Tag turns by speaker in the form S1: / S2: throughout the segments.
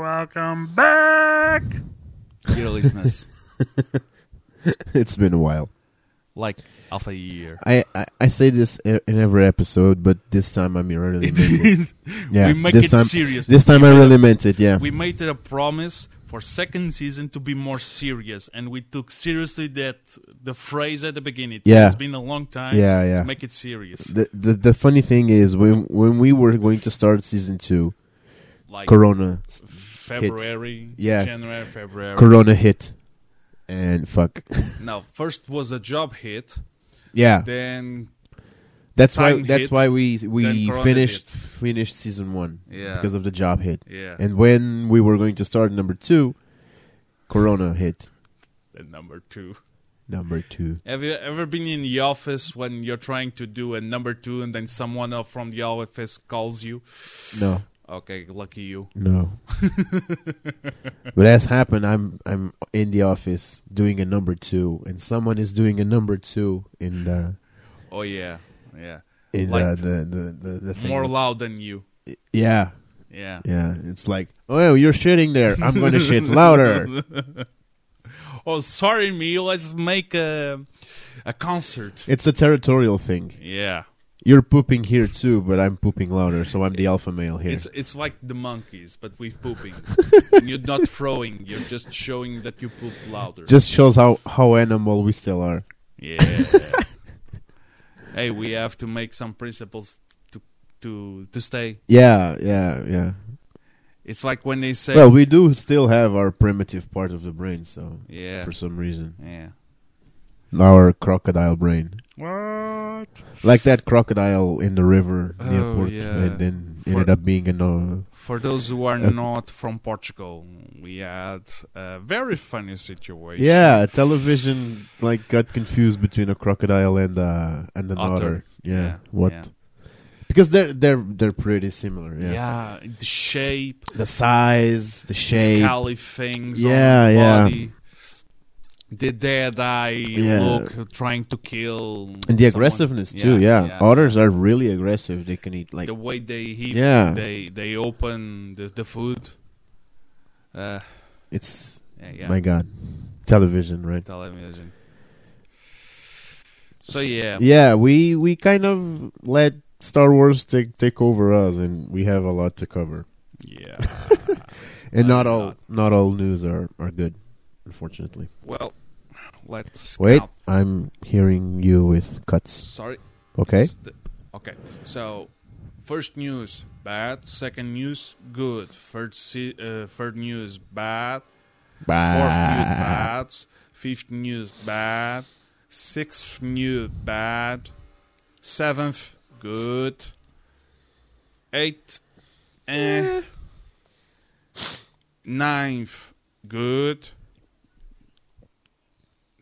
S1: Welcome back. Feudalismus.
S2: it's been a while.
S1: like half a year.
S2: I, I, I say this e, in every episode, but this time I'm really meant it. Yeah,
S1: we make
S2: this
S1: it
S2: time-
S1: serious.
S2: This time
S1: we
S2: I
S1: made a-
S2: really meant it. Yeah,
S1: we made a promise for second season to be more serious, and we took seriously that the phrase at the beginning.
S2: Yeah.
S1: it's been a long time.
S2: yeah, yeah.
S1: to make it serious.
S2: The, the the funny thing is when when we were going to start season two,
S1: like
S2: Corona s-
S1: February,
S2: Yeah.
S1: January, February.
S2: Corona hit, and fuck.
S1: now, first was a job hit,
S2: Yeah,
S1: then
S2: that's why
S1: time
S2: that's
S1: hit,
S2: why we
S1: then
S2: we
S1: Corona
S2: finished finished season one
S1: yeah,
S2: because of the job hit,
S1: yeah,
S2: and when we were going to start number two, Corona hit
S1: then number two.
S2: number two.
S1: Have you ever been in the office when you're trying to do a number two, and then someone else from the office calls you?
S2: No,
S1: Okay, lucky you.
S2: no. but that's happened. I'm I'm in the office doing a number two, and someone is doing a number two in the
S1: Oh yeah, yeah.
S2: in
S1: Like-
S2: uh, the, the the the thing.
S1: More loud than you.
S2: yeah,
S1: Yeah.
S2: yeah. It's like, oh, you're shitting there. I'm going to shit louder.
S1: Oh, sorry, me. Let's make a a concert.
S2: It's a territorial thing.
S1: Yeah.
S2: You're pooping here too, but I'm pooping louder, so I'm the alpha male here.
S1: It's it's like the monkeys, but with pooping. And you're not throwing. You're just showing that you poop louder.
S2: Just shows how how animal we still are.
S1: yeah. hey, we have to make some principles to to to stay.
S2: Yeah, yeah, yeah.
S1: It's like when they say.
S2: Well, we do still have our primitive part of the brain, so
S1: yeah.
S2: for some reason,
S1: Yeah.
S2: our crocodile brain,
S1: What?
S2: like that crocodile in the river near
S1: Oh,
S2: Port,
S1: yeah.
S2: and then
S1: For-
S2: ended up being a no.
S1: For those who are
S2: Uh,
S1: not from Portugal, we had a very funny situation.
S2: Yeah, television like got confused between a crocodile and uh and an
S1: Otter.
S2: otter. Yeah,
S1: Yeah,
S2: what?
S1: yeah.
S2: Because they're they're they're pretty similar. Yeah,
S1: Yeah, the shape,
S2: the size, the shape.
S1: scaly things on
S2: Yeah,
S1: the
S2: yeah.
S1: body. The dead eye
S2: Yeah.
S1: look trying to kill.
S2: and the
S1: someone.
S2: aggressiveness too, yeah. Otters are really aggressive. They can eat like
S1: the way they eat,
S2: Yeah.
S1: they they open the, the food. Uh,
S2: it's
S1: yeah, yeah.
S2: my god. Television, right?
S1: television. So yeah,
S2: Yeah, we we kind of let Star Wars take take over us and we have a lot to cover.
S1: yeah.
S2: And
S1: Uh,
S2: not all
S1: not-
S2: not all news are are good, unfortunately.
S1: well, let's
S2: Wait,
S1: count.
S2: I'm hearing you with cuts.
S1: Sorry.
S2: Okay.
S1: St- okay. So, first news bad. Second news good. Third se- uh, third news bad. Fourth
S2: Uh,
S1: news bad. Fifth news bad. Sixth news bad. Seventh good. Eighth eh. Ninth good.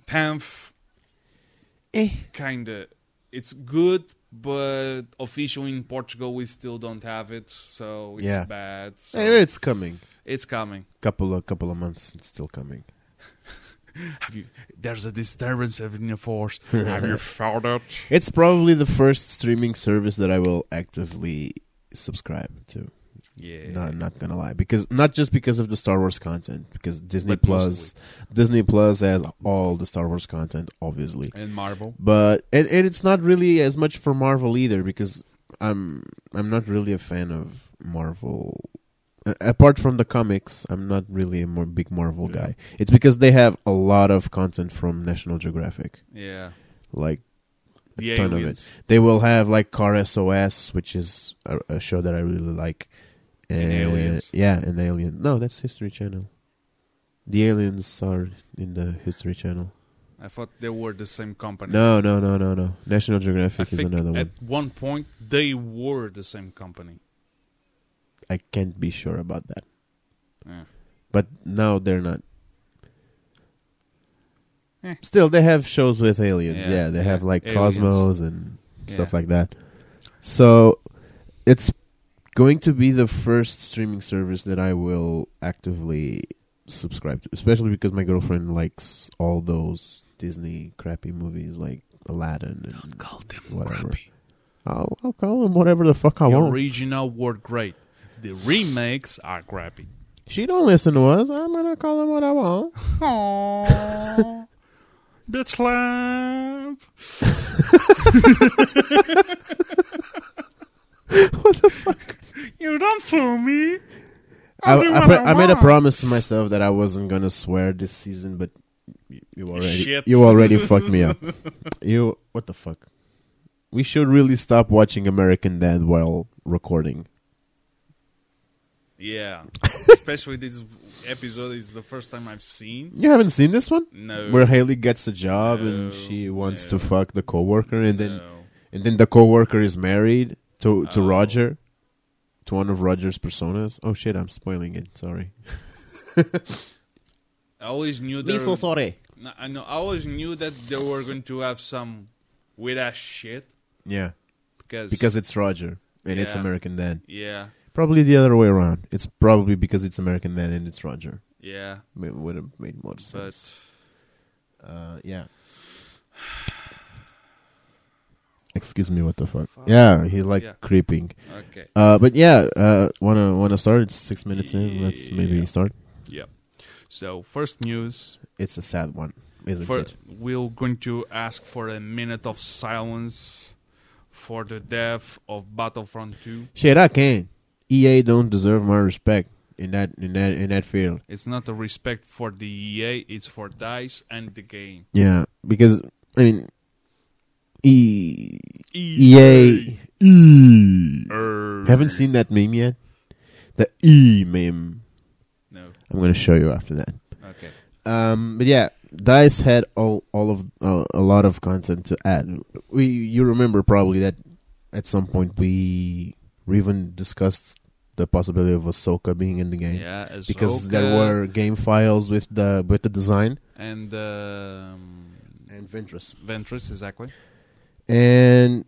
S1: Tenth kinda it's good but official in portugal we still don't have it so it's
S2: Yeah.
S1: bad so
S2: Eh, it's coming.
S1: it's coming
S2: Couple of couple of months, it's still coming.
S1: have you there's a disturbance in the force have you found it
S2: It's probably the first streaming service that I will actively subscribe to.
S1: yeah
S2: No, I'm not gonna lie, because not just because of the Star Wars content, because Disney
S1: But
S2: Plus, Disney Plus has all the Star Wars content, obviously.
S1: and marvel
S2: But and, and it's not really as much for Marvel either, because I'm I'm not really a fan of Marvel. A- Apart from the comics, I'm not really a more big Marvel
S1: Yeah.
S2: guy. It's because they have a lot of content from National Geographic,
S1: yeah
S2: like a
S1: the
S2: ton of it
S1: aliens
S2: they will have like Car SOS, which is a, a show that I really like.
S1: And
S2: Uh,
S1: Aliens.
S2: Yeah, and Alien. No, that's History Channel. The aliens are in the History Channel.
S1: i thought they were the same company
S2: No, no, no, no, no. National
S1: I
S2: Geographic is
S1: think
S2: another one.
S1: at one point they were the same company.
S2: I can't be sure about that.
S1: Yeah.
S2: But now they're not.
S1: Eh.
S2: Still, they have shows with aliens.
S1: Yeah,
S2: Yeah, they
S1: yeah.
S2: have like
S1: Aliens.
S2: Cosmos and stuff
S1: Yeah.
S2: like that. So it's going to be the first streaming service that I will actively subscribe to, especially because my girlfriend likes all those Disney crappy movies like Aladdin and
S1: Call them
S2: whatever.
S1: crappy.
S2: I'll, I'll call them whatever the fuck I
S1: The
S2: want.
S1: original were great. The remakes are crappy.
S2: she don't listen to us. I'm gonna call them what I want.
S1: Aww. Bitch slap.
S2: what the fuck?
S1: You don't fool me.
S2: I,
S1: do
S2: I,
S1: what
S2: pro-
S1: I
S2: I made a
S1: want.
S2: promise to myself that I wasn't gonna swear this season, but y- you already
S1: Shit.
S2: you already fucked me up. You what the fuck? We should really stop watching American Dad while recording.
S1: Yeah. Especially this episode is the first time I've seen.
S2: You haven't seen this one?
S1: No.
S2: Where Haley gets a job
S1: No,
S2: and she wants
S1: no.
S2: to fuck the coworker, and then
S1: No.
S2: and then the coworker is married to to
S1: Oh.
S2: Roger, to one of Roger's personas. Oh shit! I'm spoiling it. Sorry.
S1: I always knew there.
S2: Lisa, sorry.
S1: No, I know. I always knew that they were going to have some weird ass shit
S2: Yeah,
S1: because
S2: because it's Roger and it's
S1: Yeah.
S2: American Dad.
S1: yeah,
S2: Probably the other way around. It's probably because it's American Dad and it's Roger.
S1: yeah.
S2: It would have made more
S1: But
S2: sense. uh, yeah. Excuse me, what the fuck?
S1: Fuck.
S2: Yeah, he like
S1: Yeah.
S2: creeping.
S1: okay,
S2: Uh, but yeah, uh, wanna wanna start? It's six minutes in. Let's maybe
S1: Yeah.
S2: start.
S1: yeah. So first news.
S2: It's a sad one, isn't
S1: For,
S2: it?
S1: we're going to ask for a minute of silence for the death of Battlefront Two.
S2: Shit, I can. EA don't deserve my respect in that in that in that field.
S1: It's not a respect for the EA. It's for Dice and the game.
S2: Yeah, because I mean, E EA.
S1: EA. Er,
S2: Haven't seen that meme yet. The E meme.
S1: No.
S2: I'm gonna show you after that.
S1: Okay.
S2: Um, but yeah, Dice had all all of uh, a lot of content to add. We you remember probably that at some point we we even discussed the possibility of Ahsoka being in the game
S1: Yeah. Ahsoka
S2: because there were game files with the with the design
S1: and um,
S2: and Ventress,
S1: Ventress, exactly.
S2: and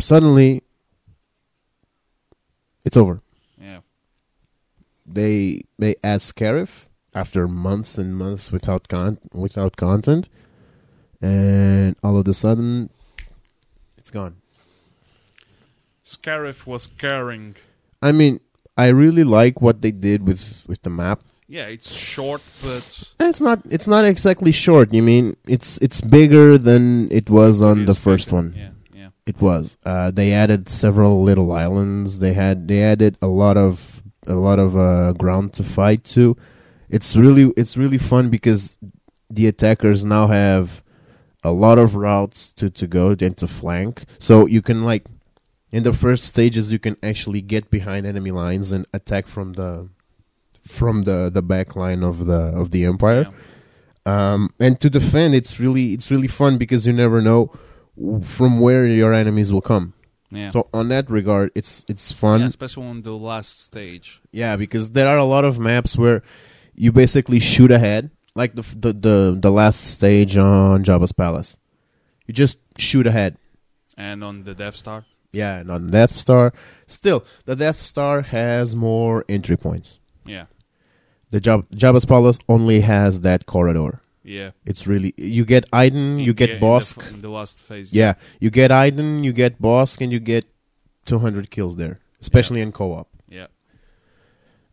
S2: suddenly it's over.
S1: Yeah.
S2: they they add Scarif after months and months without con without content, and all of a sudden, it's gone.
S1: Scarif was caring.
S2: I mean, I really like what they did with with the map.
S1: Yeah, it's short, but
S2: And It's not it's not exactly short. You mean it's it's bigger than it was on the
S1: It's
S2: first
S1: bigger.
S2: one.
S1: Yeah, yeah.
S2: It was. Uh, they added several little islands. They had they added a lot of a lot of uh, ground to fight to. It's really it's really fun because the attackers now have a lot of routes to to go and to flank. So you can like in the first stages you can actually get behind enemy lines and attack from the from the the back line of the of the empire
S1: yeah.
S2: um, and to defend it's really it's really fun because you never know w- from where your enemies will come
S1: Yeah.
S2: so on that regard it's it's fun
S1: yeah, especially on the last stage.
S2: yeah because there are a lot of maps where you basically shoot ahead like the f- the the, the last stage on jabba's palace you just shoot ahead
S1: And on the Death Star.
S2: yeah and on death star still the death star has more entry points
S1: Yeah.
S2: the Jab- jabba's palace only has that corridor
S1: Yeah.
S2: it's really you get Iden, you
S1: Yeah,
S2: get
S1: in the
S2: Bosk,
S1: f- In the, last phase.
S2: Yeah, you get Iden, you get Bosk, and you get 200 kills there, especially in co-op.
S1: Yeah.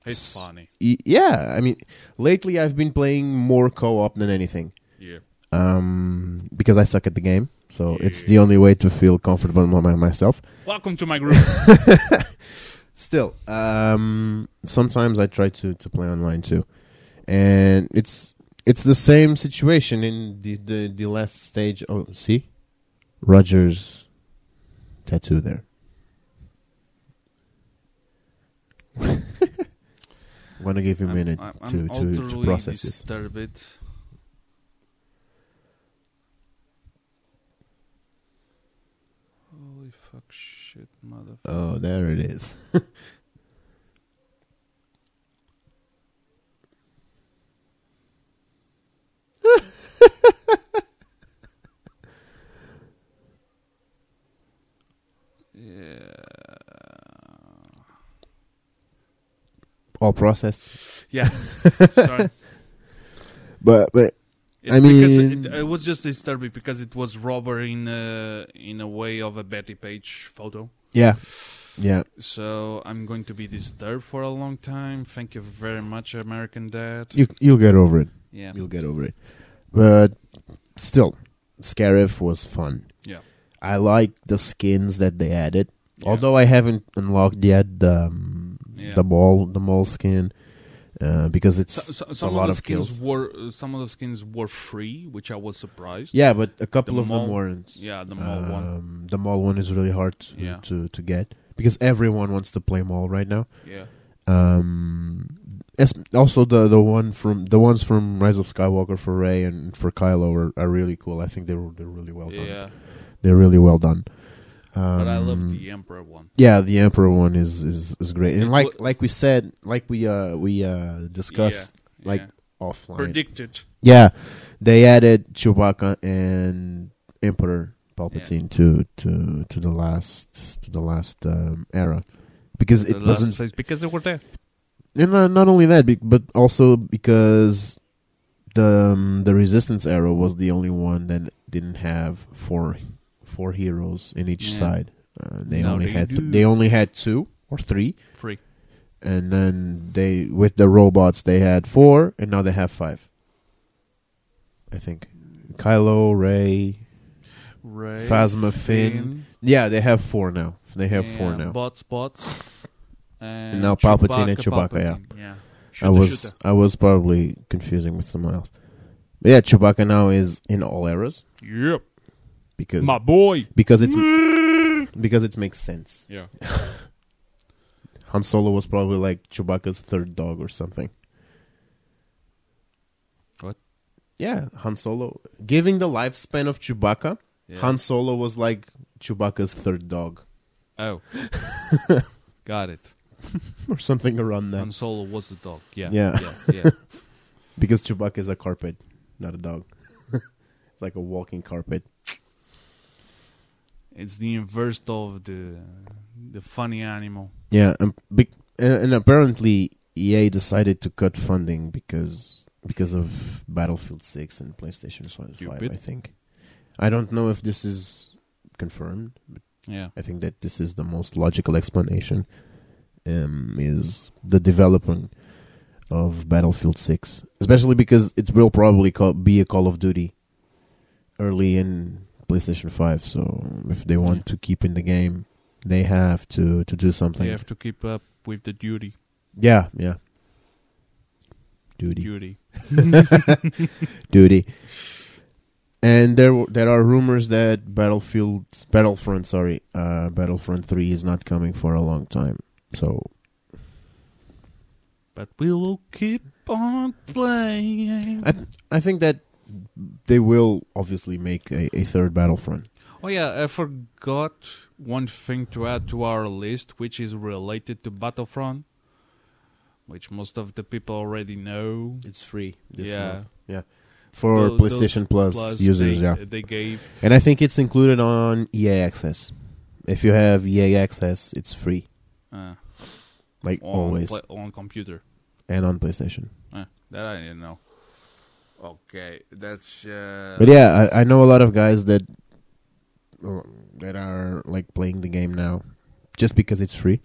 S1: It's funny.
S2: Y- Yeah, I mean, lately I've been playing more co-op than anything,
S1: Yeah.
S2: um, because I suck at the game. So it's the only way to feel comfortable my- my- myself.
S1: Welcome to my group.
S2: Still, um, sometimes I try to, to play online too, and it's it's the same situation in the the, the last stage. Oh, see, Rogers tattoo there. Want to give you a minute
S1: I'm, I'm
S2: to, to, to
S1: utterly
S2: process this.
S1: disturbed. Holy fuck shit, motherfucker.
S2: Oh, there it is.
S1: Yeah.
S2: All processed.
S1: Yeah. Sorry.
S2: But but
S1: It-
S2: I
S1: because it,
S2: mean-
S1: it was just disturbing because it was robber in a, in a way of a Betty Page photo.
S2: yeah, yeah.
S1: So I'm going to be disturbed for a long time. Thank you very much, American Dad.
S2: You you'll get over it.
S1: Yeah,
S2: You'll get over it. But still, Scarif was fun.
S1: yeah.
S2: I like the skins that they added.
S1: Yeah.
S2: Although I haven't unlocked yet the um,
S1: Yeah.
S2: the mall the mall skin uh, because it's,
S1: So- so-
S2: it's a
S1: some
S2: lot
S1: of the
S2: of,
S1: skins
S2: kills.
S1: were uh, some of the skins were free, which I was surprised.
S2: Yeah, but a couple
S1: The
S2: of them
S1: mall-
S2: weren't.
S1: Yeah, the mall one.
S2: Um, the mall one is really hard to,
S1: Yeah.
S2: to to get because everyone wants to play mall right now.
S1: Yeah,
S2: Um, es- also the the one from the ones from Rise of Skywalker for Rey and for Kylo are, are really cool. I think they were they're really well done.
S1: yeah.
S2: They're really well done.
S1: But I
S2: Um,
S1: love the Emperor one.
S2: Yeah, the Emperor one is is, is great,
S1: It
S2: and like
S1: wa-
S2: like we said, like we uh we uh discussed
S1: Yeah,
S2: like
S1: yeah.
S2: offline.
S1: predicted.
S2: yeah, they added Chewbacca and Emperor Palpatine to to to the last to the last um, era because
S1: the
S2: it
S1: last
S2: wasn't,
S1: place because they were there.
S2: and not, not only that, be- but also because the um, the Resistance era was the only one that didn't have four four heroes in each
S1: Yeah.
S2: side. Uh, they
S1: Now
S2: only
S1: they
S2: had th-
S1: do.
S2: they only had two or three
S1: Free.
S2: and then they with the robots they had four, and now they have five. I think Kylo, Ray,
S1: Ray,
S2: Phasma, Finn. Yeah, they have four now. They have four now.
S1: Bots, bots. And
S2: now Palpatine and Chewbacca, yeah.
S1: Palpatine, yeah.
S2: I
S1: Shooter,
S2: was
S1: shooter.
S2: I was probably confusing with someone else. But yeah, Chewbacca now is in all eras
S1: Yep,
S2: because
S1: my boy.
S2: because it's because it makes sense.
S1: Yeah,
S2: Han Solo was probably like Chewbacca's third dog or something.
S1: What?
S2: Yeah, Han Solo. Giving the lifespan of Chewbacca,
S1: yeah.
S2: Han Solo was like Chewbacca's third dog
S1: Oh, got it.
S2: or something around that.
S1: Han Solo was the dog. Yeah,
S2: Yeah.
S1: yeah. yeah.
S2: Because Chewbacca is a carpet, not a dog. it's like a walking carpet.
S1: It's the inverse of the the funny animal.
S2: Yeah, and, be- and and apparently EA decided to cut funding because because of Battlefield 6 and PlayStation 5,
S1: Stupid.
S2: I think. I don't know if this is confirmed,
S1: Yeah,
S2: I think that this is the most logical explanation. Um, is the development of Battlefield Six, especially because it will probably call, be a Call of Duty early in PlayStation Five. So if they want
S1: Yeah.
S2: to keep in the game, they have to to do something.
S1: they have to keep up with the duty.
S2: yeah, yeah. Duty,
S1: Duty.
S2: duty. And there w- there are rumors that Battlefield Battlefront, sorry, uh, Battlefront Three is not coming for a long time. So
S1: But we will keep on playing.
S2: I I think that they will obviously make a, a third Battlefront.
S1: Oh yeah, I forgot one thing to add to our list, which is related to Battlefront, which most of the people already know.
S2: It's free.
S1: this Yeah. month.
S2: yeah. For
S1: Tho- those
S2: PlayStation Plus,
S1: Plus,
S2: users,
S1: they,
S2: yeah.
S1: they gave
S2: And I think it's included on EA Access. If you have EA Access, it's free,
S1: uh,
S2: like
S1: on
S2: always,
S1: pla- on computer.
S2: and on PlayStation.
S1: Uh, that I didn't know. Okay, that's uh,
S2: But yeah, I, I know a lot of guys that uh, that are like playing the game now just because it's free.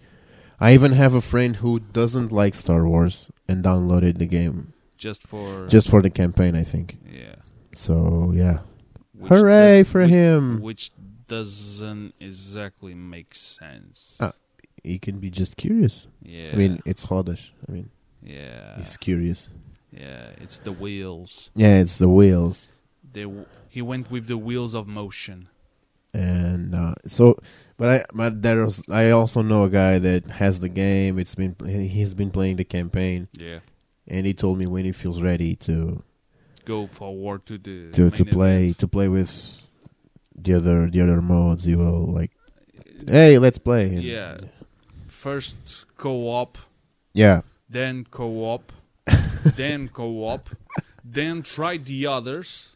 S2: I even have a friend who doesn't like Star Wars and downloaded the game
S1: just for
S2: just for the campaign, I think.
S1: yeah.
S2: So yeah,
S1: Which
S2: Hooray
S1: does-
S2: for
S1: which-
S2: him.
S1: Which doesn't exactly make sense.
S2: Ah. he can be just curious.
S1: Yeah,
S2: I mean, it's Hodish. I mean,
S1: yeah,
S2: he's curious.
S1: yeah. It's the wheels.
S2: Yeah, it's the wheels,
S1: They w- he went with the wheels of motion.
S2: and uh, so. But I, but there was, I also know a guy that has the game. It's been he's been playing the campaign,
S1: Yeah,
S2: and he told me when he feels ready to
S1: go forward to the
S2: to,
S1: main
S2: to play
S1: event.
S2: to play with the other the other modes. He will like, hey, let's play. and-
S1: Uh, Yeah, first co-op,
S2: yeah,
S1: then co-op, then co-op, then try the others.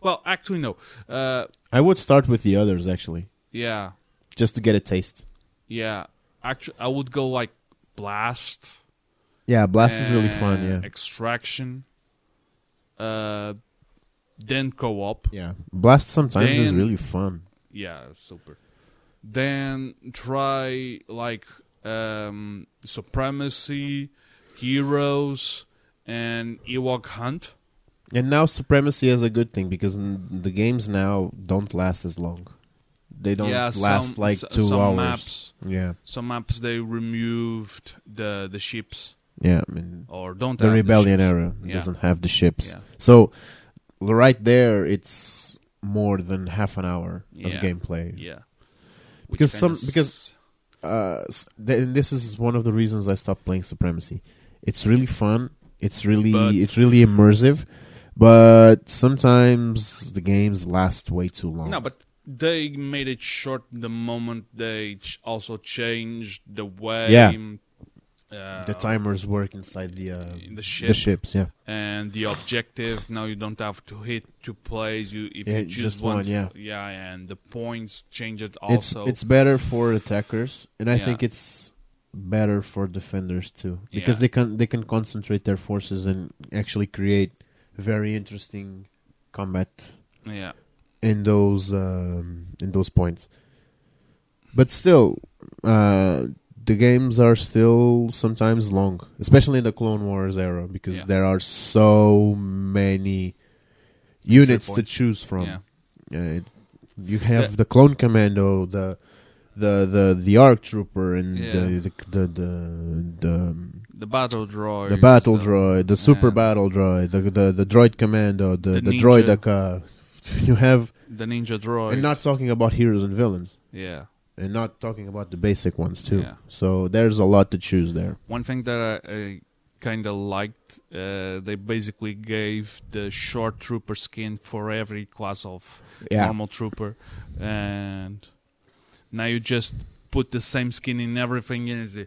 S1: Well, actually, no. Uh,
S2: I would start with the others actually,
S1: yeah,
S2: just to get a taste.
S1: yeah. Actually, I would go like blast,
S2: Yeah, Blast is really fun.
S1: and
S2: Yeah,
S1: Extraction. Uh, then co-op.
S2: yeah. Blast sometimes is
S1: Then-
S2: really fun.
S1: Yeah, super. Then try like um, Supremacy, Heroes, and Ewok Hunt.
S2: And now supremacy is a good thing because n- the games now don't last as long. They don't
S1: yeah,
S2: last
S1: some,
S2: like
S1: s-
S2: two
S1: some
S2: hours.
S1: Maps,
S2: Yeah,
S1: some maps they removed the the ships
S2: yeah. I mean,
S1: or don't
S2: the
S1: have
S2: rebellion
S1: the ships.
S2: era
S1: Yeah.
S2: doesn't have the ships.
S1: Yeah.
S2: So l- right there, it's more than half an hour
S1: Yeah.
S2: of gameplay.
S1: Yeah. Which
S2: Because
S1: kind
S2: some-
S1: of s-
S2: because- Uh, s- th- and this is one of the reasons I stopped playing Supremacy. It's really fun. It's really
S1: But-
S2: it's really immersive, but sometimes the games last way too long.
S1: no, but they made it short the moment they ch- also changed the way
S2: Yeah.
S1: uh,
S2: the timers work inside the uh,
S1: the ship.
S2: the ships. Yeah.
S1: and the objective. Now you don't have to hit two plays. You if
S2: Yeah,
S1: you choose
S2: just
S1: one,
S2: one, yeah.
S1: f- yeah, and the points change it
S2: it's
S1: also.
S2: it's better for attackers, and I
S1: Yeah.
S2: think it's better for defenders too because
S1: Yeah.
S2: they can they can concentrate their forces and actually create very interesting combat
S1: yeah,
S2: in those um, in those points. But still, uh, the games are still sometimes long, especially in the Clone Wars era, because
S1: Yeah.
S2: there are so many units to
S1: points.
S2: choose from.
S1: yeah,
S2: Uh, it, you have
S1: Yeah.
S2: the clone commando, the the the the arc trooper, and
S1: Yeah.
S2: the, the the the the,
S1: the battle droid,
S2: the battle droid, the super
S1: yeah.
S2: battle droid, the the, the droid commando,
S1: The
S2: the the,
S1: ninja. Oh,
S2: droidaka. You have,
S1: the ninja droid,
S2: and not talking about heroes and villains,
S1: yeah.
S2: and not talking about the basic ones too.
S1: Yeah.
S2: So there's a lot to choose there.
S1: One thing that I, I kind of liked, uh, they basically gave the short trooper skin for every class of
S2: Yeah,
S1: normal trooper, and now you just put the same skin in everything. And it's,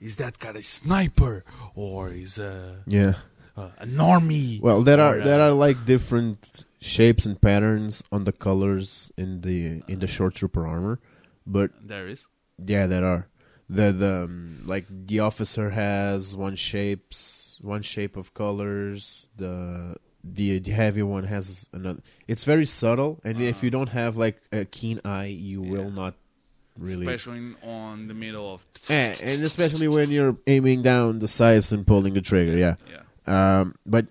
S1: is that guy a sniper or is a
S2: yeah.
S1: uh, an army.
S2: Well, there
S1: Or,
S2: are there
S1: uh,
S2: are like different shapes and patterns on the colors in the in the short trooper armor, but
S1: there is.
S2: Yeah, there are. The the um, like the officer has one shapes, one shape of colors. The the, the heavy one has another. It's very subtle, and if you don't have like a keen eye, you will
S1: Uh-huh. Yeah.
S2: not really.
S1: Especially in- on the middle of.
S2: Eh, and especially when you're aiming down the sights and pulling the trigger, yeah.
S1: Yeah.
S2: Um, but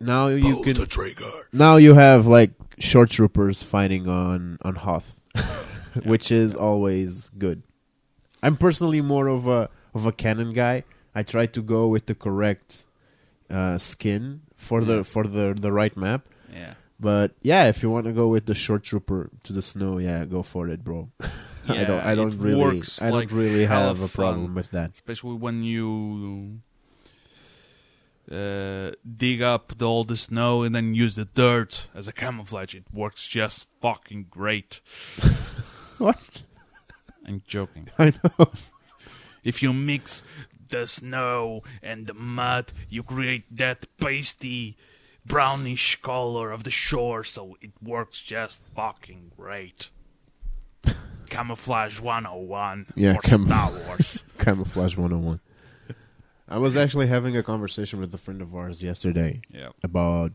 S2: now you can
S1: trigger.
S2: now you have like short troopers fighting on on Hoth, which is always good. I'm personally more of a of a cannon guy. I try to go with the correct uh, skin for the for the the right map.
S1: Yeah.
S2: But yeah, if you want to go with the short trooper to the snow, yeah, go for it, bro. I don't
S1: Yeah,
S2: I don't
S1: it
S2: really
S1: works
S2: I don't
S1: like
S2: really
S1: hella
S2: have a problem
S1: fun.
S2: with that.
S1: Especially when you uh, dig up the, all the snow and then use the dirt as a camouflage. It works just fucking great.
S2: What?
S1: I'm joking.
S2: I know.
S1: If you mix the snow and the mud, you create that pasty, brownish color of the shore, so it works just fucking great. Camouflage 101
S2: Yeah,
S1: for
S2: cam-
S1: Star Wars.
S2: Camouflage 101. I was actually having a conversation with a friend of ours yesterday
S1: yeah.
S2: about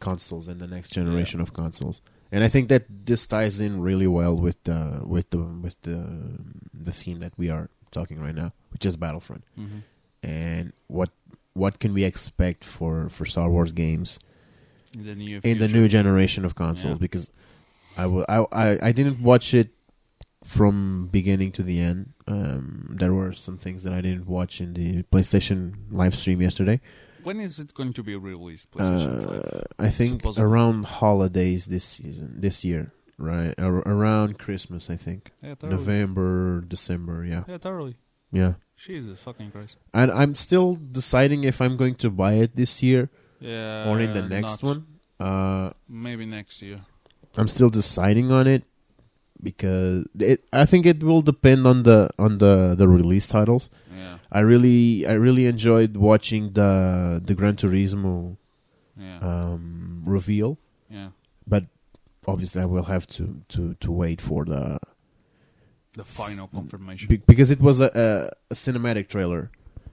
S2: consoles and the next generation of consoles. And I think that this ties in really well with the with the with the the theme that we are talking right now, which is Battlefront.
S1: Mm-hmm.
S2: And what what can we expect for for Star Wars games
S1: In the new
S2: in the new generation of consoles
S1: Yeah.
S2: because I wa- I- I- I didn't watch it from beginning to the end. Um, there were some things that I didn't watch in the PlayStation live stream yesterday.
S1: When is it going to be released?
S2: Uh, I think
S1: Supposedly.
S2: around holidays this season, this year, right? Ar- around Christmas, I think.
S1: yeah, totally.
S2: November, December, yeah.
S1: Yeah, totally.
S2: Yeah.
S1: Jesus fucking Christ.
S2: And I'm still deciding if I'm going to buy it this year
S1: Yeah.
S2: or in the next one. Uh
S1: Maybe next year.
S2: I'm still deciding on it because it, I think it will depend on the on the the release titles.
S1: Yeah.
S2: I really I really enjoyed watching the the Gran Turismo
S1: Yeah.
S2: um, reveal,
S1: yeah.
S2: but obviously I will have to to to wait for the
S1: The final confirmation.
S2: be- because it was a, a, a cinematic trailer.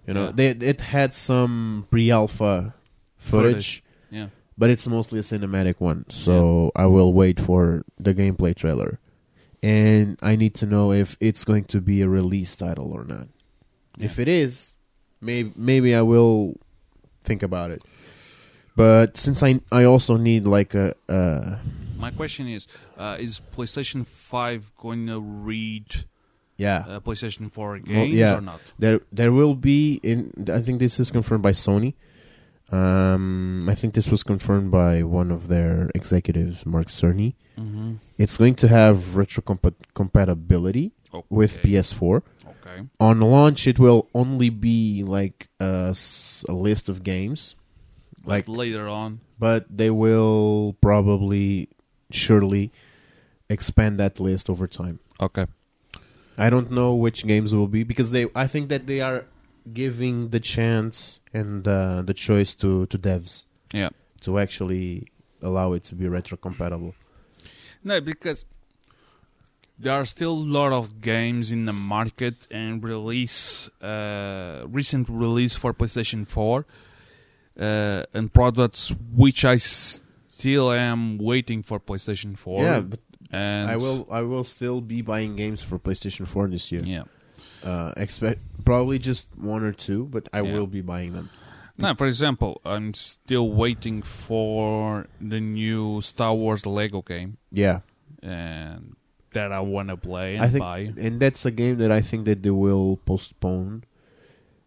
S2: You know,
S1: Yeah.
S2: they it had some pre-alpha footage,
S1: Footage. Yeah.
S2: but it's mostly a cinematic one. So I will wait for the gameplay trailer, and I need to know if it's going to be a release title or not. If it is, maybe maybe I will think about it. But since I I also need like a, a
S1: My question is: uh, Is PlayStation Five going to read
S2: yeah
S1: uh, PlayStation Four games
S2: Well, yeah.
S1: or not?
S2: There, there will be in. I think this is confirmed by Sony. Um, I think this was confirmed by one of their executives, Mark Cerny.
S1: Mm-hmm.
S2: It's going to have retro compatibility
S1: Okay.
S2: with PS4.
S1: Okay.
S2: On launch, it will only be like a, s- a list of games, like,
S1: Later on,
S2: but they will probably, surely, expand that list over time.
S1: okay.
S2: I don't know which games will be because they. I think that they are giving the chance and uh, the choice to to devs
S1: Yeah.
S2: to actually allow it to be retro compatible.
S1: No, because there are still a lot of games in the market and release, uh, recent release for PlayStation 4, uh, and products which I still am waiting for PlayStation 4.
S2: yeah, but
S1: and
S2: I will. I will still be buying games for PlayStation Four this year.
S1: Yeah.
S2: Uh, expect probably just one or two, but I
S1: Yeah.
S2: will be buying them.
S1: No, for example, I'm still waiting for the new Star Wars Lego game,
S2: Yeah,
S1: and that I want to play and
S2: I think,
S1: buy.
S2: and that's a game that I think that they will postpone,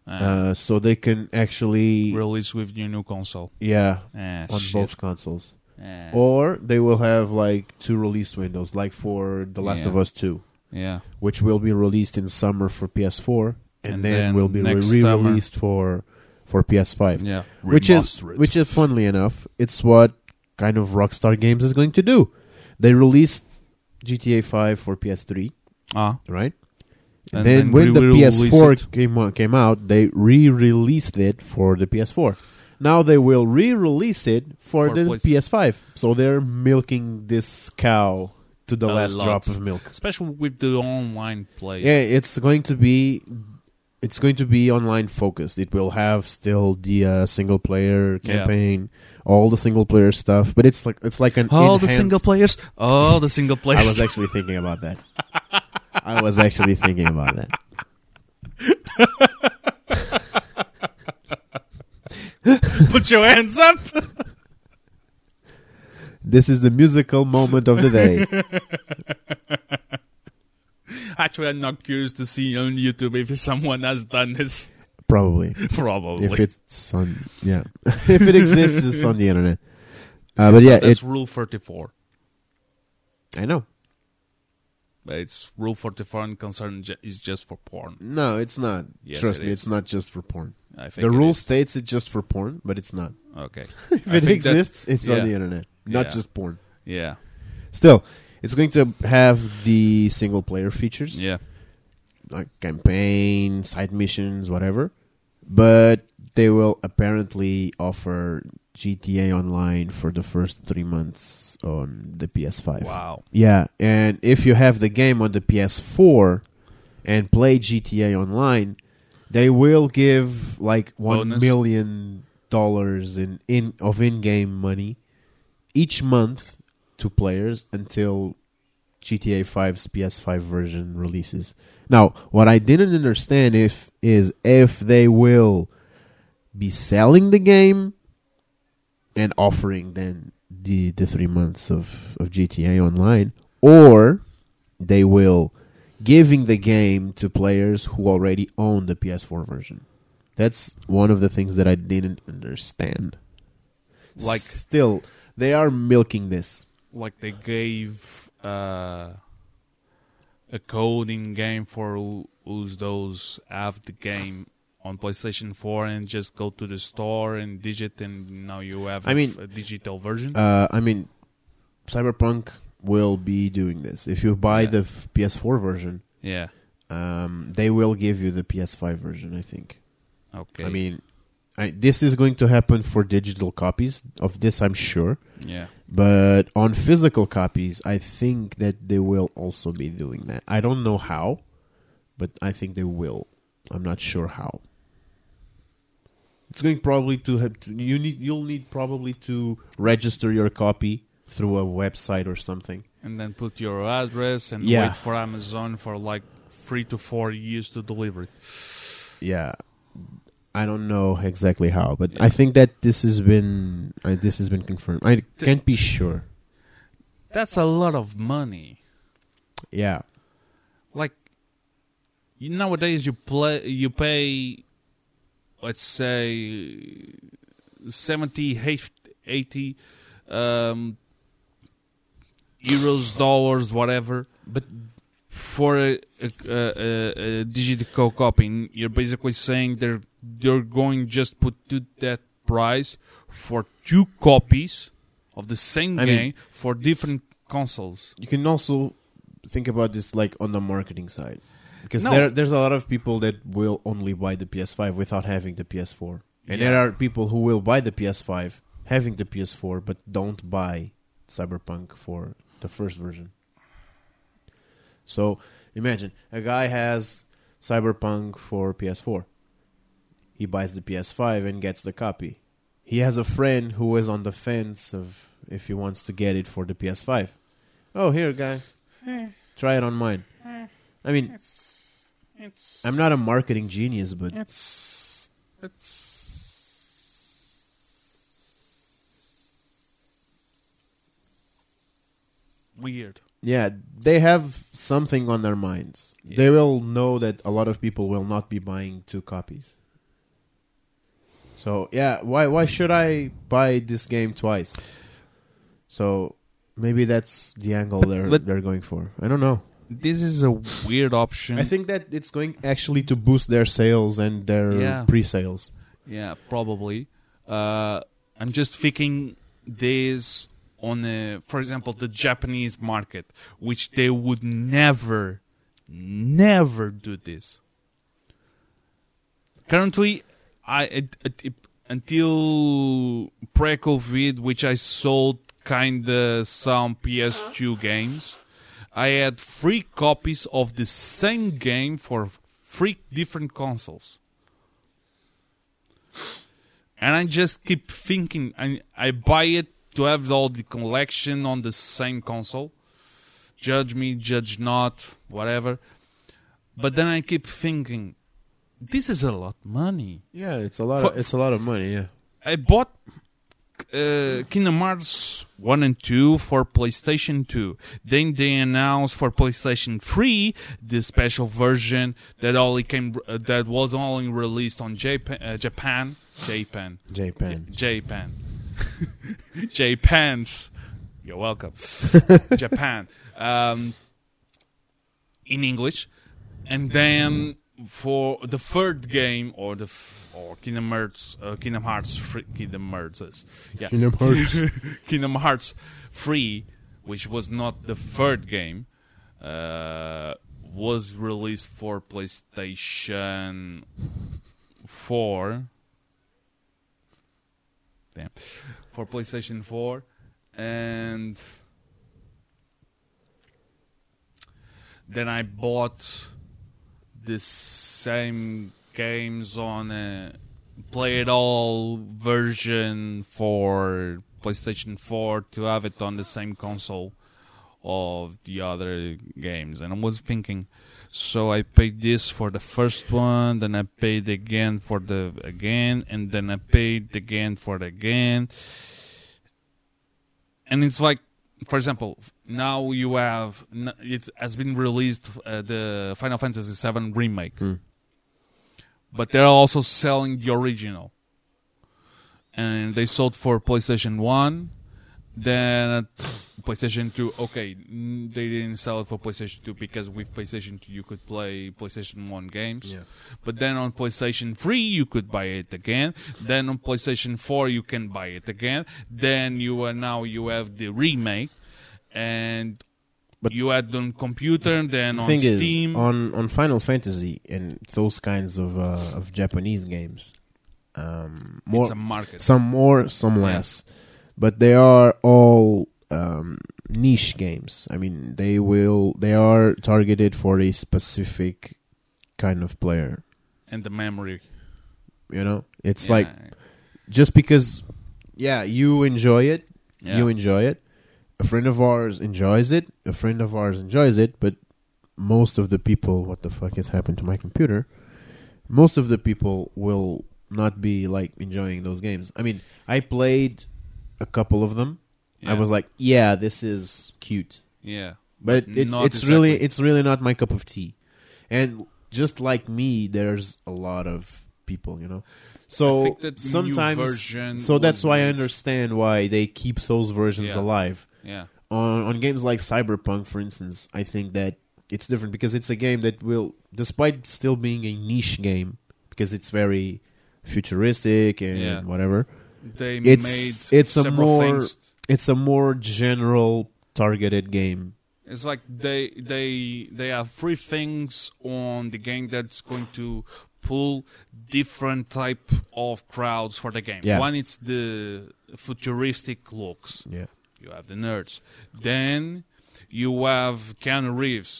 S1: Uh,
S2: uh, so they can actually,
S1: release with your new console.
S2: yeah,
S1: Ah,
S2: on
S1: shit.
S2: both consoles.
S1: Ah,
S2: or they will have like two release windows like for the last
S1: Yeah.
S2: of us 2
S1: yeah.
S2: which will be released in summer for ps4 and,
S1: And
S2: then,
S1: then
S2: will be re-
S1: next
S2: re-released for for ps5
S1: Yeah,
S2: which is which is funnily enough it's what kind of rockstar games is going to do they released gta 5 for ps3
S1: ah
S2: right and,
S1: And
S2: then
S1: then
S2: when
S1: we
S2: the
S1: will release
S2: ps4
S1: it.
S2: came, out- came out they re-released it for the ps4 now they will re-release it for,
S1: For
S2: the
S1: place-
S2: ps5 so they're milking this cow to the
S1: A
S2: last
S1: lot.
S2: drop of milk
S1: especially with the online play.
S2: yeah it's going to be it's going to be online focused it will have still the uh, single player
S1: Yeah.
S2: campaign all the single player stuff but it's like it's like an
S1: all the
S2: enhanced-
S1: single players, all the single players.
S2: i was actually thinking about that i was actually thinking about that
S1: put your hands up.
S2: This is the musical moment of the day.
S1: Actually, I'm not curious to see on YouTube if someone has done this.
S2: Probably.
S1: Probably.
S2: If it's on, yeah. if it exists, it's on the internet. Uh, but yeah,
S1: That's
S2: it,
S1: rule 34.
S2: I know.
S1: But it's rule 44 and concern ju- is just for porn.
S2: No, it's not.
S1: Yes,
S2: Trust
S1: it
S2: me,
S1: is.
S2: it's not just for porn.
S1: I think
S2: The
S1: it
S2: rule
S1: is.
S2: states it's just for porn, but it's not.
S1: Okay.
S2: If
S1: I
S2: it
S1: think that-
S2: exists, it's
S1: yeah.
S2: on the internet, not
S1: Yeah.
S2: just porn.
S1: yeah.
S2: Still, it's going to have the single player features.
S1: Yeah.
S2: like campaign, side missions, whatever. But they will apparently offer GTA Online for the first three months on the PS5.
S1: Wow.
S2: Yeah, and if you have the game on the PS4 and play GTA Online, they will give like one
S1: Bonus.
S2: million dollars in, in of in-game money each month to players until GTA 5's PS5 version releases. Now, what I didn't understand if is if they will be selling the game and offering then the the three months of, of GTA Online, or they will giving the game to players who already own the PS4 version. That's one of the things that I didn't understand.
S1: Like-
S2: still, they are milking this.
S1: Like they gave uh, a code in game for who, who's those have the game on PlayStation 4 and just go to the store and digit and now you have
S2: I
S1: a-
S2: mean-
S1: a digital version.
S2: Uh, I mean, Cyberpunk will be doing this. If you buy
S1: Yeah.
S2: the f- PS4 version,
S1: yeah.
S2: um, they will give you the PS5 version. I think.
S1: Okay.
S2: I mean, I, this is going to happen for digital copies of this, I'm sure.
S1: yeah.
S2: But on physical copies, I think that they will also be doing that. I don't know how, but I think they will. I'm not sure how. it's going probably to have to, you need you'll need probably to register your copy through a website or something.
S1: and then put your address and
S2: Yeah.
S1: wait for Amazon for like three to four years to deliver. it.
S2: Yeah. I don't know exactly how, but I think that this has been uh, this has been confirmed. I can't be sure.
S1: That's a lot of money.
S2: Yeah.
S1: Like you, nowadays, you play you pay, let's say, 70, 80 um, euros, dollars, whatever.
S2: But
S1: for a, a, a, a digital copying, you're basically saying they're they're going just put to that price for two copies of the same
S2: I mean-
S1: game for different consoles.
S2: you can also think about this like on the marketing side because
S1: No.
S2: there there's a lot of people that will only buy the PS5 without having the PS4 and there
S1: Yeah.
S2: are people who will buy the PS5 having the PS4 but don't buy Cyberpunk for the first version so imagine a guy has Cyberpunk for PS4 he buys the PS5 and gets the copy he has a friend who is on the fence of if he wants to get it for the PS5 oh here guy Try it on mine. I mean,
S1: It's it's
S2: I'm not a marketing genius, but
S1: it's it's weird.
S2: yeah, they have something on their minds. They
S1: Yeah.
S2: will know that a lot of people will not be buying two copies. So yeah, why why should I buy this game twice? So maybe that's the angle they're
S1: but-
S2: they're going for. I don't know.
S1: This is a weird option.
S2: I think that it's going actually to boost their sales and their
S1: Yeah.
S2: pre-sales.
S1: Yeah, probably. Uh, I'm just thinking this on, uh for example, the Japanese market, which they would never, never do this. Currently, I it, it, it- until pre-COVID, which I sold kinda some PS2 games. I had three copies of the same game for three different consoles and I just keep thinking I I buy it to have all the collection on the same console. Judge me, judge not, whatever. But then I keep thinking, this is a lot of money.
S2: Yeah, it's a lot.
S1: For-
S2: of, it's a lot of money. Yeah.
S1: I bought uh, Kingdom Hearts 1 and 2 for PlayStation 2. Then they announced for PlayStation 3 the special version that only came uh, that was only released on Japan uh, Japan Japan
S2: Japan.
S1: Japan. Japan's. You're welcome. Japan. Um, in English. And then for the third game or the f- or Kingdom Hearts uh, Kingdom Hearts free, Kingdom Hearts. Yeah.
S2: Kingdom Hearts.
S1: Kingdom Hearts 3, which was not the third game, uh, was released for PlayStation 4. Damn. For PlayStation 4. And then I bought the same games on a play it all version for PlayStation 4 to have it on the same console of the other games. And I was thinking, so I paid this for the first one, then I paid again for the again, and then I paid again for the again. And it's like, for example, now you have n- it has been released uh, the Final Fantasy VII remake, but they're also selling the original, and they sold for PlayStation One, then uh, PlayStation Two. Okay, mm, they didn't sell it for PlayStation Two because with PlayStation Two you could play PlayStation One games,
S2: Yeah.
S1: but then on PlayStation 3 you could buy it again. Then on PlayStation 4 you can buy it again. Then you are now you have the remake, and
S2: But-
S1: you had on computer, and then on
S2: thing
S1: Steam.
S2: is on on Final Fantasy and those kinds of uh, of Japanese games. Um, more
S1: it's a market.
S2: some more, some less, but they are all um, niche games. I mean, they will they are targeted for a specific kind of player
S1: and the memory.
S2: You know, it's
S1: Yeah.
S2: like just because, yeah, you enjoy it,
S1: Yeah.
S2: you enjoy it. A friend of ours enjoys it. A friend of ours enjoys it, but most of the people, what the fuck has happened to my computer? Most of the people will not be like enjoying those games. I mean, I played a couple of them.
S1: Yeah.
S2: I was like, yeah, this is cute
S1: yeah.
S2: but
S1: But
S2: it,
S1: not
S2: it's really
S1: exactly.
S2: it's really not my cup of tea and just like me there's a lot of people you know
S1: I
S2: so
S1: think that new
S2: sometimes
S1: version
S2: so that's
S1: will
S2: why i
S1: make-
S2: understand why they keep those versions
S1: Yeah.
S2: alive
S1: Yeah.
S2: on on games like cyberpunk for instance i think that it's different because it's a game that will despite still being a niche game because it's very futuristic and
S1: Yeah.
S2: whatever
S1: They
S2: it's
S1: made
S2: it's a
S1: several
S2: more
S1: things.
S2: it's a more general targeted game
S1: It's like they they they have three things on the game that's going to pull different type of crowds for the game.
S2: Yeah.
S1: One it's the futuristic looks.
S2: yeah
S1: You have the nerds. Then you have Keanu Reeves.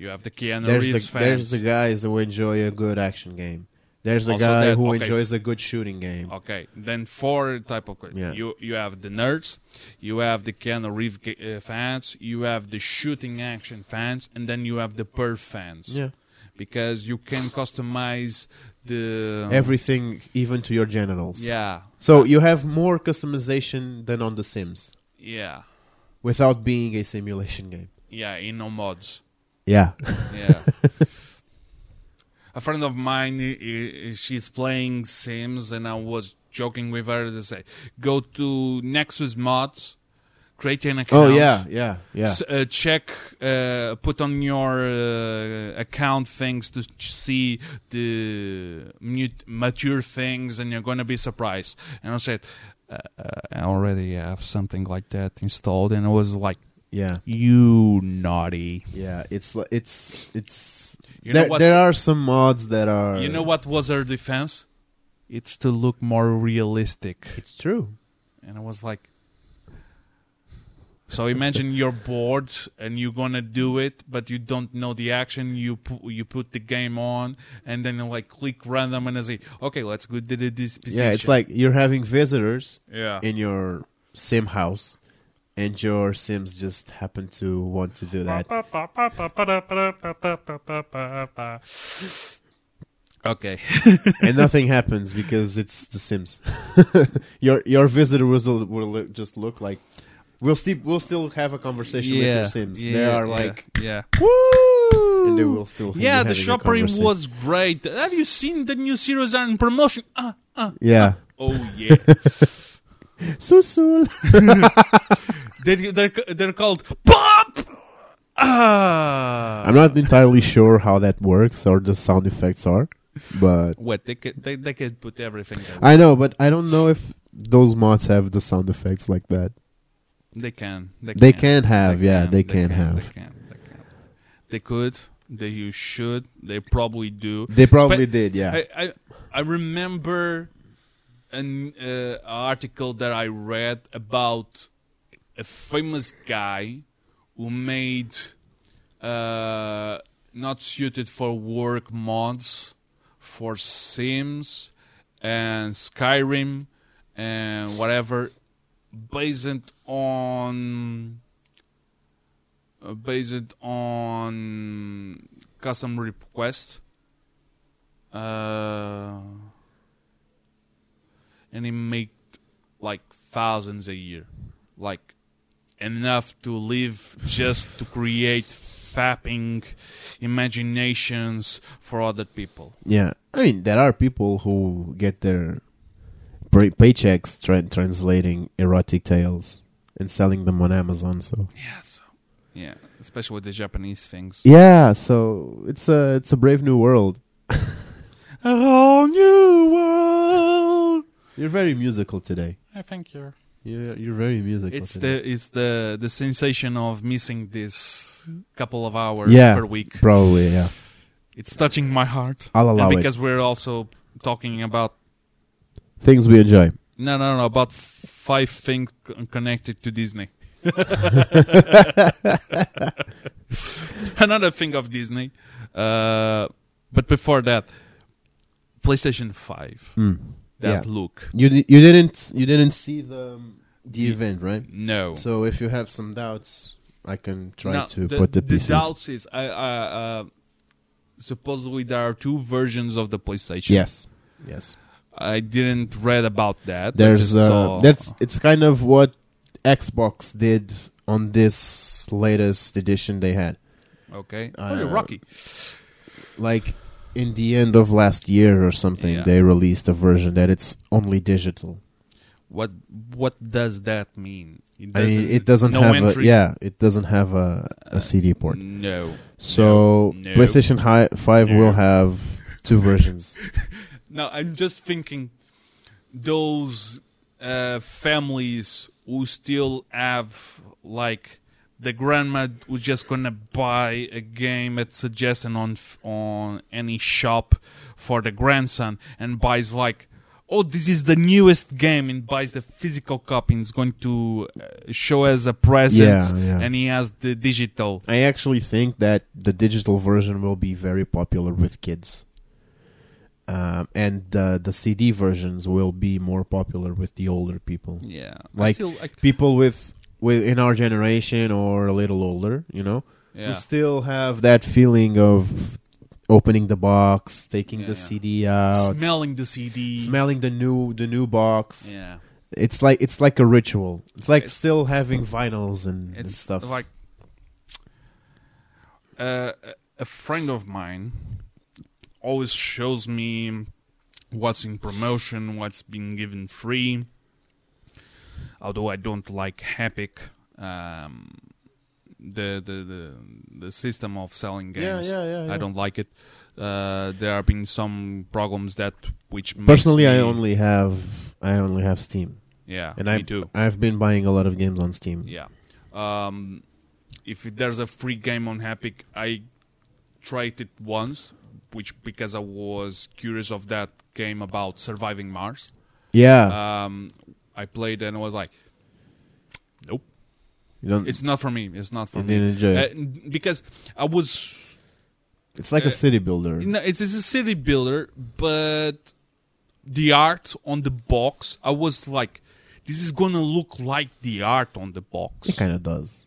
S1: You have the Keanu
S2: there's
S1: Reeves
S2: the,
S1: fans.
S2: There's the guys who enjoy a good action game. There's the
S1: Also
S2: guy
S1: that-
S2: who
S1: okay.
S2: enjoys a good shooting game.
S1: Okay, then four type of crowd.
S2: Yeah.
S1: You you have the nerds, you have the Keanu Reeves ga- uh, fans, you have the shooting action fans, and then you have the perf fans.
S2: Yeah.
S1: because you can customize the
S2: Everything, even to your genitals.
S1: yeah
S2: So you have more customization than on The Sims
S1: yeah
S2: without being a simulation game.
S1: yeah in no mods
S2: Yeah.
S1: yeah a friend of mine i- i- she's playing sims and i was joking with her to say go to nexus mods create an
S2: oh,
S1: account
S2: yeah, yeah, yeah.
S1: S- uh, check, uh, put on your uh, account things to ch- see the mute, mature things, and you're going to be surprised. And I said, uh, uh, I already have something like that installed, and I was like,
S2: yeah.
S1: you naughty.
S2: Yeah, it's li- it's it's.
S1: You know
S2: there,
S1: what's-
S2: there are some mods that are.
S1: You know what was her defense? It's to look more realistic.
S2: It's true.
S1: And I was like, so imagine you're bored and you're gonna do it, but you don't know the action. You pu- you put the game on, and then you like click random and I say, okay, let's go to the- this position.
S2: Yeah, it's like you're having visitors
S1: yeah,
S2: in your sim house, and your sims just happen to want to do that.
S1: okay,
S2: and nothing happens because it's The Sims. your your visitor will will look, just look like we'll still we'll still have a conversation with your Sims. they
S1: yeah,
S2: are
S1: yeah,
S2: like
S1: yeah, woo,
S2: and they will still be
S1: yeah. The
S2: having a
S1: shopping
S2: conversation.
S1: was great. Have you seen the new series are in promotion? Ah, ah.
S2: yeah.
S1: Oh yeah.
S2: Susul.
S1: They, they're they're called pop. Ah,
S2: I'm not entirely sure how that works or the sound effects are, but
S1: What they could they, they could put everything. They,
S2: I know, but I don't know if those mods have the sound effects like that.
S1: they can. They,
S2: They can have, yeah, they can
S1: They
S2: have.
S1: can. They can. They could. They you should. They probably do.
S2: They probably
S1: Spe-
S2: did, yeah.
S1: I I, I remember an uh, article that I read about a famous guy who made uh, not suited for work mods for Sims and Skyrim and whatever based on uh, based on custom request uh, and he made like thousands a year, like enough to live just to create fapping imaginations for other people.
S2: Yeah, I mean there are people who get their pay- paychecks tra- translating erotic tales and selling them on Amazon. So
S1: Yeah, so yeah, especially with the Japanese things.
S2: yeah, so it's a it's a brave new world.
S1: A whole new world.
S2: You're very musical today.
S1: I think you're.
S2: You're, you're very musical.
S1: It's
S2: today.
S1: the it's the the sensation of missing this couple of hours
S2: Yeah.
S1: per week.
S2: probably yeah.
S1: It's touching my heart.
S2: I'll allow
S1: and
S2: it.
S1: because we're also talking about
S2: Things we enjoy.
S1: no no no about f- five things c- connected to disney another thing of disney uh, but before that PlayStation Five. That look.
S2: Hmm. You di- you didn't you didn't see the um, the event, right?
S1: No.
S2: So if you have some doubts, I can try
S1: Now,
S2: to put the pieces.
S1: doubts is I, I, uh, supposedly there are two versions of the PlayStation.
S2: yes, yes.
S1: I didn't read about that. I
S2: There's
S1: just
S2: uh,
S1: saw-
S2: that's it's kind of what Xbox did on this latest edition they had.
S1: okay.
S2: uh,
S1: oh, you're Rocky.
S2: Like in the end of last year or something,
S1: Yeah.
S2: they released a version that it's only digital.
S1: What what does that mean? It
S2: I mean, it doesn't
S1: no
S2: have
S1: entry? Uh,
S2: a yeah, it doesn't have a, a CD port.
S1: No.
S2: So
S1: No.
S2: PlayStation hi- Five will have two versions.
S1: No, I'm just thinking those uh, families who still have like the grandma who's just gonna buy a game at suggestion on f- on any shop for the grandson and buys like oh this is the newest game and buys the physical copy and is going to uh, show as a present
S2: Yeah, yeah.
S1: and he has the digital
S2: I actually think that the digital version will be very popular with kids, um, and the the CD versions will be more popular with the older people,
S1: yeah I
S2: Like,
S1: still, like
S2: people with with in our generation or a little older, you know, who
S1: yeah
S2: still have that feeling of opening the box, taking
S1: Yeah,
S2: the
S1: yeah.
S2: CD out,
S1: smelling the cd
S2: uh, smelling the new the new box.
S1: yeah
S2: It's like it's like a ritual. It's like
S1: It's-
S2: still having vinyls and, and
S1: it's
S2: stuff.
S1: like uh, a- a friend of mine always shows me what's in promotion what's been given free although i don't like epic um, the, the the the system of selling
S2: Yeah,
S1: games
S2: yeah, yeah, yeah.
S1: i don't like it uh, there have been some problems that which makes
S2: Personally, I
S1: me-
S2: only have I only have Steam.
S1: yeah
S2: and
S1: me
S2: I
S1: too
S2: I've been buying a lot of games on Steam.
S1: Yeah. Um, if there's a free game on Epic, I tried it once, which because I was curious of that game about surviving Mars.
S2: Yeah,
S1: Um, I played and I was like, nope,
S2: you don't,
S1: it's not for me. It's not for
S2: you
S1: me.
S2: didn't enjoy.
S1: Uh,
S2: it.
S1: because I was,
S2: It's like
S1: uh,
S2: a city builder.
S1: no, it's, it's a city builder, but the art on the box, I was like, this is gonna look like the art on the box.
S2: It kind of does.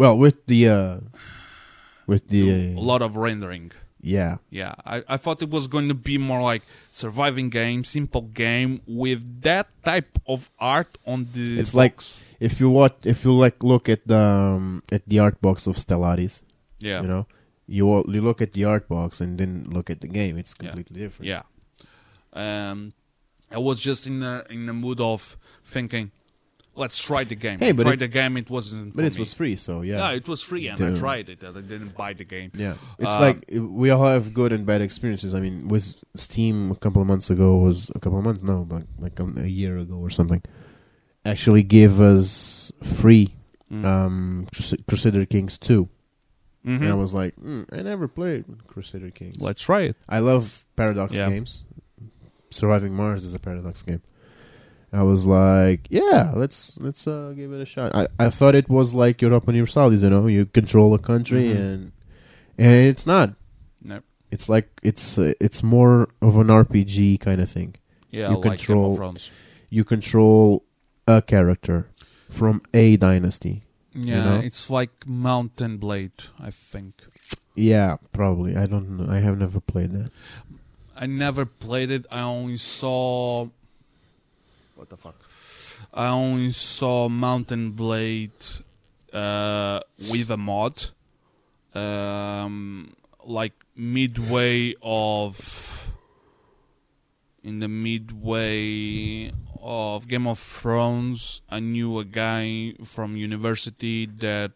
S2: Well, with the uh, with the
S1: A
S2: uh,
S1: lot of rendering.
S2: yeah,
S1: Yeah, I, I thought it was going to be more like surviving game, simple game with that type of art on the.
S2: it's like if you watch if you like look at the um, at the art box of Stellaris,
S1: yeah,
S2: you know, you all- you look at the art box and then look at the game. It's
S1: Yeah.
S2: completely different.
S1: yeah. Um, I was just in the in the mood of thinking, let's try the game.
S2: Hey, but
S1: try
S2: it-
S1: the game. It wasn't.
S2: but
S1: for
S2: it
S1: me.
S2: was free, so
S1: Yeah,
S2: yeah.
S1: it was free, and I
S2: Dude.
S1: tried it. and I didn't buy the game.
S2: Yeah, it's
S1: Um,
S2: like uh, we all have good and bad experiences. I mean, with Steam a couple of months ago was a couple of months no, but like um, a year ago or something. Actually, gave us free
S1: Mm.
S2: um, Crus- Crusader Kings 2
S1: Mhm.
S2: and I was like, mm, I never played Crusader Kings.
S1: let's try it.
S2: I love Paradox
S1: Yeah.
S2: games. Surviving Mars is a Paradox game. I was like, yeah, let's let's uh, give it a shot. I, I thought it was like Europa Universalis, you know, you control a country
S1: Mhm.
S2: and and it's not.
S1: No.
S2: It's like it's uh, it's more of an RPG kind of thing.
S1: Yeah,
S2: You
S1: like Game
S2: control-
S1: of Thrones.
S2: You control a character from a dynasty.
S1: Yeah,
S2: know?
S1: it's like Mountain Blade, I think.
S2: Yeah, probably. I don't know. I have never played that.
S1: I never played it. I only saw. What the fuck? I only saw Mountain Blade uh, with a mod, um, like midway of. In the midway of Game of Thrones, I knew a guy from university that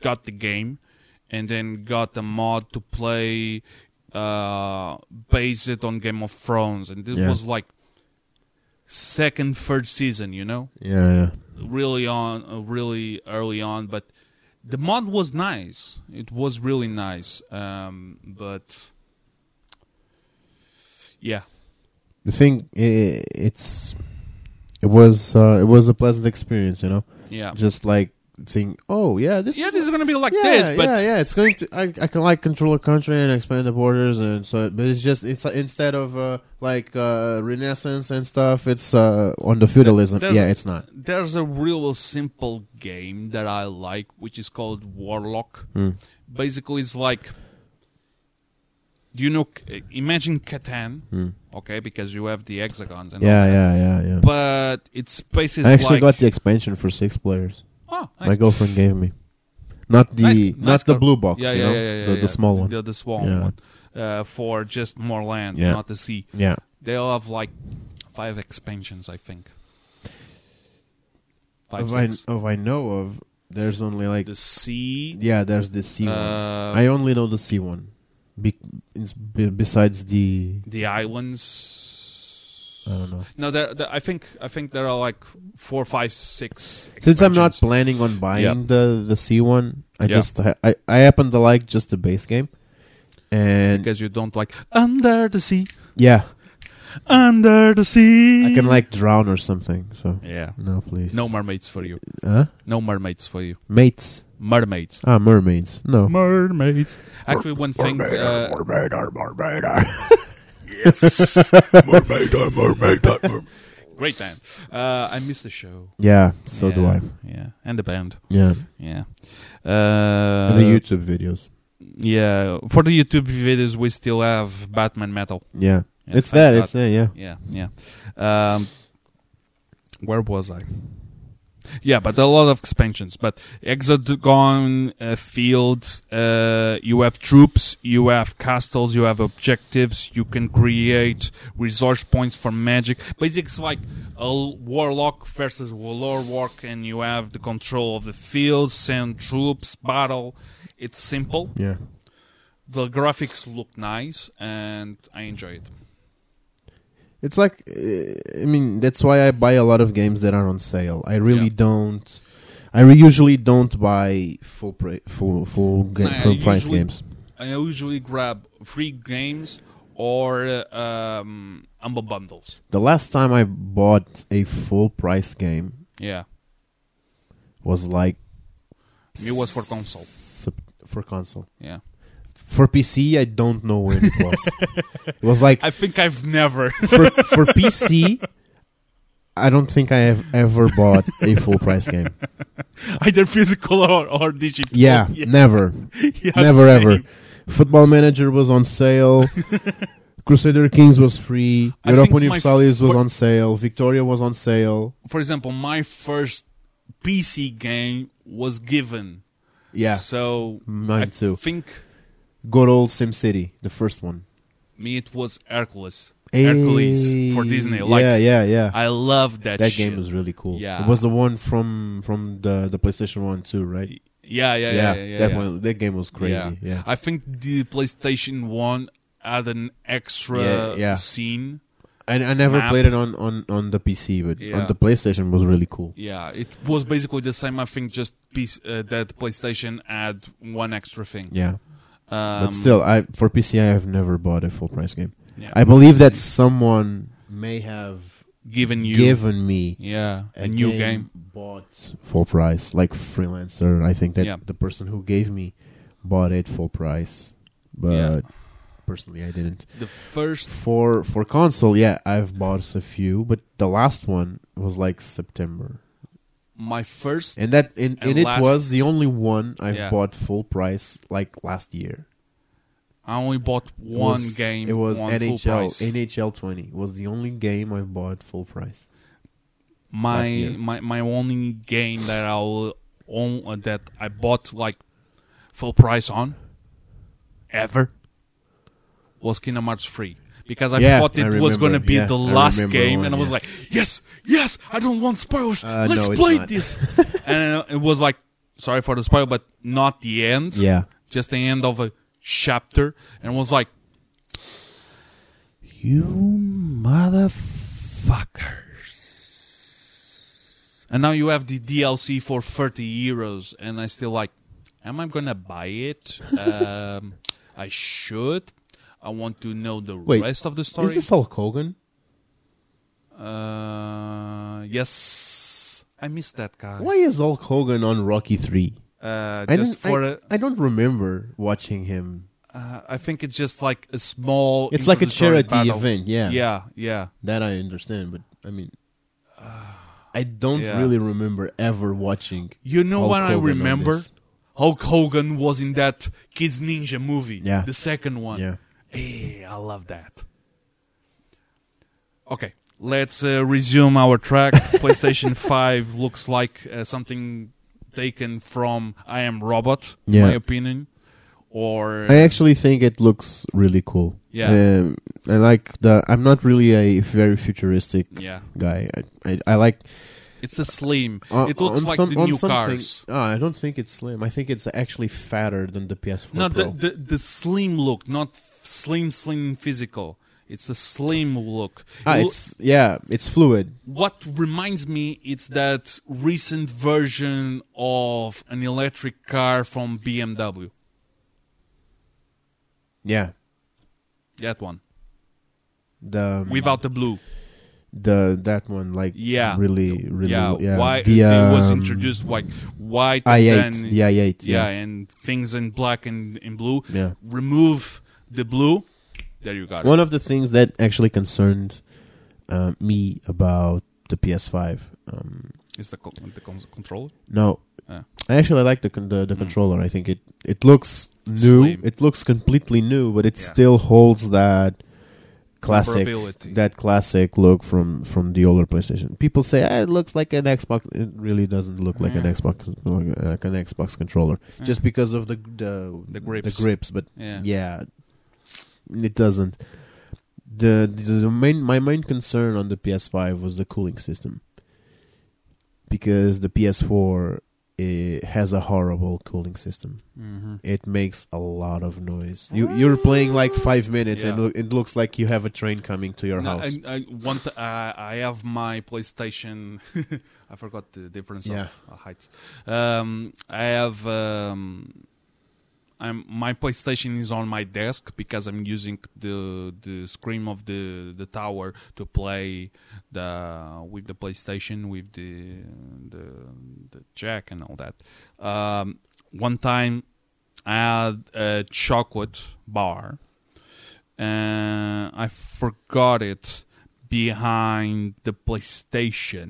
S1: got the game and then got a mod to play uh based on Game of Thrones and this
S2: Yeah.
S1: was like second third season you know
S2: Yeah, yeah.
S1: really on uh, really early on but the mod was nice it was really nice um but yeah
S2: the thing i it's it was uh, it was a pleasant experience you know
S1: yeah
S2: just like think, oh yeah, this
S1: yeah,
S2: is
S1: this is gonna be like
S2: yeah,
S1: this, but
S2: yeah, yeah, it's going to. I, I can like control a country and expand the borders, and so. But it's just it's uh, instead of uh, like uh, Renaissance and stuff, it's uh, on the feudalism.
S1: There's-
S2: yeah, it's not.
S1: There's a real simple game that I like, which is called Warlock.
S2: Hmm.
S1: Basically, it's like you know, c- imagine Catan, okay, because you have the hexagons and
S2: Hmm. Yeah,
S1: all that.
S2: yeah, yeah, yeah.
S1: But its space is
S2: I
S1: like
S2: actually got the expansion for six players.
S1: oh, nice.
S2: My girlfriend gave me, not the
S1: Nice-
S2: not
S1: nice
S2: the
S1: card.
S2: blue box,
S1: yeah,
S2: you
S1: yeah,
S2: know,
S1: yeah, yeah,
S2: the,
S1: yeah.
S2: the small one.
S1: the, the small
S2: Yeah.
S1: one, uh, for just more land,
S2: Yeah.
S1: not the sea.
S2: yeah,
S1: They all have like five expansions, I think. Five,
S2: of I,
S1: six.
S2: of I know of, there's only like
S1: The sea.
S2: yeah, there's the C one.
S1: Uh,
S2: I only know the C one. Be- it's be- besides the
S1: the islands.
S2: I don't know.
S1: No, there, there- I think I think there are like four, five, six.
S2: Since I'm not
S1: expansions.
S2: planning on buying
S1: Yeah.
S2: the the C one, I
S1: Yeah.
S2: just ha- I I happen to like just the base game, and
S1: because you don't like under the sea,
S2: yeah,
S1: under the sea.
S2: I can like drown or something. So
S1: Yeah,
S2: no, please,
S1: no mermaids for you.
S2: huh?
S1: No mermaids for you.
S2: mates.
S1: Mermaids.
S2: Ah, mermaids. No,
S1: Mermaids. Actually, one thing. Uh,
S2: mermaid, mermaid.
S1: yes. Great band. Uh, I miss the show.
S2: Yeah, so do
S1: Yeah,
S2: I.
S1: Yeah, and the band.
S2: Yeah,
S1: Yeah. Uh,
S2: and the YouTube videos.
S1: Yeah, for the YouTube videos, we still have Batman metal.
S2: Yeah,
S1: Yeah,
S2: it's
S1: thank
S2: that.
S1: God.
S2: It's that. Yeah.
S1: yeah, yeah. Um, where was I? Yeah, but a lot of expansions. But Exogon uh, Field, uh, you have troops, you have castles, you have objectives, you can create resource points for magic. Basically, it's like a l- warlock versus warlock, and you have the control of the field, send troops, battle. It's simple.
S2: Yeah.
S1: The graphics look nice, and I enjoy it.
S2: It's like uh, I mean that's why I buy a lot of games that are on sale. I really
S1: Yeah.
S2: don't. I re- usually don't buy full pri- full full ga-
S1: Nah,
S2: full
S1: I
S2: price
S1: usually-
S2: games.
S1: I usually grab free games or uh, um, humble bundles.
S2: The last time I bought a full price game
S1: Yeah,
S2: was like
S1: It was for console.
S2: Sep- for console.
S1: yeah.
S2: For PC, I don't know when it was. it was like
S1: I think I've never.
S2: for for PC. I don't think I have ever bought a full price game.
S1: either physical or, or digital.
S2: Yeah, never.
S1: Yeah,
S2: Never
S1: same.
S2: ever. Football Manager was on sale. Crusader Kings was free.
S1: I
S2: Europa
S1: think my
S2: Universalis was
S1: fir-
S2: on sale. Victoria was on sale.
S1: For example, my first PC game was given.
S2: Yeah.
S1: So
S2: Mine
S1: I
S2: too.
S1: think
S2: Good old SimCity, the first one.
S1: me it was Hercules. Hercules for
S2: Hey,
S1: Disney. Like
S2: yeah, yeah, yeah.
S1: I love that.
S2: that
S1: shit.
S2: game was really cool.
S1: Yeah.
S2: It was the one from from the, the PlayStation 1 too, right?
S1: Yeah, yeah, yeah. yeah, yeah,
S2: that
S1: yeah.
S2: one that game was crazy. Yeah.
S1: I think the PlayStation 1 had an extra
S2: Yeah, yeah.
S1: scene.
S2: And I never
S1: Map.
S2: played it on, on, on the PC, but
S1: Yeah.
S2: on the PlayStation was really cool.
S1: Yeah, it was basically the same. I think just piece, uh, that PlayStation had one extra thing.
S2: Yeah.
S1: Um,
S2: But still, I for PC I have never bought a full price game.
S1: Yeah.
S2: I believe that someone may have
S1: given you
S2: given me
S1: yeah
S2: a,
S1: a, new game.
S2: bought full price, like freelancer. I think that
S1: Yeah.
S2: the person who gave me bought it full price, but
S1: Yeah.
S2: personally I didn't.
S1: The first
S2: For for console, yeah, I've bought a few, but the last one was like September,
S1: my first
S2: and that and,
S1: And
S2: and it
S1: last-
S2: was the only one I've
S1: Yeah.
S2: bought full price like last year.
S1: I only bought
S2: It
S1: one
S2: was-
S1: game.
S2: It was
S1: one
S2: NHL
S1: Full price.
S2: NHL 20 was the only game I bought full price. last
S1: my
S2: year.
S1: my my only game that I'll own uh, that I bought like full price on ever was Kingdom Hearts three because I
S2: Yeah,
S1: thought it
S2: I
S1: was going to
S2: remember.
S1: be
S2: Yeah,
S1: the
S2: I
S1: last
S2: remember
S1: game,
S2: one,
S1: and I was
S2: yeah.
S1: like, yes, yes, I don't want spoilers.
S2: Uh,
S1: Let's
S2: no, it's
S1: play
S2: not.
S1: this, and uh, it was like, sorry for the spoil, but not the end.
S2: Yeah.
S1: just the end of a chapter, and was like, you motherfuckers. And now you have the DLC for 30 euros, and I still like, am I gonna buy it? Um, I should. I want to know the
S2: Wait,
S1: rest of the story.
S2: Is this Hulk Hogan?
S1: uh, yes. I miss that guy.
S2: Why is Hulk Hogan on Rocky Three?
S1: Uh,
S2: I
S1: just
S2: didn't-
S1: for
S2: I,
S1: a-
S2: I don't remember watching him.
S1: uh, I think it's just like a small.
S2: It's like a
S1: introductory
S2: charity
S1: battle.
S2: event, yeah.
S1: Yeah, yeah.
S2: That I understand, but I mean, I don't
S1: yeah.
S2: really remember ever watching.
S1: You know
S2: Hulk
S1: what I
S2: Hogan on
S1: remember?
S2: this.
S1: Hulk Hogan was in that Kids Ninja movie.
S2: Yeah.
S1: The second one.
S2: Yeah.
S1: Hey, I love that. Okay, let's uh, resume our track. PlayStation 5 looks like uh, something taken from I Am Robot, in
S2: Yeah.
S1: my opinion. Or.
S2: I actually think it looks really cool.
S1: Yeah.
S2: Um, I like the. I'm not really a very futuristic
S1: yeah.
S2: guy. I, I, I like.
S1: It's a slim.
S2: uh,
S1: it looks
S2: on
S1: like
S2: some-
S1: the
S2: on
S1: new
S2: something-
S1: cars.
S2: Ah, I don't think it's slim. I think it's actually fatter than the PS4
S1: No, the,
S2: Pro.
S1: the the slim look, not f- slim slim physical. It's a slim look.
S2: ah,
S1: It lo-
S2: it's yeah, it's fluid.
S1: what reminds me it's that recent version of an electric car from BMW.
S2: Yeah,
S1: That one
S2: the
S1: without the blue.
S2: the that one like
S1: Yeah.
S2: really really
S1: yeah,
S2: yeah,
S1: why
S2: the,
S1: it was
S2: um,
S1: introduced like white
S2: i
S1: and
S2: eight
S1: then,
S2: the i eight
S1: yeah,
S2: yeah
S1: and things in black and in blue.
S2: Yeah.
S1: Remove the blue. There you got it.
S2: one of the things that actually concerned uh, me about the PS5 um,
S1: It's the, co- the cons- controller.
S2: no
S1: Ah.
S2: I actually like the con- the, the controller I think it it looks new
S1: Hmm. Slim.
S2: it looks completely new but it
S1: Yeah.
S2: still holds that classic
S1: Comparability.
S2: that classic look from from the older PlayStation people say ah, it looks like an Xbox it really doesn't look like an
S1: Yeah.
S2: Xbox like an Xbox controller just because of the the
S1: The grips.
S2: the grips but
S1: Yeah.
S2: yeah it doesn't the, the the main my main concern on the ps5 was the cooling system because the ps4 it has a horrible cooling system
S1: Mm-hmm.
S2: it makes a lot of noise you you're playing like five minutes and
S1: Yeah.
S2: lo- it looks like you have a train coming to your
S1: No,
S2: house
S1: I, I want. Uh, I have my PlayStation. I forgot the difference
S2: Yeah.
S1: of uh, heights. Um, I have. Um, I'm my PlayStation is on my desk because I'm using the the screen of the the tower to play the with the PlayStation with the the, the jack and all that. Um, one time, I had a chocolate bar uh, I forgot it behind the PlayStation.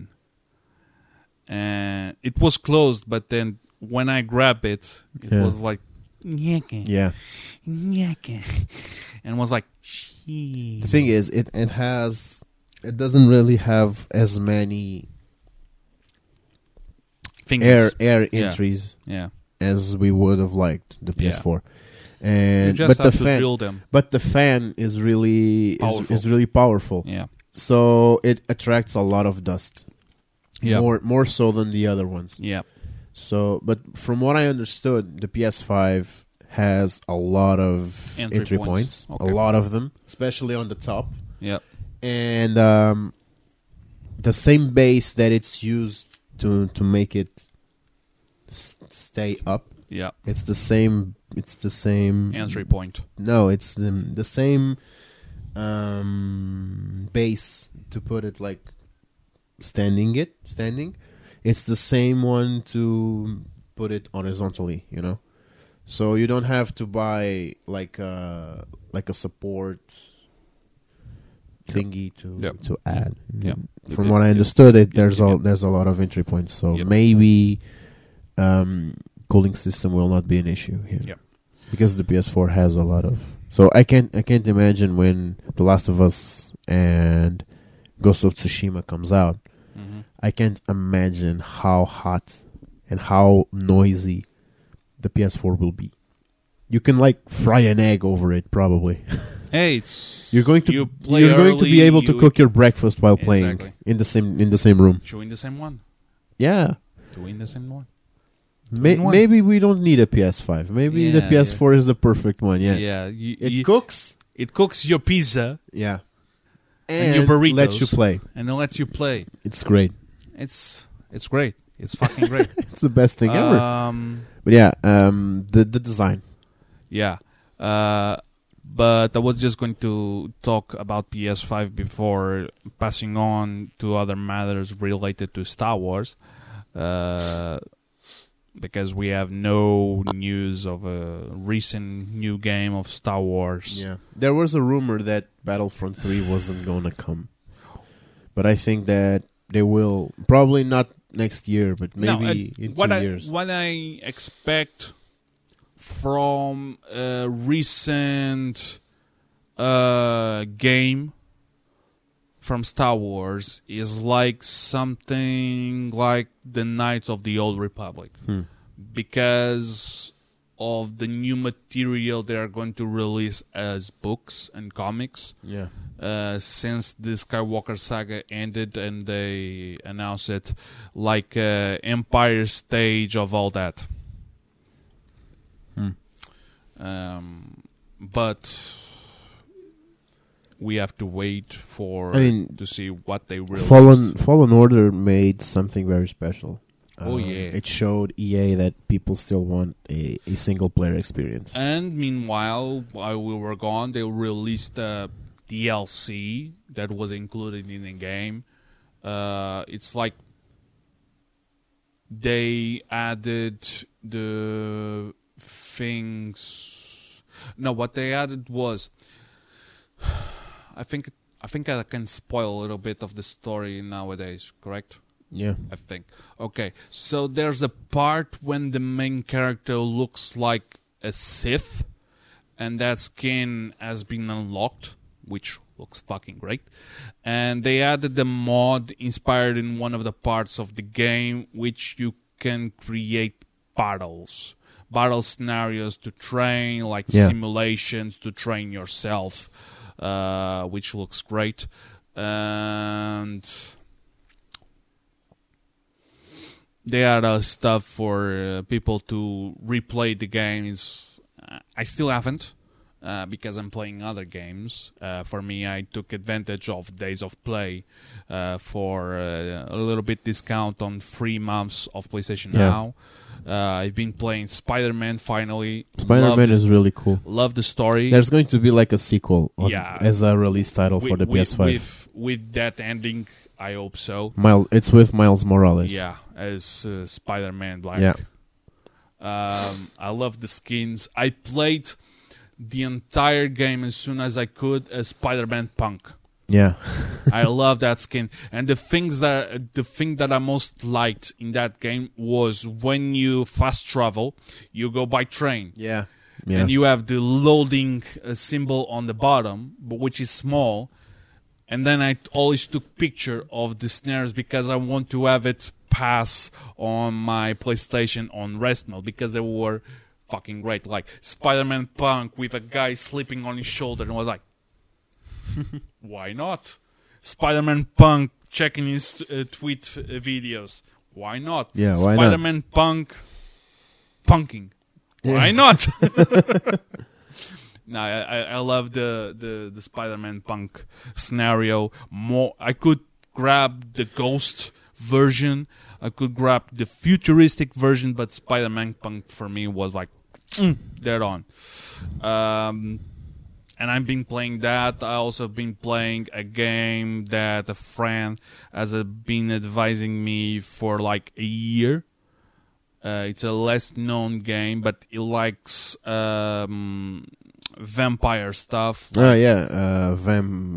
S1: Uh, it was closed, but then when I grabbed it, it
S2: Yeah.
S1: was like nyeke,
S2: yeah
S1: nyeke, and was like
S2: the
S1: shit.
S2: thing is it it has it doesn't really have as many air
S1: fingers.
S2: air
S1: Yeah.
S2: entries
S1: Yeah,
S2: as we would have liked the
S1: Yeah.
S2: PS4.
S1: you
S2: And
S1: just
S2: but the
S1: have to
S2: fan,
S1: drill them.
S2: but the fan is really is,
S1: Powerful.
S2: is really powerful.
S1: Yeah,
S2: So it attracts a lot of dust.
S1: yeah,
S2: More more so than the other ones.
S1: yeah.
S2: So, but from what I understood, the PS5 has a lot of
S1: Entry
S2: entry,
S1: points.
S2: points,
S1: Okay.
S2: a lot of them, especially on the top.
S1: Yeah,
S2: And um, the same base that it's used to to make it s- stay up
S1: yeah.
S2: it's the same. It's the same.
S1: Entry point.
S2: No, it's the the same um, base to put it like standing it standing. It's the same one to put it horizontally. You know, so you don't have to buy like a like a support thingy to
S1: Yep.
S2: to add.
S1: Yep.
S2: From
S1: Yep,
S2: what I
S1: yep,
S2: understood, it
S1: yep,
S2: there's
S1: yep,
S2: all
S1: yep.
S2: there's a lot of entry points. So
S1: Yep.
S2: maybe um, cooling system will not be an issue here.
S1: Yep.
S2: Because the PS4 has a lot of. So I can't I can't imagine when The Last of Us and Ghost of Tsushima comes out.
S1: hmm
S2: I can't imagine how hot and how noisy the PS4 will be. You can like fry an egg over it probably.
S1: Hey, it's
S2: You're going to
S1: you
S2: you
S1: play
S2: are going to
S1: early,
S2: be able to
S1: you
S2: cook your breakfast while playing
S1: Exactly.
S2: in the same in the same room.
S1: Doing the same one.
S2: Yeah.
S1: Doing the same one.
S2: May,
S1: in one.
S2: maybe we don't need a PS5. Maybe the
S1: Yeah,
S2: PS4 is the perfect one. Yeah.
S1: yeah. You,
S2: It
S1: you-
S2: cooks.
S1: it cooks your pizza.
S2: Yeah.
S1: And your burritos.
S2: lets you play.
S1: and it lets you play.
S2: It's great.
S1: It's it's great. It's fucking great.
S2: It's the best thing ever.
S1: um,
S2: But yeah, um, the the design.
S1: yeah. Uh, but I was just going to talk about PS5 before passing on to other matters related to Star Wars. uh, because we have no news of a recent new game of Star Wars.
S2: Yeah, there was a rumor that Battlefront Three wasn't gonna come, but I think that they will probably not next year, but
S1: No,
S2: maybe
S1: uh,
S2: in
S1: what
S2: two
S1: I,
S2: years.
S1: What I expect from a recent uh, game from Star Wars is like something like the Knights of the Old Republic
S2: Hmm.
S1: because of the new material they are going to release as books and comics
S2: yeah,
S1: uh, since the Skywalker saga ended and they announced it like uh, Empire stage of all that.
S2: Hmm.
S1: Um, but we have to wait for
S2: I mean,
S1: to see what they release.
S2: Fallen Fallen Order made something very special. Uh,
S1: Oh, yeah.
S2: it showed EA that people still want a, a single player experience.
S1: And meanwhile, while we were gone, they released a DLC that was included in the game. Uh, it's like they added the things. No, what they added was, I think, I think I can spoil a little bit of the story nowadays. Correct?
S2: yeah,
S1: I think. Okay, so there's a part when the main character looks like a Sith, and that skin has been unlocked, which looks fucking great. And they added the mod inspired in one of the parts of the game, which you can create battles, battle scenarios to train, like
S2: Yeah.
S1: simulations to train yourself, uh, which looks great. And they are uh, stuff for uh, people to replay the games. Uh, I still haven't uh, because I'm playing other games. Uh, for me, I took advantage of days of play uh, for uh, a little bit discount on three months of PlayStation
S2: Yeah.
S1: Now. Uh, I've been playing Spider Man finally.
S2: Spider Man
S1: Love
S2: is really cool.
S1: the, love the story.
S2: There's going to be like a sequel on,
S1: Yeah.
S2: as a release title for
S1: With-
S2: the
S1: with-
S2: PS5.
S1: with with that ending. I hope so.
S2: Mile, it's with Miles Morales.
S1: Yeah, as uh, Spider Man Black.
S2: Yeah.
S1: Um, I love the skins. I played the entire game as soon as I could as Spider Man Punk.
S2: yeah,
S1: I love that skin. And the things that the thing that I most liked in that game was when you fast travel, you go by train.
S2: yeah, yeah.
S1: And you have the loading uh, symbol on the bottom, but which is small. And then I always took picture of the snares because I want to have it pass on my PlayStation on rest mode because they were fucking great. Like Spider-Man Punk with a guy sleeping on his shoulder and I was like, why not? Spider-Man Punk checking his uh, tweet uh, videos. Why not?
S2: Yeah, why not?
S1: Spider-Man Punk punking. Why
S2: Yeah.
S1: not? no, I, I I love the, the, the Spider-Man Punk scenario more. I could grab the Ghost version. I could grab the futuristic version, but Spider-Man Punk for me was like, mm, dead on. Um, and I've been playing that. I also been playing a game that a friend has uh, been advising me for like a year. Uh, it's a less known game, but it likes um, vampire stuff.
S2: Oh yeah, uh, vam,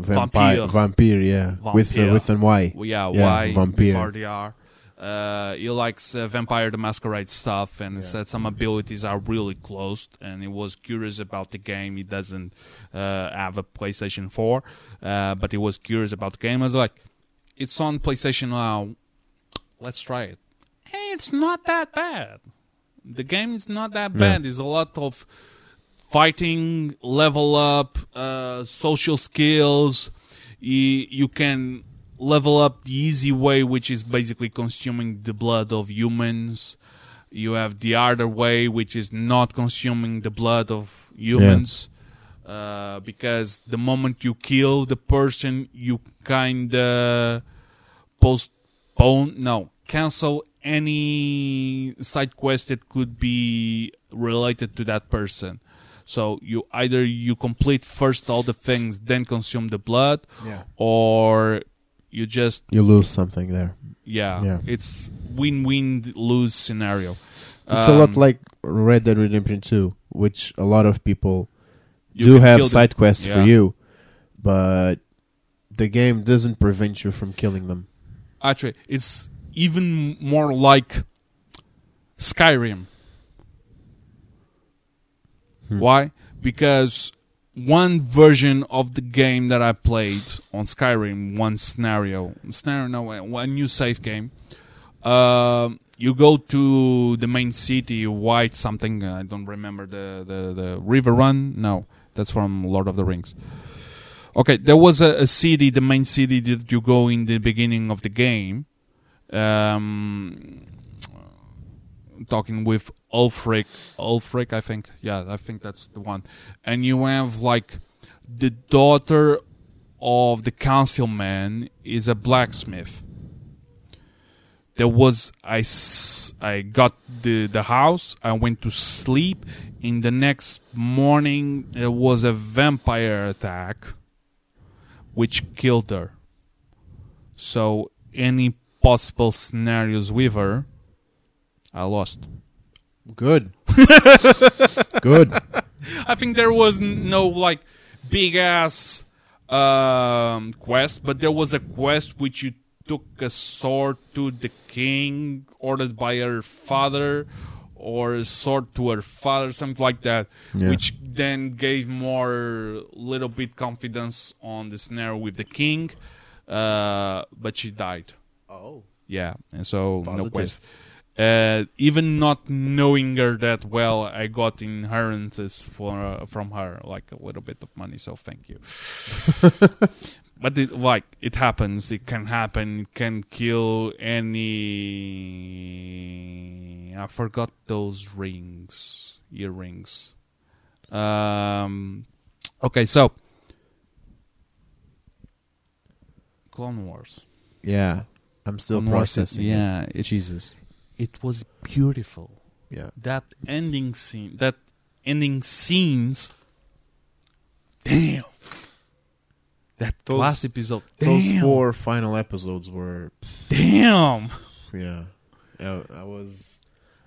S1: Vampire.
S2: vampire, vampire, yeah, with uh,
S1: Vampire.
S2: with an Y.
S1: Well, yeah,
S2: Yeah,
S1: why
S2: vampire.
S1: before they are. Uh, he likes uh, Vampire the Masquerade stuff and said some abilities are really closed. And he was curious about the game. He doesn't uh, have a PlayStation 4, uh, but he was curious about the game. I was like, it's on PlayStation now. Let's try it. Hey, it's not that bad. The game is not that bad. There's a lot of fighting, level up, uh, social skills. You, you can level up the easy way, which is basically consuming the blood of humans. You have the other way, which is not consuming the blood of humans. Uh, because the moment you kill the person, you kinda postpone, no, cancel any side quest that could be related to that person. So you either you complete first all the things, then consume the blood,
S2: Yeah.
S1: or you just
S2: You lose something there.
S1: yeah,
S2: Yeah.
S1: it's win-win lose scenario.
S2: It's a lot
S1: Um,
S2: like Red Dead Redemption 2, which a lot of people
S1: you
S2: do
S1: can
S2: have
S1: kill them.
S2: side quests for
S1: Yeah.
S2: you, but the game doesn't prevent you from killing them.
S1: Actually, it's even more like Skyrim.
S2: Hmm.
S1: Why? Because one version of the game that I played on Skyrim, one scenario, scenario, no, one new save game. Um you go to the main city, White something. I don't remember the the, the River Run. No, that's from Lord of the Rings. Okay, there was a, a city, the main city that you go in the beginning of the game. Um, talking with Ulfric, Ulfric, I think. Yeah, I think that's the one. And you have like the daughter of the councilman is a blacksmith. There was I, s- I got the the house. I went to sleep. In the next morning, there was a vampire attack which killed her. So any possible scenarios with her, I lost.
S2: Good. Good.
S1: I think there was n- no like big ass um, quest, but there was a quest which you took a sword to the king ordered by her father, or a sword to her father, something like that,
S2: Yeah.
S1: which then gave more little bit confidence on the scenario with the king. Uh, but she died.
S2: Oh.
S1: Yeah, and so no
S2: Positive.
S1: quest. Uh, even not knowing her that well, I got inheritances for uh, from her, like a little bit of money. So thank you. but it, like it happens, it can happen. It can kill any. I forgot those rings, earrings. Um, okay, so Clone Wars.
S2: Yeah. I'm still
S1: Clone Wars is-
S2: processing. it.
S1: Yeah, it
S2: Jesus.
S1: it was beautiful.
S2: Yeah.
S1: That ending scene, that ending scenes. Damn. That
S2: Those-
S1: last episode.
S2: Those
S1: damn.
S2: four final episodes were
S1: Damn.
S2: yeah. I, I was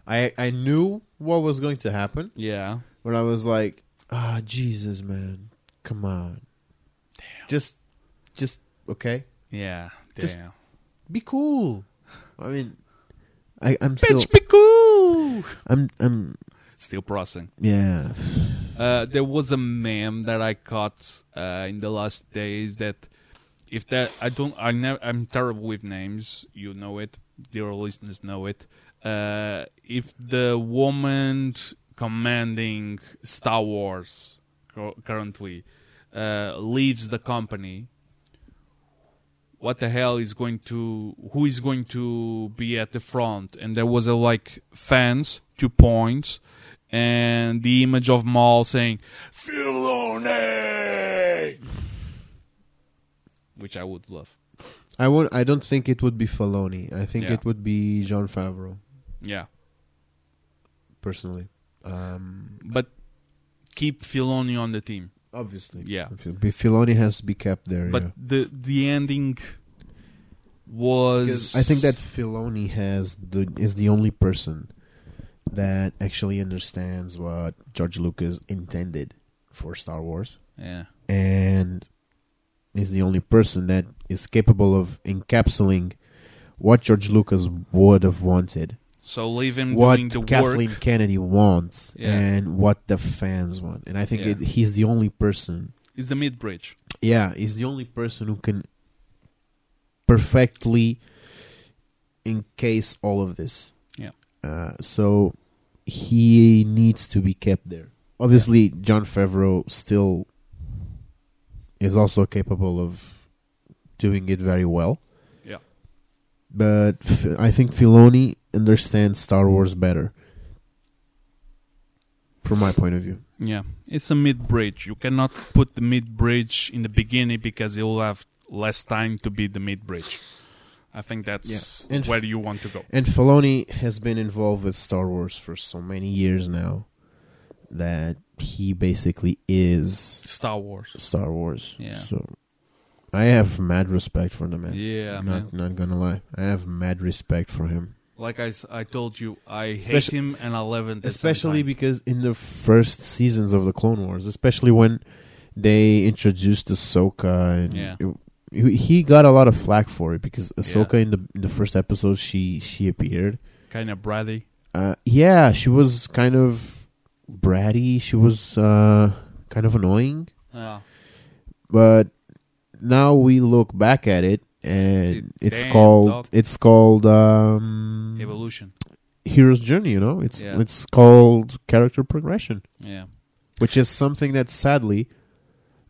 S2: I I knew what was going to happen,
S1: Yeah.
S2: but I was like, "Ah, Jesus, man. Come on." Damn. Just just okay.
S1: Yeah.
S2: Just-
S1: Damn.
S2: Be cool. I mean, I I'm still
S1: Bitch, be cool.
S2: I'm I'm
S1: Still processing.
S2: yeah.
S1: Uh, there was a meme that I caught uh, in the last days that if that I don't I never I'm terrible with names. You know it. Dear listeners know it. Uh, if the woman commanding Star Wars cur- currently uh, leaves the company, what the hell is going to who is going to be at the front and there was a like fans two points and the image of Maul saying Filoni which I would love
S2: I won't I don't think it would be Filoni. I think
S1: Yeah.
S2: it would be John Favreau
S1: yeah
S2: personally. Um
S1: but keep Filoni on the team
S2: obviously.
S1: Yeah.
S2: Fil- Filoni has to be kept there, yeah.
S1: but the the ending was
S2: Because I think that Filoni has the is the only person that actually understands what George Lucas intended for Star Wars,
S1: yeah
S2: and is the only person that is capable of encapsulating what George Lucas would have wanted,
S1: so leave him
S2: what
S1: doing the
S2: Kathleen
S1: work
S2: Kennedy wants,
S1: Yeah.
S2: and what the fans want. And I think
S1: Yeah.
S2: it, he's the only person.
S1: is the mid bridge
S2: Yeah, he's the only person who can perfectly encase all of this.
S1: Yeah.
S2: Uh, so he needs to be kept there. Obviously, John Favreau still is also capable of doing it very well.
S1: Yeah.
S2: But F- I think Filoni understands Star Wars better. From my point of view.
S1: Yeah, it's a mid bridge. You cannot put the mid bridge in the beginning because it will have less time to be the mid bridge. I think that's
S2: Yeah. And f-
S1: where you want to go.
S2: And Filoni has been involved with Star Wars for so many years now that he basically is
S1: Star Wars.
S2: Star Wars.
S1: Yeah.
S2: So I have mad respect for the man.
S1: Yeah,
S2: not
S1: man.
S2: not gonna lie, I have mad respect for him.
S1: Like I, s- I told you, I hate
S2: Especially-
S1: him and I love him. at the same
S2: especially
S1: time.
S2: because in the first seasons of the Clone Wars, especially when they introduced Ahsoka, and
S1: Yeah.
S2: it- he- he got a lot of flack for it because Ahsoka in the in the first episode she she appeared.
S1: kind of bratty.
S2: Uh, yeah, she was kind of bratty. She was uh, kind of annoying,
S1: Yeah.
S2: but now we look back at it. And
S1: Dude,
S2: it's
S1: damn,
S2: called
S1: dog.
S2: it's called um,
S1: Mm-hmm. Evolution.
S2: hero's journey. You know, it's
S1: Yeah.
S2: it's called character progression
S1: Yeah.
S2: which is something that sadly,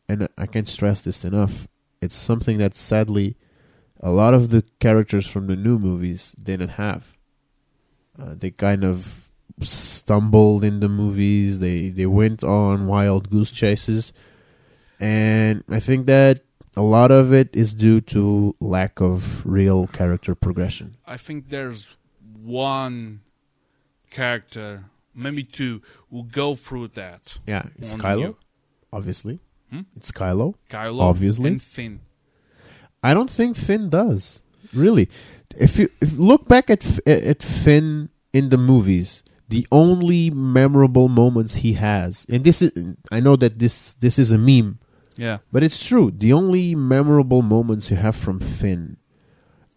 S2: and I can't stress this enough, it's something that sadly a lot of the characters from the new movies didn't have. Uh, they kind of stumbled in the movies. They they went on wild goose chases, and I think that a lot of it is due to lack of real character progression.
S1: I think there's one character, maybe two, who go through that.
S2: Yeah, it's
S1: On
S2: Kylo,
S1: you.
S2: obviously.
S1: Hmm?
S2: It's Kylo.
S1: Kylo
S2: Obviously.
S1: and Finn.
S2: I don't think Finn does. Really, if you if look back at F- at Finn in the movies, the only memorable moments he has, and this is I know that this this is a meme,
S1: Yeah.
S2: but it's true. The only memorable moments you have from Finn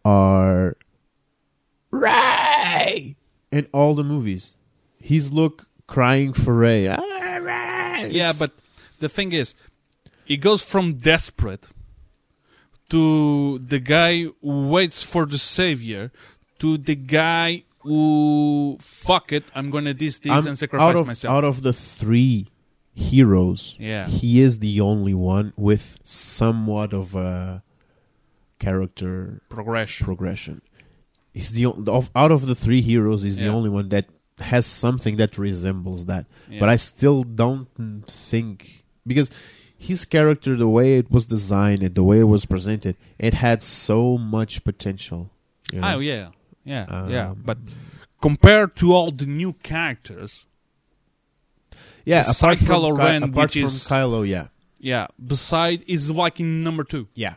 S2: are Ray in all the movies. He's look crying for Ray. Ah, Ray!
S1: Yeah,
S2: It's-
S1: but the thing is, it goes from desperate to the guy who waits for the savior to the guy who fuck it, I'm gonna this this
S2: I'm-
S1: and sacrifice
S2: out of,
S1: myself.
S2: Out of the three heroes,
S1: Yeah.
S2: he is the only one with somewhat of a character
S1: Progression.
S2: progression. He's the on- of out of the three heroes, he's the
S1: Yeah.
S2: only one that has something that resembles that.
S1: Yeah.
S2: But I still don't think because his character, the way it was designed and the way it was presented, it had so much potential. you know?
S1: Oh yeah, yeah, yeah.
S2: Um,
S1: But compared to all the new characters,
S2: yeah,
S1: aside
S2: apart from,
S1: Kylo
S2: Ky-
S1: Ren,
S2: apart
S1: which
S2: from
S1: is-
S2: Kylo, yeah.
S1: yeah, beside is Viking number two.
S2: Yeah.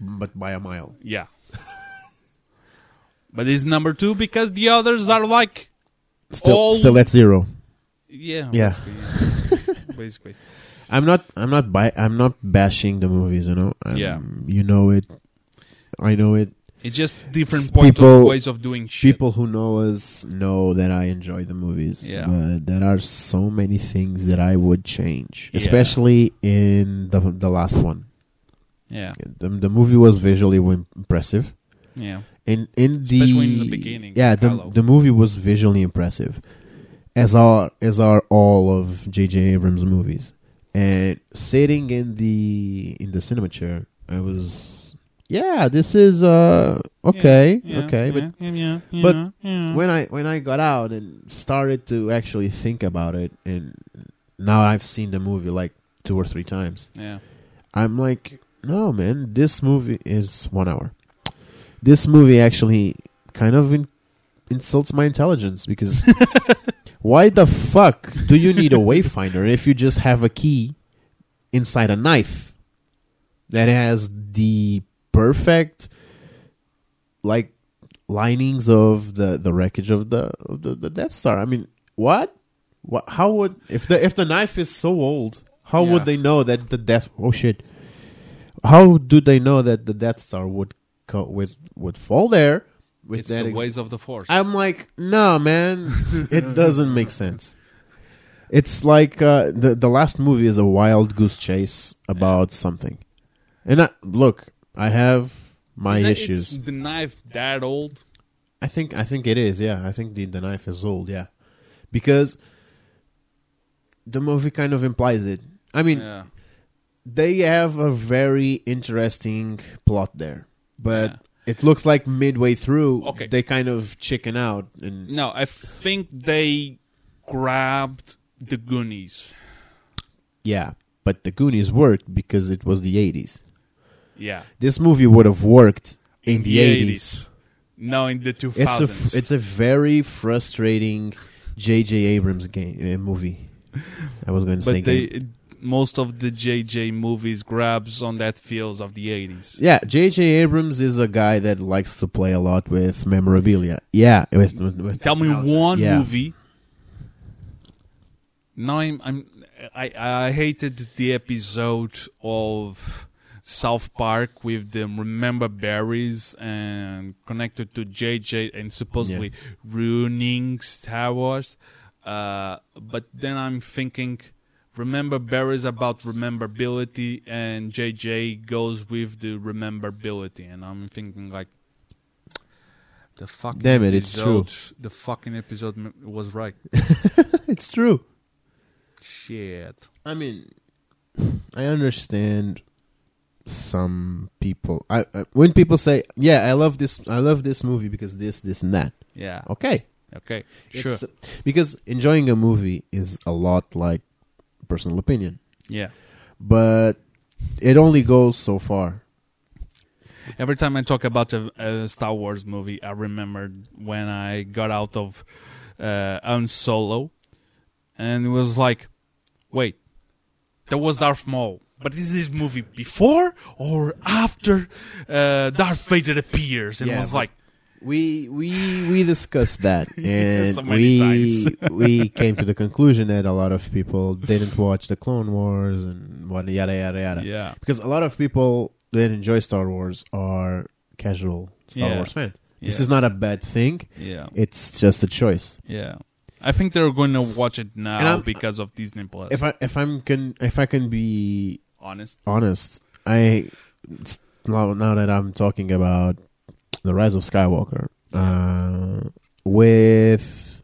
S2: But by a mile.
S1: Yeah. but he's number two because the others are like
S2: Still
S1: All-
S2: still at zero.
S1: yeah,
S2: Yeah.
S1: basically, yeah. basically.
S2: I'm not I'm not bi- I'm not bashing the movies, you know. Um,
S1: Yeah.
S2: You know it. I know it.
S1: It's just different
S2: S-
S1: point of
S2: people-
S1: ways of doing shit.
S2: People who know us know that I enjoy the movies.
S1: Yeah.
S2: But there are so many things that I would change.
S1: Yeah.
S2: Especially in the the last one.
S1: Yeah,
S2: The, the movie was visually w- impressive.
S1: yeah,
S2: in in the
S1: Especially in the beginning,
S2: Yeah, the,
S1: Kylo.
S2: the movie was visually impressive, as are as are all of J.J. Abrams' movies. And sitting in the in the cinema chair, I was yeah, this is uh okay,
S1: yeah,
S2: okay.
S1: yeah,
S2: but
S1: yeah, yeah, yeah,
S2: but
S1: yeah.
S2: when I when I got out and started to actually think about it, and now I've seen the movie like two or three times.
S1: yeah,
S2: I'm like, no, man, this movie is one hour. This movie actually kind of in- insults my intelligence because why the fuck do you need a wayfinder if you just have a key inside a knife that has the perfect like linings of the the wreckage of the of the, the Death Star? I mean, what? What? How would if the if the knife is so old? How
S1: Yeah.
S2: would they know that the Death? Oh shit! How do they know that the Death Star would co- with would fall there with
S1: it's
S2: that?
S1: the
S2: ex-
S1: ways of the force.
S2: I'm like, no, man, it doesn't make sense. It's like uh, the the last movie is a wild goose chase about something, and I, look, I have my
S1: Is that-
S2: issues.
S1: It's the knife that old.
S2: I think I think it is. Yeah, I think the, the knife is old. Yeah, because the movie kind of implies it. I mean,
S1: Yeah,
S2: they have a very interesting plot there, but
S1: Yeah.
S2: it looks like midway through
S1: Okay.
S2: they kind of chicken out and
S1: no, I think they grabbed the Goonies.
S2: yeah. But the Goonies worked because it was the eighties.
S1: Yeah,
S2: This movie would have worked in,
S1: In
S2: the
S1: the
S2: eighties.
S1: now in the two
S2: It's a
S1: thousands.
S2: it's a very frustrating J.J. Abrams game uh, eh, movie. I was going to say
S1: but they
S2: game.
S1: it- most of the JJ movies grabs on that feels of the 80s.
S2: Yeah, J.J. Abrams is a guy that likes to play a lot with memorabilia. Yeah, with, with, with
S1: Tell me one
S2: Yeah.
S1: movie. Now I'm, I'm I I hated the episode of South Park with the remember berries and connected to JJ and supposedly ruining Star Wars. Uh, but then I'm thinking, remember berries about rememberability and JJ goes with the rememberability, and I'm thinking like. The fucking
S2: Damn it, it's true.
S1: episode- The fucking episode m- was right.
S2: It's true.
S1: Shit.
S2: I mean, I understand some people. I, I when people say, "Yeah, I love this. I love this movie because this, this, and that."
S1: Yeah.
S2: Okay,
S1: Okay. Sure.
S2: It's- because enjoying a movie is a lot like personal opinion,
S1: yeah.
S2: but it only goes so far.
S1: Every time I talk about a, a Star Wars movie, I remember when I got out of uh, Un Solo, and it was like, wait, that was Darth Maul. But is this movie before or after uh, Darth Vader appears? And it
S2: Yeah,
S1: was
S2: but-
S1: like,
S2: We we we discussed that, and
S1: So many
S2: we we came to the conclusion that a lot of people didn't watch the Clone Wars and what yada yada yada.
S1: yeah,
S2: because a lot of people that enjoy Star Wars are casual Star
S1: Yeah.
S2: Wars fans. This
S1: Yeah.
S2: is not a bad thing.
S1: yeah,
S2: It's just a choice.
S1: yeah. I think they're going to watch it
S2: And
S1: now
S2: I'm-
S1: because of Disney Plus.
S2: If I if I'm can if I can be
S1: Honest.
S2: honest, I it's- now now that I'm talking about the Rise of Skywalker uh, with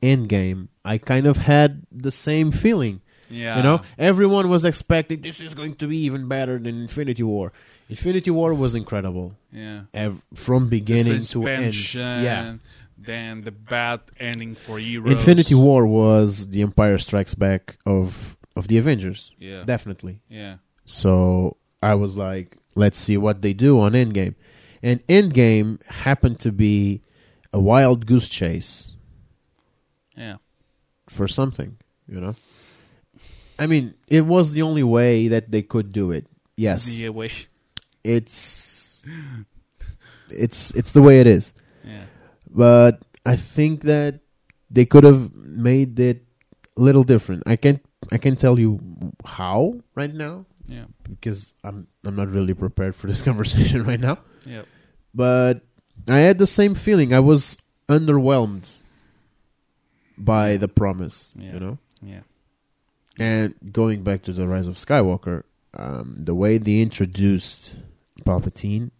S2: Endgame, I kind of had the same feeling.
S1: Yeah.
S2: You know, everyone was expecting this is going to be even better than Infinity War. Infinity War was incredible.
S1: Yeah.
S2: ev- from beginning to end.
S1: Suspension,
S2: Yeah.
S1: Then the bad ending for heroes.
S2: Infinity War was the Empire Strikes Back of of the Avengers.
S1: Yeah.
S2: Definitely.
S1: yeah.
S2: So I was like, let's see what they do on Endgame. And Endgame happened to be a wild goose chase
S1: Yeah.
S2: for something, you know? I mean, it was the only way that they could do it. Yes.
S1: The way.
S2: It's it's it's the way it is.
S1: Yeah.
S2: but I think that they could have made it a little different. I can't I can tell you how right now
S1: Yeah.
S2: because I'm I'm not really prepared for this conversation right now.
S1: Yeah.
S2: But I had the same feeling. I was underwhelmed by the promise,
S1: Yeah.
S2: you know.
S1: Yeah.
S2: And going back to the Rise of Skywalker, um, the way they introduced Palpatine,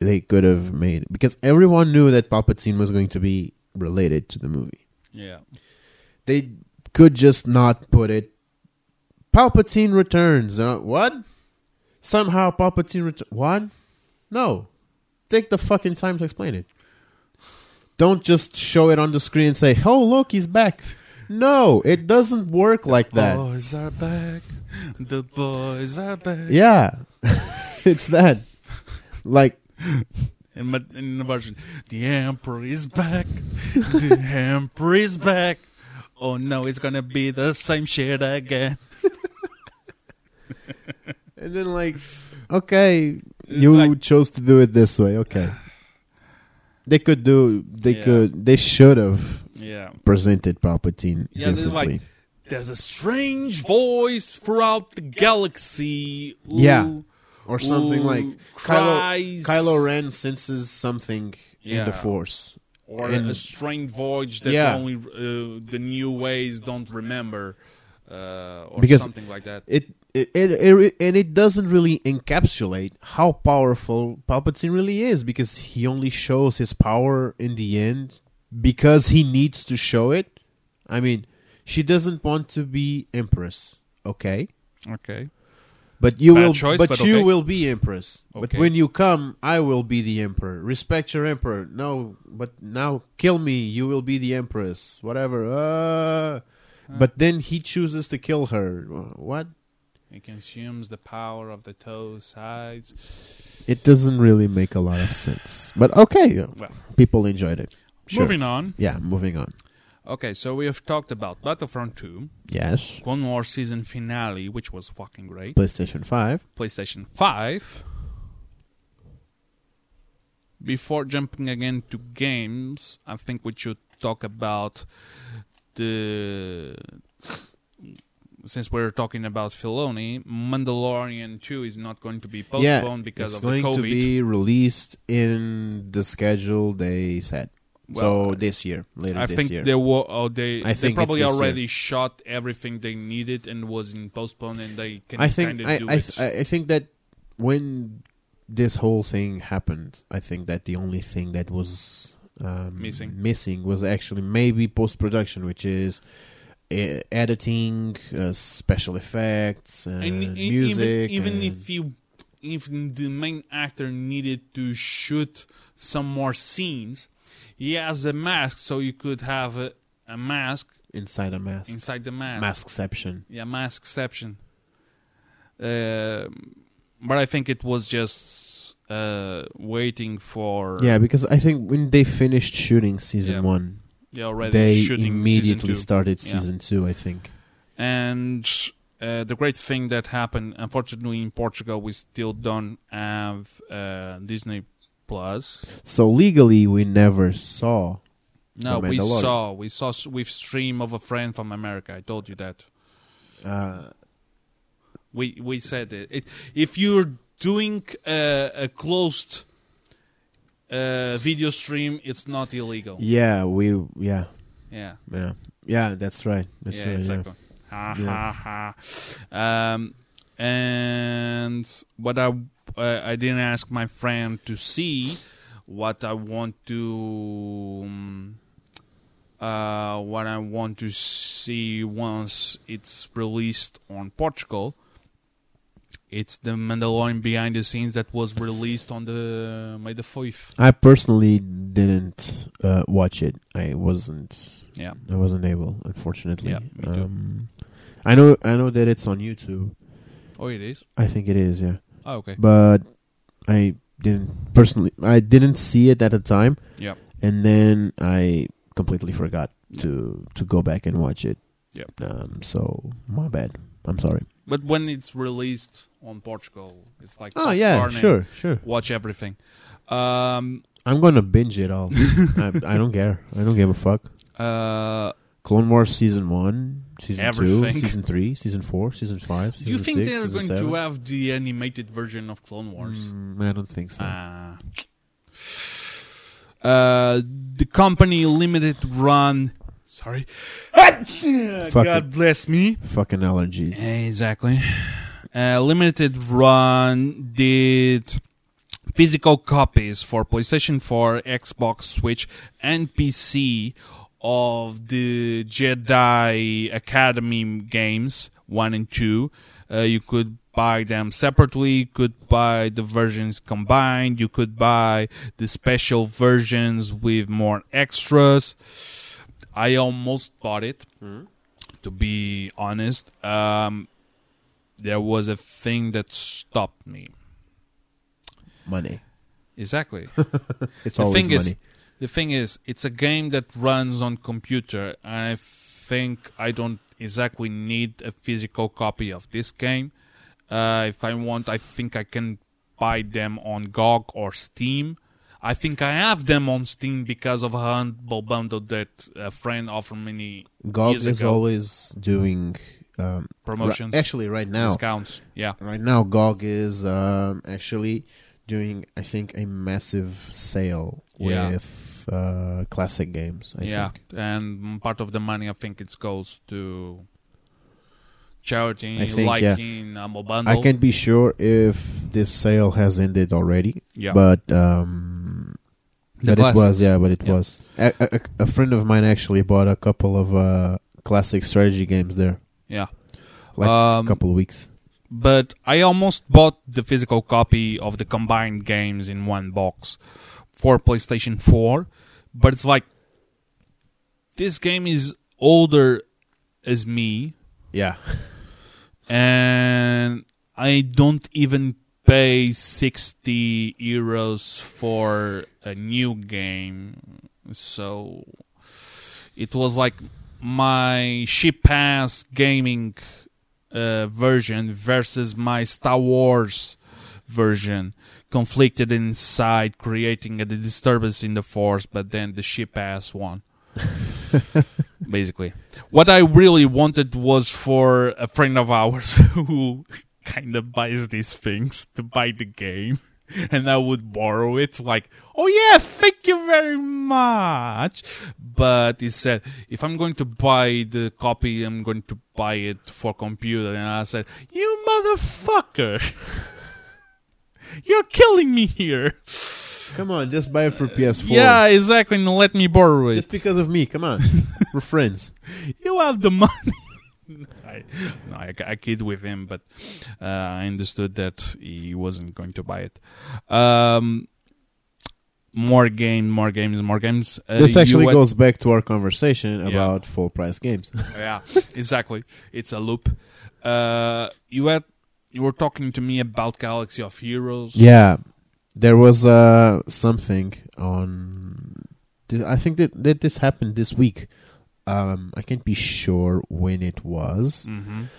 S2: they could have made because everyone knew that Palpatine was going to be related to the movie.
S1: Yeah.
S2: They could just not put it. Palpatine returns. Uh, what? Somehow Palpatine returns. What? No. Take the fucking time to explain it. Don't just show it on the screen and say, "Oh, look, he's back." No, it doesn't work like that.
S1: Boys are back. The boys are back.
S2: Yeah, it's that. Like,
S1: In, ma- in the version, the emperor is back. the emperor is back. Oh no, it's gonna be the same shit again.
S2: and then like, okay, you
S1: like-
S2: chose to do it this way. Okay, they could do. They
S1: Yeah.
S2: could. They should have
S1: Yeah.
S2: presented Palpatine
S1: Yeah, they're
S2: differently.
S1: like there's a strange voice throughout the galaxy. Ooh,
S2: Yeah. or something
S1: Ooh,
S2: like Kylo,
S1: Christ.
S2: Kylo Ren senses something in the
S1: Yeah.
S2: Force.
S1: or
S2: And-
S1: a strange voyage that
S2: Yeah.
S1: only uh, the new ways don't remember, uh, or
S2: Because-
S1: something like that.
S2: It it, it it and it doesn't really encapsulate how powerful Palpatine really is because he only shows his power in the end because he needs to show it. I mean, she doesn't want to be Empress, okay?
S1: Okay.
S2: But you
S1: Bad
S2: will,
S1: choice,
S2: but,
S1: but
S2: you
S1: okay.
S2: will be Empress. But
S1: Okay.
S2: when you come, I will be the Emperor. Respect your Emperor. No, but now kill me. You will be the Empress. Whatever. Uh, but then he chooses to kill her. What?
S1: It consumes the power of the toe sides.
S2: It doesn't really make a lot of sense. But okay,
S1: Well,
S2: people enjoyed it. Sure.
S1: moving on.
S2: Yeah, moving on.
S1: Okay, so we have talked about Battlefront 2,
S2: Yes.
S1: Clone War season finale, which was fucking great.
S2: PlayStation 5.
S1: PlayStation 5. Before jumping again to games, I think we should talk about the. Since we're talking about Filoni, Mandalorian 2 is not going to be postponed
S2: yeah,
S1: because
S2: it's
S1: of
S2: going
S1: the COVID.
S2: to be released in the schedule they said.
S1: Well,
S2: so this year, later
S1: I
S2: this
S1: think
S2: year.
S1: they were. Oh, they.
S2: I
S1: they
S2: think it's
S1: probably
S2: this year.
S1: already shot everything they needed and was in postponed, and they can
S2: I
S1: kind
S2: think
S1: of
S2: I,
S1: do
S2: I,
S1: it.
S2: I I think that when this whole thing happened, I think that the only thing that was um,
S1: Missing.
S2: missing was actually maybe post production, which is uh, editing, uh, special effects, uh,
S1: And e-
S2: music.
S1: Even,
S2: and-
S1: even if you, if the main actor needed to shoot some more scenes, he has a mask, so you could have a, a mask
S2: inside a mask,
S1: inside the mask.
S2: maskception.
S1: Yeah, mask exception. Uh, but I think it was just uh, waiting for
S2: Yeah, because I think when they finished shooting season
S1: Yeah.
S2: one,
S1: yeah, already
S2: they
S1: shooting
S2: immediately
S1: season two.
S2: started
S1: Yeah.
S2: season two. I think.
S1: And uh, the great thing that happened, unfortunately, in Portugal, we still don't have uh, Disney Plus.
S2: So legally, we never saw.
S1: No,
S2: The
S1: we
S2: Mandalorian.
S1: saw, we saw s- with stream of a friend from America. I told you that.
S2: Uh,
S1: We we said it. it if you're doing a, a closed uh, video stream, it's not illegal.
S2: yeah, we yeah.
S1: Yeah,
S2: Yeah, yeah, that's right. That's
S1: yeah,
S2: right.
S1: exactly. Ha
S2: Yeah.
S1: ha ha. Um, and what I uh, I didn't ask my friend to see what I want to um, uh, what I want to see once it's released on Portugal. It's the Mandalorian behind the scenes that was released on the May the fifth.
S2: Yeah. I personally didn't uh, watch it. I wasn't.
S1: Yeah,
S2: I wasn't able, unfortunately.
S1: Yeah, me too.
S2: um, I know. I know that it's on YouTube.
S1: oh, it is.
S2: I think it is. Yeah,
S1: Oh, okay.
S2: but I didn't personally. I didn't see it at the time,
S1: Yeah,
S2: and then I completely forgot to to go back and watch it.
S1: Yep.
S2: Um, so my bad. I'm sorry.
S1: but when it's released on Portugal, it's like
S2: Oh yeah,
S1: popcorn and-
S2: sure, sure.
S1: watch everything. Um,
S2: I'm gonna binge it all. I, I don't care. I don't give a fuck.
S1: uh,
S2: Clone Wars season one, season
S1: Everything.
S2: two, season three, season four, season five, season
S1: do you think
S2: six,
S1: they're
S2: season
S1: going
S2: seven.
S1: to have the animated version of Clone Wars?
S2: Mm, I don't think so.
S1: Ah. Uh, the company limited run. Sorry. God
S2: it.
S1: bless me.
S2: Fucking
S1: Eh.
S2: allergies.
S1: Exactly. Uh, limited run did physical copies for PlayStation 4, Xbox, Switch, and PC of the Jedi Academy games 1 and 2. Uh, you could buy them separately, you could buy the versions combined, you could buy the special versions with more extras. I almost bought it to be honest, um, there was a thing that stopped me.
S2: Money.
S1: Exactly.
S2: It's
S1: the
S2: always
S1: thing
S2: money.
S1: is, the thing is, it's a game that runs on computer, and I think I don't exactly need a physical copy of this game. Uh, if I want, I think I can buy them on GOG or Steam. I think I have them on Steam because of a humble bundle that a friend offered me
S2: GOG
S1: years
S2: is
S1: ago.
S2: always doing um, ri-
S1: promotions,
S2: actually, right now,
S1: discounts. Yeah.
S2: right now, GOG is um, actually doing, I think, a massive sale
S1: Yeah.
S2: with uh, classic games. I
S1: yeah,
S2: think.
S1: and part of the money I think it goes to charity,
S2: I think, yeah.
S1: liking, humble bundle.
S2: I can't be sure if this sale has ended already.
S1: yeah,
S2: but um
S1: The
S2: but it was
S1: classics.
S2: yeah but it
S1: Yeah.
S2: was a, a, a friend of mine actually bought a couple of uh classic strategy games there
S1: yeah.
S2: like a
S1: um,
S2: couple of weeks
S1: but I almost bought the physical copy of the combined games in one box for PlayStation 4. But it's like this game is older as me,
S2: yeah
S1: and I don't even pay 60 euros for a new game. So It was like my cheap ass gaming uh, version versus my Star Wars version conflicted inside, creating a disturbance in the force, but then the ship ass won. Basically, what I really wanted was for a friend of ours who kind of buys these things to buy the game. And I would borrow it, like, oh yeah, thank you very much. But he said, if I'm going to buy the copy, I'm going to buy it for computer. And I said, you motherfucker. You're killing me here.
S2: Come on, just buy it for PS4.
S1: Yeah, exactly. And let me borrow it.
S2: Just because of me. Come on. We're friends.
S1: You have the money. I, no, I, I kid with him, but uh, I understood that he wasn't going to buy it. Um, more game, more games, more games. Uh,
S2: This actually
S1: you-
S2: goes back to our conversation
S1: Yeah.
S2: about full price games.
S1: yeah, exactly. It's a loop. Uh, you had you were talking to me about Galaxy of Heroes.
S2: yeah. There was uh, something on. I think that, that this happened this week. Um, I can't be sure when it was.
S1: hmm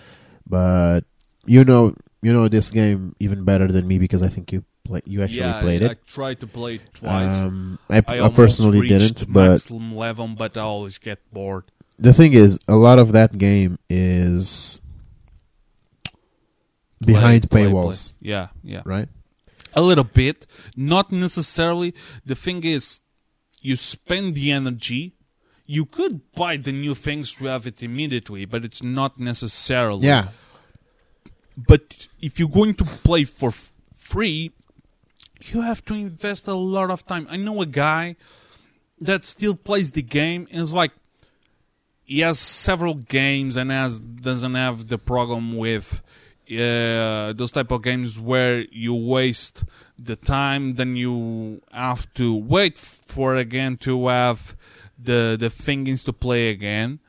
S2: but you know you know this game even better than me because I think you play, you actually
S1: yeah,
S2: played
S1: I,
S2: it.
S1: tried to play it twice.
S2: Um, I,
S1: I,
S2: I
S1: almost
S2: personally
S1: reached
S2: didn't, but
S1: maximum level, but I always get bored.
S2: the thing is, a lot of that game is
S1: Play,
S2: behind
S1: play, play.
S2: paywalls,
S1: Yeah, yeah.
S2: right?
S1: A little bit, not necessarily. The thing is, you spend the energy. You could buy the new things to have it immediately, but it's not necessarily.
S2: Yeah,
S1: But if you're going to play for f- free, you have to invest a lot of time. I know a guy that still plays the game and is like, he has several games and has doesn't have the problem with uh, those type of games where you waste the time, then you have to wait for again to have the the things to play again.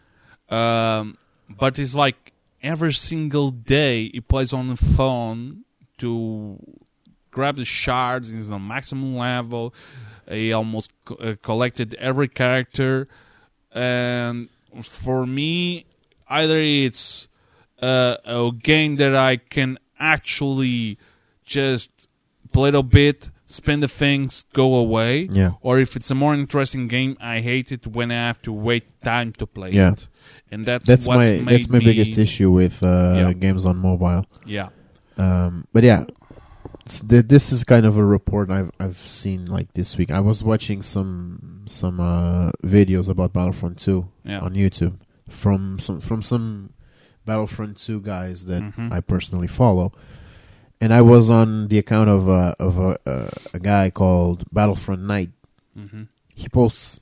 S1: Um, but it's like every single day he plays on the phone to grab the shards in the maximum level. He almost co- uh, collected every character, and for me, either it's uh, a game that I can actually just play a bit, spend the things, go away,
S2: Yeah.
S1: or if it's a more interesting game, I hate it when I have to wait time to play
S2: Yeah.
S1: it, and that's
S2: that's
S1: what's
S2: my
S1: made
S2: that's my
S1: me-
S2: biggest issue with uh,
S1: Yeah.
S2: games on mobile.
S1: Yeah,
S2: Um, but yeah, it's the, this is kind of a report I've I've seen like this week. I was watching some some uh, videos about Battlefront Two
S1: Yeah.
S2: on YouTube from some from some Battlefront Two guys that
S1: Mhm.
S2: I personally follow, and I was on the account of a, of a, a, a guy called Battlefront Knight.
S1: hmm
S2: He posts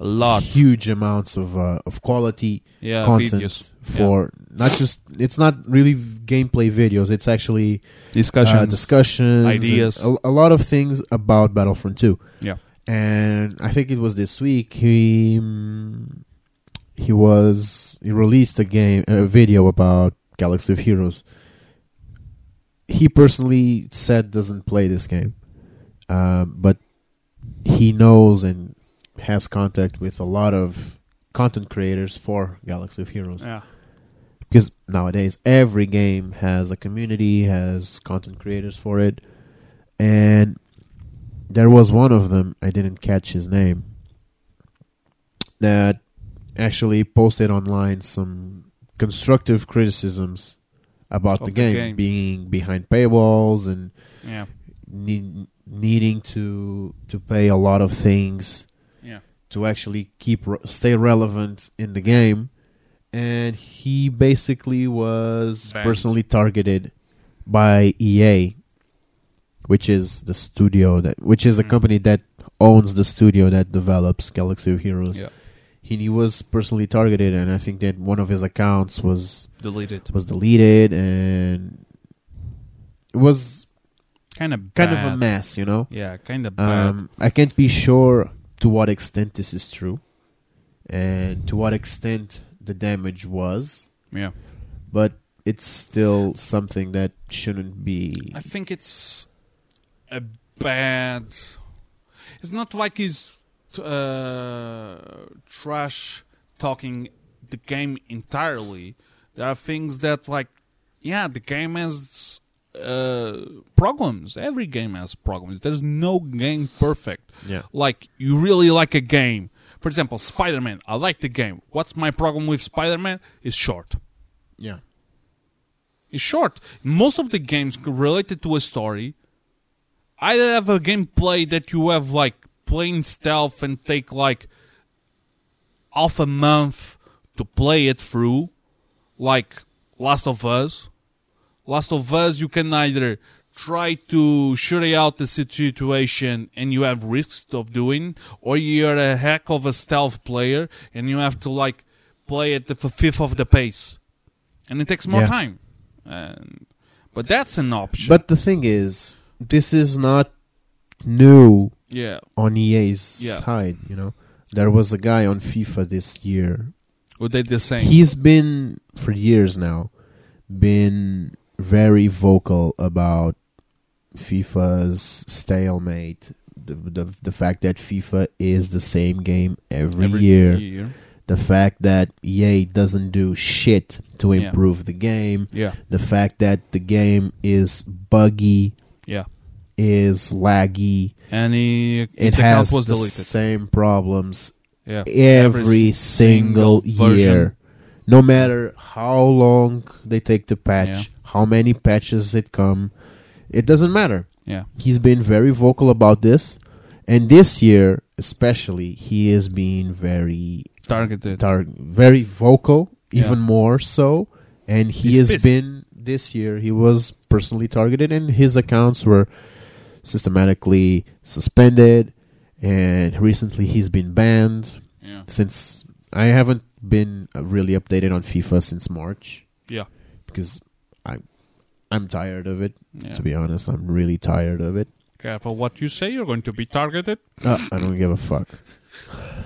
S1: a lot.
S2: huge amounts of uh, of quality
S1: Yeah,
S2: content
S1: videos,
S2: for not just it's not really gameplay videos. It's actually
S1: discussions.
S2: uh, discussions
S1: ideas.
S2: and a, a lot of things about Battlefront 2.
S1: Yeah.
S2: And I think it was this week he mm, he was he released a game a video about Galaxy of Heroes. He personally said doesn't play this game, um, but he knows and has contact with a lot of content creators for Galaxy of Heroes
S1: yeah,
S2: because nowadays every game has a community, has content creators for it, and there was one of them I didn't catch his name that actually posted online some constructive criticisms about
S1: Of
S2: the,
S1: the
S2: game,
S1: game.
S2: being behind paywalls and
S1: yeah,
S2: need, needing to to pay a lot of things
S1: yeah.
S2: to actually keep re- stay relevant in the game and he basically was
S1: Banned.
S2: personally targeted by EA which is the studio that which is a
S1: Mm.
S2: company that owns the studio that develops Galaxy of Heroes.
S1: Yeah.
S2: He, he was personally targeted and I think that one of his accounts was
S1: Deleted.
S2: was deleted and it was
S1: Kind of
S2: kind of a mess, you know.
S1: Yeah, kind of bad.
S2: Um, I can't be sure to what extent this is true and to what extent the damage was,
S1: yeah,
S2: but it's still something that shouldn't be.
S1: I think it's a bad. It's not like he's uh, trash talking the game entirely, there are things that like, yeah, the game has uh, problems. Every game has problems. There's no game perfect.
S2: Yeah.
S1: Like you really like a game. For example, Spider Man. I like the game. What's my problem with Spider Man? Is short.
S2: Yeah.
S1: It's short. Most of the games related to a story either have a gameplay that you have like plain stealth and take like half a month to play it through, like Last of Us. Last of Us, you can either try to shoot out the situation and you have risks of doing, or you're a heck of a stealth player and you have to like play at the f- fifth of the pace, and it takes more
S2: Yeah.
S1: time. And, but that's an option.
S2: But the thing is, this is not new
S1: yeah,
S2: on EA's
S1: Yeah.
S2: side, you know. There was a guy on FIFA this year.
S1: or they the same.
S2: He's been for years now been very vocal about FIFA's stalemate, the the, the fact that FIFA is the same game every,
S1: every
S2: year,
S1: year.
S2: the fact that EA doesn't do shit to
S1: Yeah.
S2: improve the game,
S1: Yeah,
S2: the fact that the game is buggy,
S1: yeah.
S2: is laggy,
S1: And he,
S2: it
S1: his account
S2: has
S1: was
S2: the
S1: deleted.
S2: same problems
S1: yeah,
S2: every,
S1: s-
S2: single,
S1: version.
S2: year. No matter how long they take to patch,
S1: Yeah.
S2: how many patches it come, it doesn't matter.
S1: Yeah,
S2: He's been very vocal about this, and this year especially, he is being very
S1: targeted.
S2: tar- very vocal,
S1: Yeah.
S2: even more so. And he
S1: He's
S2: has
S1: pissed.
S2: been this year. He was personally targeted, and his accounts were systematically suspended. And recently, he's been banned.
S1: yeah,
S2: Since I haven't been uh, really updated on FIFA since March
S1: yeah,
S2: because I I'm tired of it.
S1: yeah.
S2: To be honest, I'm really tired of it.
S1: Careful what you say. You're going to be targeted.
S2: Uh, I don't give a fuck.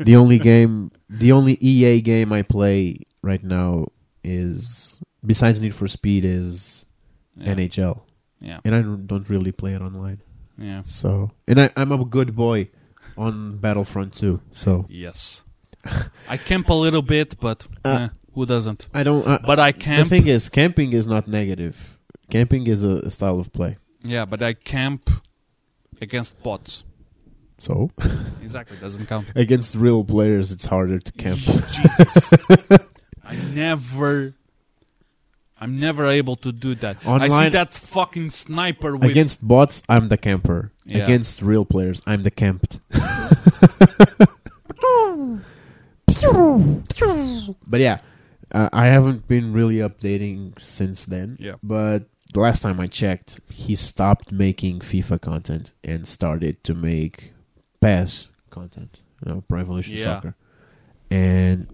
S2: the only game, the only EA game I play right now is besides Need for Speed is
S1: Yeah,
S2: NHL,
S1: yeah,
S2: and I don't don't really play it online.
S1: yeah.
S2: So, and I, I'm a good boy on Battlefront 2. So
S1: Yes, I camp a little bit, but
S2: Uh,
S1: eh, who doesn't?
S2: I don't. I,
S1: But I
S2: the
S1: camp.
S2: thing is, camping is not negative. Camping is a, a style of play.
S1: yeah, but I camp against bots.
S2: So
S1: Exactly, doesn't count.
S2: against real players, it's harder to camp.
S1: Jesus, I never. I'm never able to do that. I see
S2: Online-
S1: that fucking sniper with
S2: against bots, I'm the camper.
S1: Yeah.
S2: Against real players, I'm the camped. but yeah, uh, I haven't been really updating since then.
S1: Yeah.
S2: But the last time I checked, he stopped making FIFA content and started to make PES content, you know, Pro Evolution
S1: Yeah.
S2: Soccer. And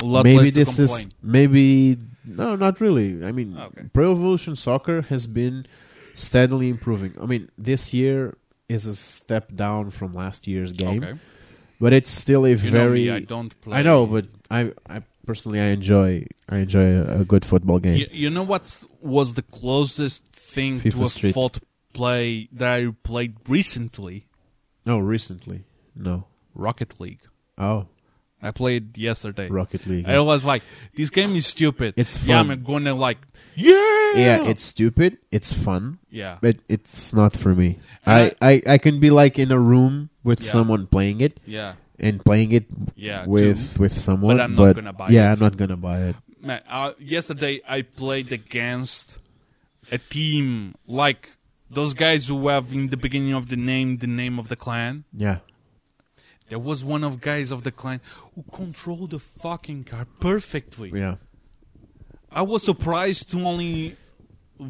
S1: a lot
S2: maybe
S1: less to
S2: this
S1: complain.
S2: is maybe no, not really. I mean,
S1: Okay.
S2: Pro Evolution Soccer has been steadily improving. I mean, this year is a step down from last year's game,
S1: Okay.
S2: but it's still a
S1: You
S2: very.
S1: know me, I don't play.
S2: I know, but I, I personally, I enjoy, I enjoy a, a good football game.
S1: you, you know what's was the closest thing
S2: FIFA
S1: to a
S2: Street.
S1: fault play that I played recently?
S2: No, recently, no.
S1: Rocket League.
S2: Oh,
S1: I played yesterday.
S2: Rocket League.
S1: I was like, this game is stupid.
S2: It's
S1: Yeah,
S2: fun.
S1: I'm gonna like, yeah,
S2: yeah, it's stupid. It's fun,
S1: yeah,
S2: but it's not for me. I,
S1: And
S2: I, I can be like in a room with
S1: Yeah.
S2: someone playing it
S1: yeah,
S2: and playing it
S1: yeah.
S2: with with someone.
S1: But I'm not gonna buy
S2: yeah,
S1: it.
S2: I'm not gonna buy it.
S1: too. man, uh, yesterday I played against a team like those guys who have in the beginning of the name the name of the clan.
S2: Yeah,
S1: There was one of guys of the clan who controlled the fucking car perfectly.
S2: yeah,
S1: I was surprised to only,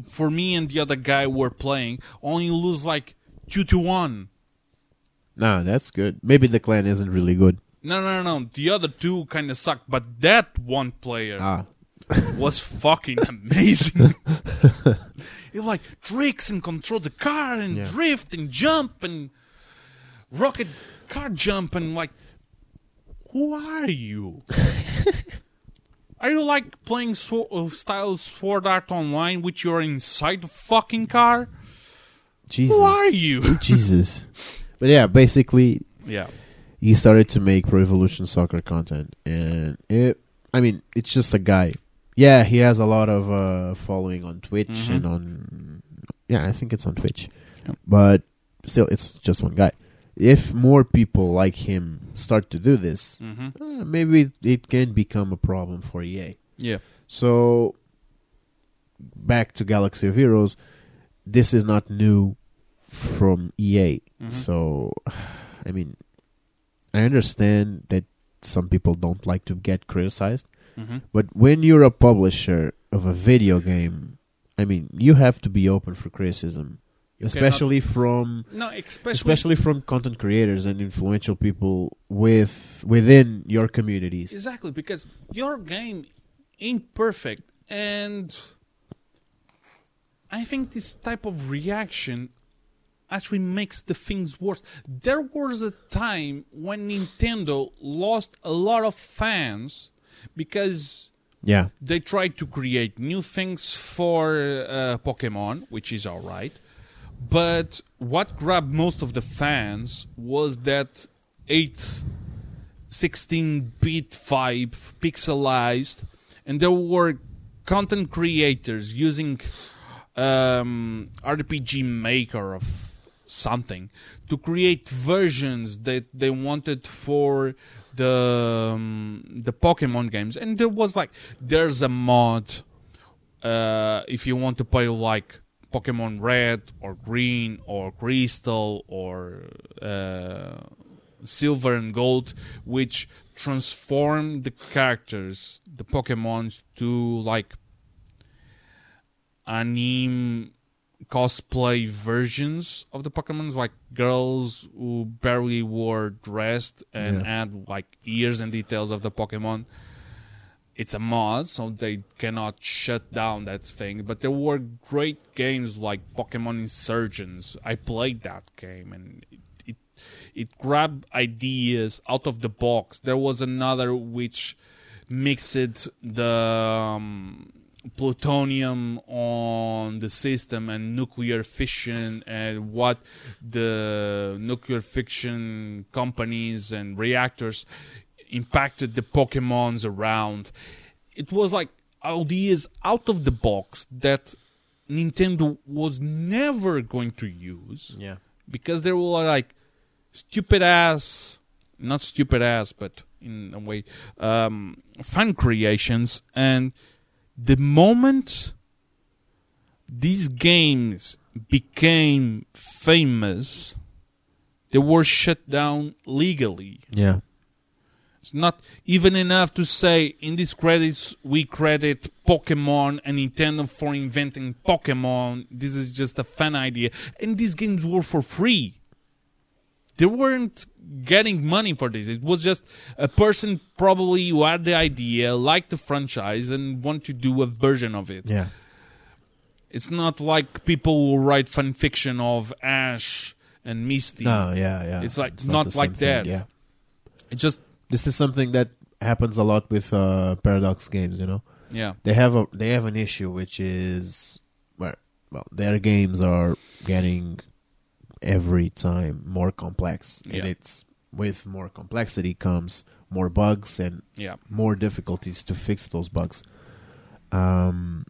S1: for me and the other guy were playing, only lose like two to one.
S2: no, that's good. Maybe the clan isn't really good.
S1: No, no, no, no. The other two kind of sucked, but that one player
S2: Ah,
S1: was fucking amazing. he like tricks and control the car and
S2: Yeah.
S1: drift and jump and rocket car jump and like, who are you? are you like playing sw- uh, style Sword Art Online, which you're inside the fucking car?
S2: Jesus,
S1: Who are you?
S2: Jesus. But yeah, basically,
S1: yeah,
S2: he started to make Pro Evolution Soccer content, and it. I mean, it's just a guy. Yeah, he has a lot of uh, following on Twitch
S1: Mhm.
S2: and on. Yeah, I think it's on Twitch,
S3: Yep.
S2: but still, it's just one guy. If more people like him start to do this,
S1: Mm-hmm.
S2: uh, maybe it, it can become a problem for EA.
S1: Yeah.
S2: So, back to Galaxy of Heroes, this is not new from EA.
S1: Mhm.
S2: So, I mean, I understand that some people don't like to get criticized,
S1: Mm-hmm.
S2: but when you're a publisher of a video game, I mean, you have to be open for criticism,
S1: cannot-
S2: especially from
S1: No, especially.
S2: especially from content creators and influential people with within your communities.
S1: Exactly, because your game imperfect and I think this type of reaction actually makes the things worse. There was a time when Nintendo lost a lot of fans because
S2: Yeah,
S1: they tried to create new things for uh, Pokemon, which is all right. But what grabbed most of the fans was that 8, 16 bit 5 pixelized, and there were content creators using um, RPG Maker of something to create versions that they wanted for the um, the Pokemon games, and there was like there's a mod uh, if you want to play like Pokemon Red or Green or Crystal or uh, Silver and Gold, which transform the characters, the Pokemons, to like anime cosplay versions of the Pokemons, like girls who barely wore dressed and
S2: Yeah.
S1: had like ears and details of the Pokemon it's a mod, so they cannot shut down that thing. But there were great games like Pokemon Insurgents. I played that game, and it it, it grabbed ideas out of the box. There was another which mixed the um, plutonium on the system and nuclear fission and what the nuclear fission companies and reactors impacted the Pokemons around. It was like ideas out of the box that Nintendo was never going to use
S2: yeah,
S1: because they were like stupid ass, not stupid ass, but in a way, um, fan creations. And the moment these games became famous, they were shut down legally.
S2: yeah,
S1: It's not even enough to say in these credits we credit Pokemon and Nintendo for inventing Pokemon. This is just a fan idea. And these games were for free. They weren't getting money for this. It was just a person probably who had the idea, liked the franchise, and want to do a version of it.
S2: yeah,
S1: It's not like people who write fan fiction of Ash and Misty.
S2: no, yeah, yeah.
S1: It's like not
S2: the
S1: like
S2: same thing,
S1: that.
S2: Yeah,
S1: It just
S2: this is something that happens a lot with uh, Paradox games. You know,
S1: yeah.
S2: they have a they have an issue which is where well their games are getting every time more complex,
S1: Yeah.
S2: and it's with more complexity comes more bugs and
S1: Yeah.
S2: more difficulties to fix those bugs. Um,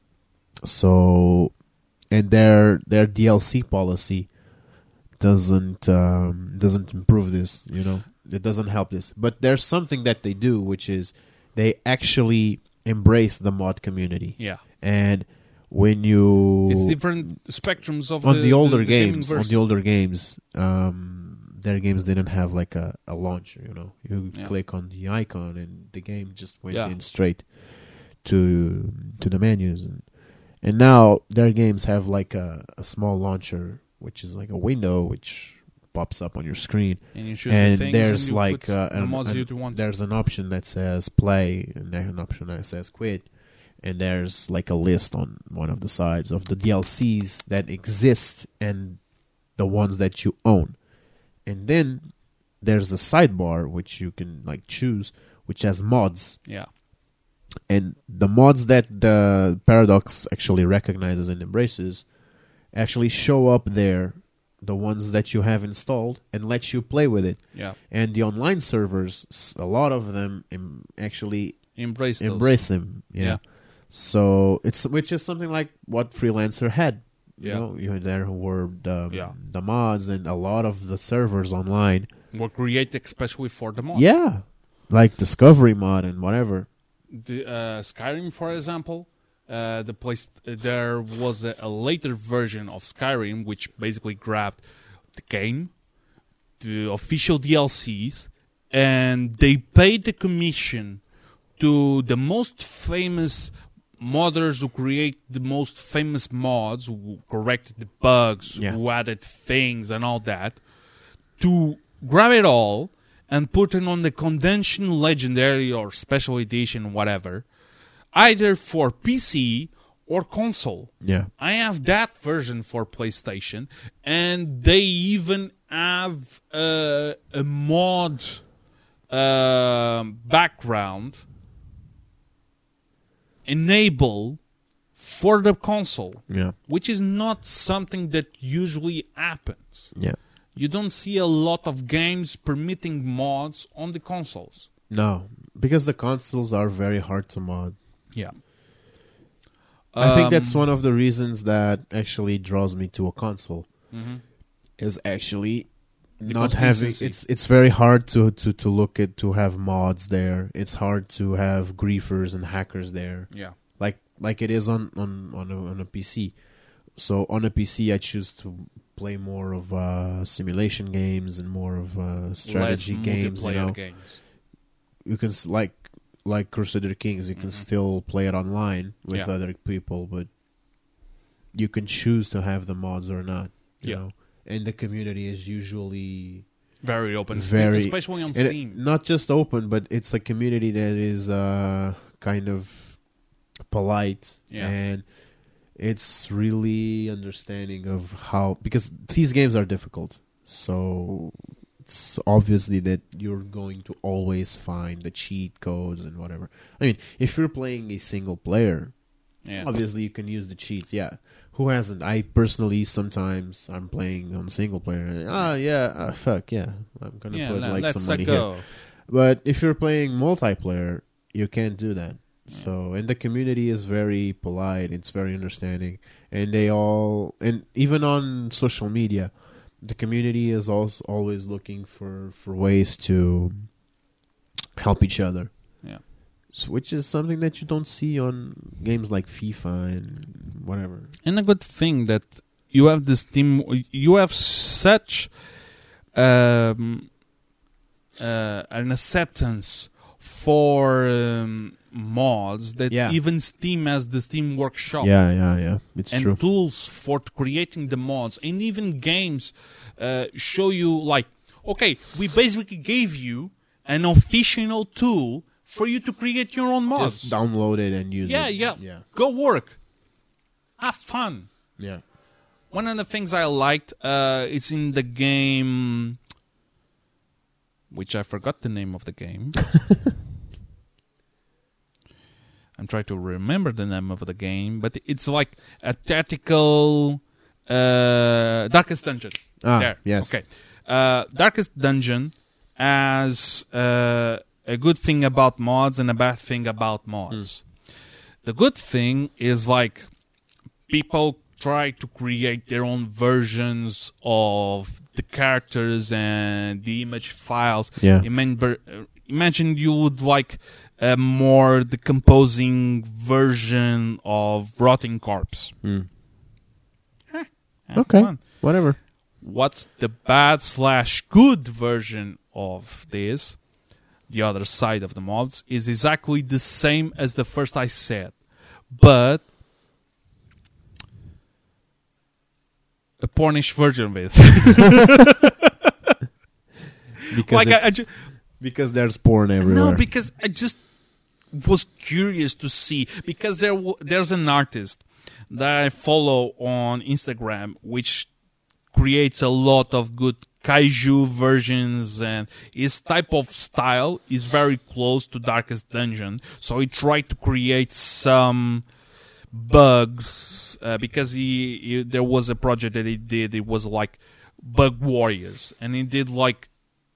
S2: so, and their their DLC policy doesn't um, doesn't improve this. You know, it doesn't help this. But there's something that they do, which is they actually embrace the mod community.
S1: Yeah.
S2: And when you
S1: It's different spectrums of
S2: on
S1: the,
S2: the, older
S1: gaming
S2: games, on
S1: verse.
S2: the older games, um, their games didn't have like a, a launcher. You know, you
S1: Yeah.
S2: click on the icon and the game just went
S1: Yeah.
S2: in straight to to the menus, and and now their games have like a, a small launcher, which is like a window which pops up on your screen,
S1: and you choose the
S2: and
S1: things
S2: there's
S1: and you
S2: like
S1: put
S2: uh,
S1: the
S2: an-
S1: mods
S2: an-
S1: you want.
S2: there's an option that says play and there's an option that says quit and there's like a list on one of the sides of the DLCs that exist and the ones that you own and then there's a sidebar which you can like choose which has mods
S1: yeah,
S2: and the mods that the paradox actually recognizes and embraces actually show up there the ones that you have installed and let you play with it.
S1: Yeah.
S2: And the online servers, s- a lot of them em- actually
S1: Embrace those.
S2: embrace them. Yeah.
S1: Yeah.
S2: So it's which is something like what freelancer had. You
S1: Yeah.
S2: know, you had there who were the
S1: Yeah.
S2: the mods and a lot of the servers online.
S1: Were created especially for the mod.
S2: Yeah. Like Discovery mod and whatever.
S1: the, uh, Skyrim, for example, uh, the place there was a, a later version of Skyrim which basically grabbed the game, the official DLCs, and they paid the commission to the most famous modders who create the most famous mods, who corrected the bugs,
S2: Yeah.
S1: who added things and all that to grab it all and put it on the convention legendary or special edition whatever either for pc or console
S2: Yeah.
S1: i have that version for playstation and they even have uh, a mod um background enable for the console
S2: Yeah.
S1: which is not something that usually happens
S2: Yeah.
S1: you don't see a lot of games permitting mods on the consoles.
S2: No. Because the consoles are very hard to mod.
S1: Yeah.
S2: I
S1: Um,
S2: think that's one of the reasons that actually draws me to a console.
S1: Mm-hmm.
S2: Is actually not having
S1: consistency.
S2: it's it's very hard to, to to look at to have mods there. It's hard to have griefers and hackers there.
S1: Yeah.
S2: Like like it is on on on a, on a PC. So on a PC, I choose to play more of uh, simulation games and more of uh, strategy
S1: Less
S2: games. You
S1: multiplayer
S2: know,
S1: games.
S2: you can s- like like Crusader Kings, you can still play it online with
S1: Mm-hmm. Yeah.
S2: other people, but you can choose to have the mods or not. You
S1: Yeah.
S2: know, and the community is usually
S1: Very open. Steam,
S2: Very-
S1: especially on
S2: and it-
S1: Steam.
S2: not just open, but it's a community that is uh, kind of polite
S1: Yeah.
S2: and it's really understanding of how because these games are difficult, so it's obviously that you're going to always find the cheat codes and whatever. I mean, if you're playing a single player,
S1: yeah.
S2: obviously you can use the cheats yeah who hasn't i personally sometimes i'm playing on single player and ah yeah ah, fuck yeah i'm gonna
S1: Yeah,
S2: put
S1: let,
S2: like
S1: us
S2: some money here
S1: go.
S2: but if you're playing multiplayer you can't do that so and the community is very polite it's very understanding and they all and even on social media the community is also always looking for for ways to help each other
S1: Yeah.
S2: so- which is something that you don't see on games like FIFA and whatever.
S1: And a good thing that you have this team. You have such um, uh, an acceptance for um, mods that
S2: Yeah.
S1: even Steam has the Steam Workshop.
S2: Yeah, yeah, yeah. It's
S1: Oh. and
S2: true.
S1: tools for t- creating the mods and even games uh, show you like okay we basically gave you an official tool for you to create your own mods
S2: Just download it and use
S1: yeah,
S2: it.
S1: yeah
S2: yeah,
S1: go work have fun
S2: yeah.
S1: one of the things i liked uh, it's in the game which i forgot the name of the game I'm trying to remember the name of the game, but it's like a tactical uh, Darkest Dungeon.
S2: Ah,
S1: there.
S2: yes.
S1: Okay. Uh, Darkest Dungeon has uh, a good thing about mods and a bad thing about mods.
S2: Hmm.
S1: The good thing is like people try to create their own versions of the characters and the image files.
S2: Yeah.
S1: Remember, uh, imagine you would like a more decomposing version of Rotting Corpse. Have
S2: Hmm. Okay,
S1: fun.
S2: whatever.
S1: What's the bad slash good version of this? The other side of the mobs is exactly the same as the first I said, but a pornish version of it.
S2: Because
S1: like I,
S2: it's-
S1: I ju-
S2: because there's porn everywhere.
S1: No, because I just was curious to see because there w- there's an artist that I follow on Instagram which creates a lot of good kaiju versions and his type of style is very close to Darkest Dungeon. So he tried to create some bugs uh, because he, he- there was a project that he did. It was like bug warriors, and he did like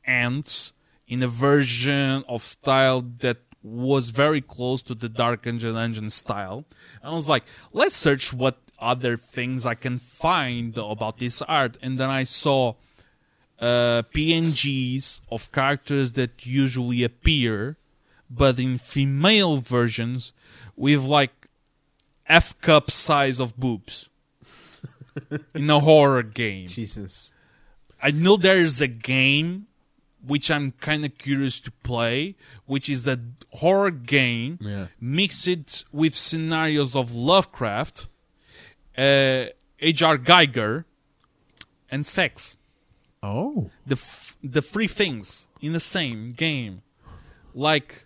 S1: ants in a version of style that was very close to the Dark Angel Engine style. And I was like, let's search what other things I can find about this art. And then I saw uh, PNGs of characters that usually appear, but in female versions with like F cup size of boobs in a horror game.
S2: Jesus.
S1: I know there is a game which I'm kind of curious to play, which is a horror game
S2: Yeah.
S1: mixed with scenarios of Lovecraft, uh, H.R. Geiger, and sex.
S2: Oh.
S1: The f- the three things in the same game, like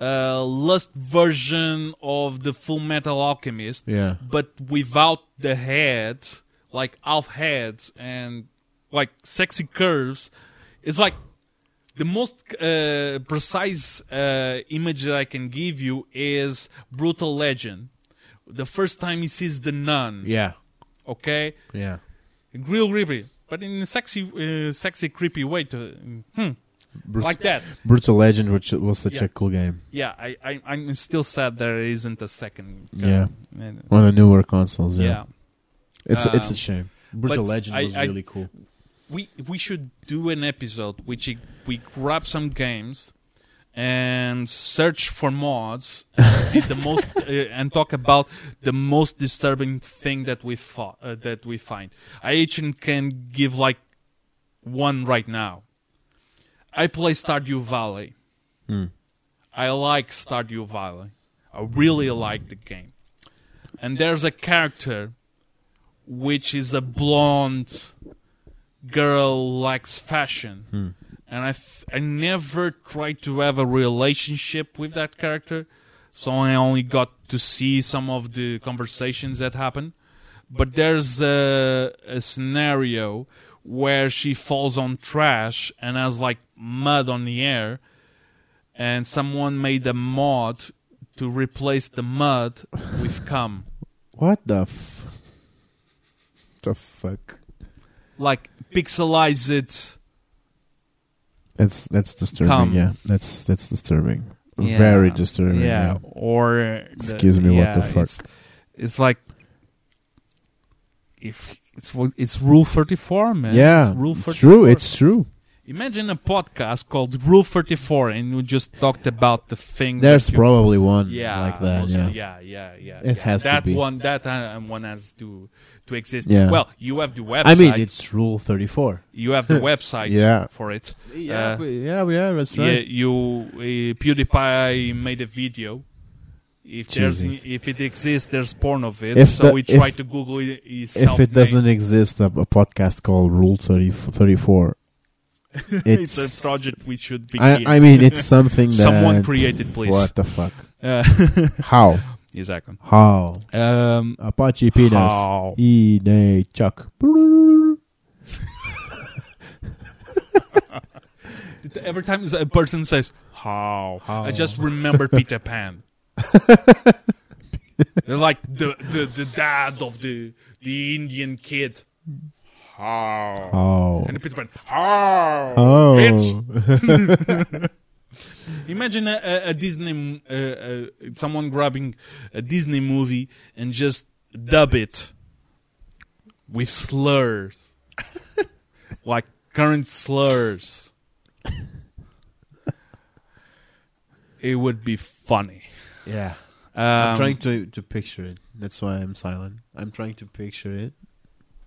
S1: uh, lust version of the Full Metal Alchemist,
S2: Yeah.
S1: but without the head, like half head and like sexy curves. It's like the most uh, precise uh, image that I can give you is Brutal Legend. The first time he sees the nun,
S2: Yeah.
S1: okay,
S2: Yeah.
S1: real creepy, but in a sexy, uh, sexy, creepy way to hmm, like that.
S2: Brutal Legend, which was such
S1: Yeah.
S2: a cool game.
S1: Yeah, I, I, I'm still sad there isn't a second. uh,
S2: Yeah.
S1: And-
S2: On the newer consoles, yeah.
S1: yeah.
S2: It's it's
S1: Um,
S2: a shame. Brutal
S1: but
S2: Legend
S1: I-
S2: was
S1: I-
S2: really cool.
S1: we we should do an episode which i- we grab some games and search for mods and see the most uh, and talk about the most disturbing thing that we fo- uh, that we find. I even can give like one right now. I play Stardew Valley. I like Stardew Valley. I really like the game. And there's a character which is a blonde girl likes fashion. And I, f- I never tried to have a relationship with that character, so I only got to see some of the conversations that happen. But there's a, a scenario where she falls on trash and has like mud on the air, and someone made a mod to replace the mud with cum.
S2: What the f- the fuck?
S1: Like pixelize it.
S2: That's that's disturbing.
S1: Come.
S2: Yeah, that's that's disturbing.
S1: Yeah.
S2: Very disturbing.
S1: Yeah,
S2: Yeah.
S1: or uh, the-
S2: Excuse me, what the
S1: yeah,
S2: fuck?
S1: It's, uh, it's like if it's what- it's Rule Thirty Four, man.
S2: Yeah,
S1: it's Rule Thirty Four.
S2: true. It's true.
S1: imagine a podcast called Rule Thirty Four, and we just talked about the things.
S2: There's
S1: that you-
S2: probably one
S1: yeah,
S2: like that.
S1: most-
S2: Yeah.
S1: yeah, yeah, yeah.
S2: It
S1: yeah.
S2: has to
S1: that
S2: be.
S1: one. That uh, one has to to exist.
S2: Yeah.
S1: Well, you have the website.
S2: I mean, it's Rule Thirty Four.
S1: you have the website.
S2: Yeah.
S1: for it.
S2: Yeah,
S1: Uh,
S2: but- yeah, yeah. That's right.
S1: Yeah, you uh, PewDiePie made a video. If
S2: Jesus.
S1: there's if it exists, there's porn of it.
S2: If
S1: so
S2: the-
S1: we try
S2: if-
S1: to Google it. His
S2: if it doesn't exist, a, a podcast called Rule 30, 34.
S1: it's,
S2: It's,
S1: a project we should begin.
S2: I, I mean, it's something that
S1: Someone created, please.
S2: What the fuck?
S1: uh,
S2: How?
S1: exactly.
S2: How?
S1: Um,
S2: Apache penis.
S1: How?
S2: E nay chuck.
S1: every time a person says how,
S2: How?
S1: I just remember Peter Pan. They're like the, the the dad of the the Indian kid. How?
S2: How?
S1: And Peter Pan. How?
S2: How?
S1: Bitch. Imagine a, a, a Disney, uh, uh, someone grabbing a Disney movie and just dub it with slurs, like current slurs. it would be funny.
S2: Yeah. I'm
S1: Um,
S2: trying to, to picture it. That's why I'm silent. I'm trying to picture it.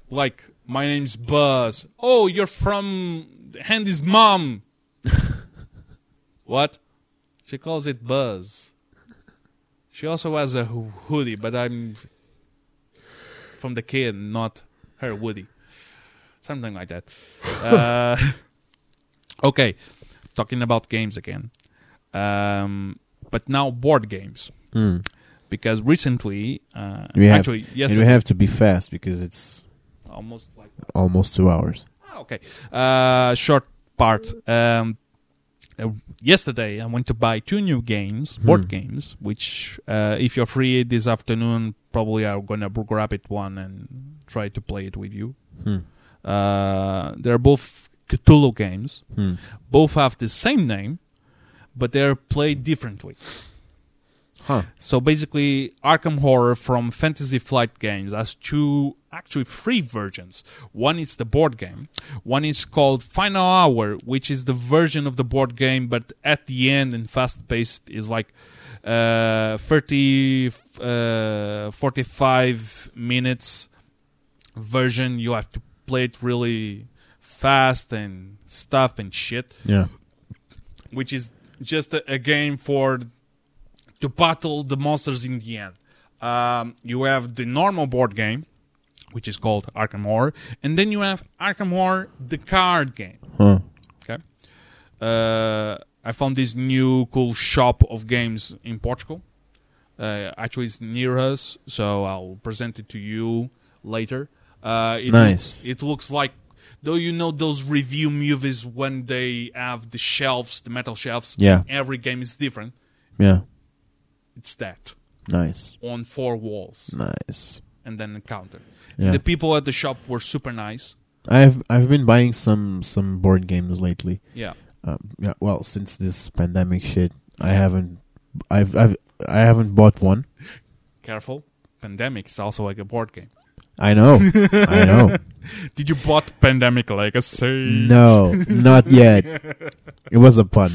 S1: like, my name's Buzz. Oh, you're from Handy's mom. what? She calls it Buzz. She also has a ho- hoodie, but I'm from the kid, not her hoodie. Something like that. uh, okay, talking about games again. Um, but now board games. Because recently, uh,
S2: We have-
S1: actually,
S2: Hmm. And we
S1: yesterday,
S2: have to be fast because it's
S1: almost like
S2: almost two hours.
S1: Ah, okay. Uh, short part. Um, uh, yesterday, I went to buy two new games, board games, which, uh, if you're free this afternoon, probably I'm going to grab it one and try to play it with you. Uh, they're both Cthulhu games.
S2: Hmm.
S1: Both have the same name, but they're played differently.
S2: Huh.
S1: So basically, Arkham Horror from Fantasy Flight Games has two, actually three versions. One is the board game. One is called Final Hour, which is the version of the board game, but at the end and fast paced is like uh, 30, uh, 45 minutes version. You have to play it really fast and stuff and shit
S2: Yeah.
S1: which is just a, a game for to battle the monsters in the end. Um, you have the normal board game, which is called Arkham Horror, and then you have Arkham Horror the card game.
S2: Huh.
S1: Okay, uh, I found this new cool shop of games in Portugal. Uh, actually, it's near us, so I'll present it to you later. Uh, it
S2: Nice.
S1: Looks, it looks like, though you know those review movies when they have the shelves, the metal shelves.
S2: Yeah.
S1: Every game is different.
S2: Yeah.
S1: It's that
S2: Nice.
S1: on four walls
S2: Nice.
S1: and then a counter.
S2: Yeah.
S1: The people at the shop were super nice.
S2: I've I've been buying some some board games lately.
S1: Yeah.
S2: Um, yeah, well, since this pandemic shit, I haven't I've I've I haven't bought one.
S1: Careful. Pandemic is also like a board game.
S2: I know. I know.
S1: Did you bought Pandemic Legacy?
S2: No, not yet. It was a pun,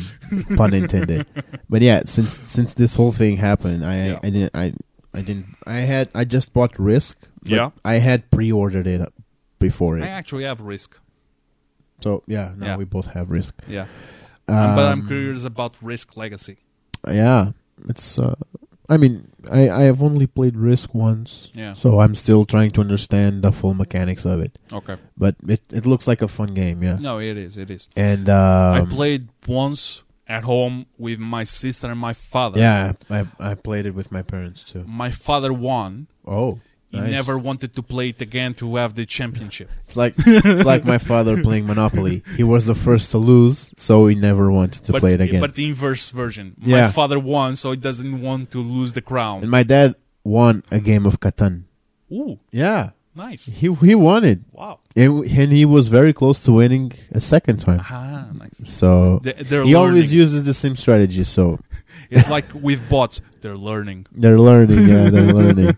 S2: pun intended. But yeah, since since this whole thing happened, I
S1: Yeah.
S2: I didn't I I didn't I had I just bought Risk. but
S1: Yeah.
S2: I had pre-ordered it before
S1: I
S2: it.
S1: actually have Risk.
S2: So yeah, now
S1: Yeah.
S2: we both have Risk.
S1: Yeah. Um, but I'm
S2: Um,
S1: curious about Risk Legacy.
S2: Yeah, it's. Uh, I mean, I I have only played Risk once,
S1: Yeah.
S2: so I'm still trying to understand the full mechanics of it.
S1: Okay.
S2: But it it looks like a fun game, yeah.
S1: No, it is. It is.
S2: And
S1: I
S2: um,
S1: played once at home with my sister and my father.
S2: yeah, I I played it with my parents too.
S1: My father won.
S2: Oh,
S1: He
S2: nice.
S1: never wanted to play it again to have the championship.
S2: It's like it's like my father playing Monopoly. He was the first to lose, so he never wanted to
S1: but,
S2: play it again.
S1: But the inverse version. My
S2: Yeah.
S1: father won, so he doesn't want to lose the crown.
S2: and my dad won a game of Catan.
S1: Ooh,
S2: Yeah,
S1: nice.
S2: he he won it,
S1: Wow.
S2: and, and he was very close to winning a second time.
S1: Ah, nice.
S2: So
S1: They- They're
S2: he always
S1: learning.
S2: uses the same strategy. So
S1: It's like with bots, they're learning.
S2: they're learning. Yeah, they're learning.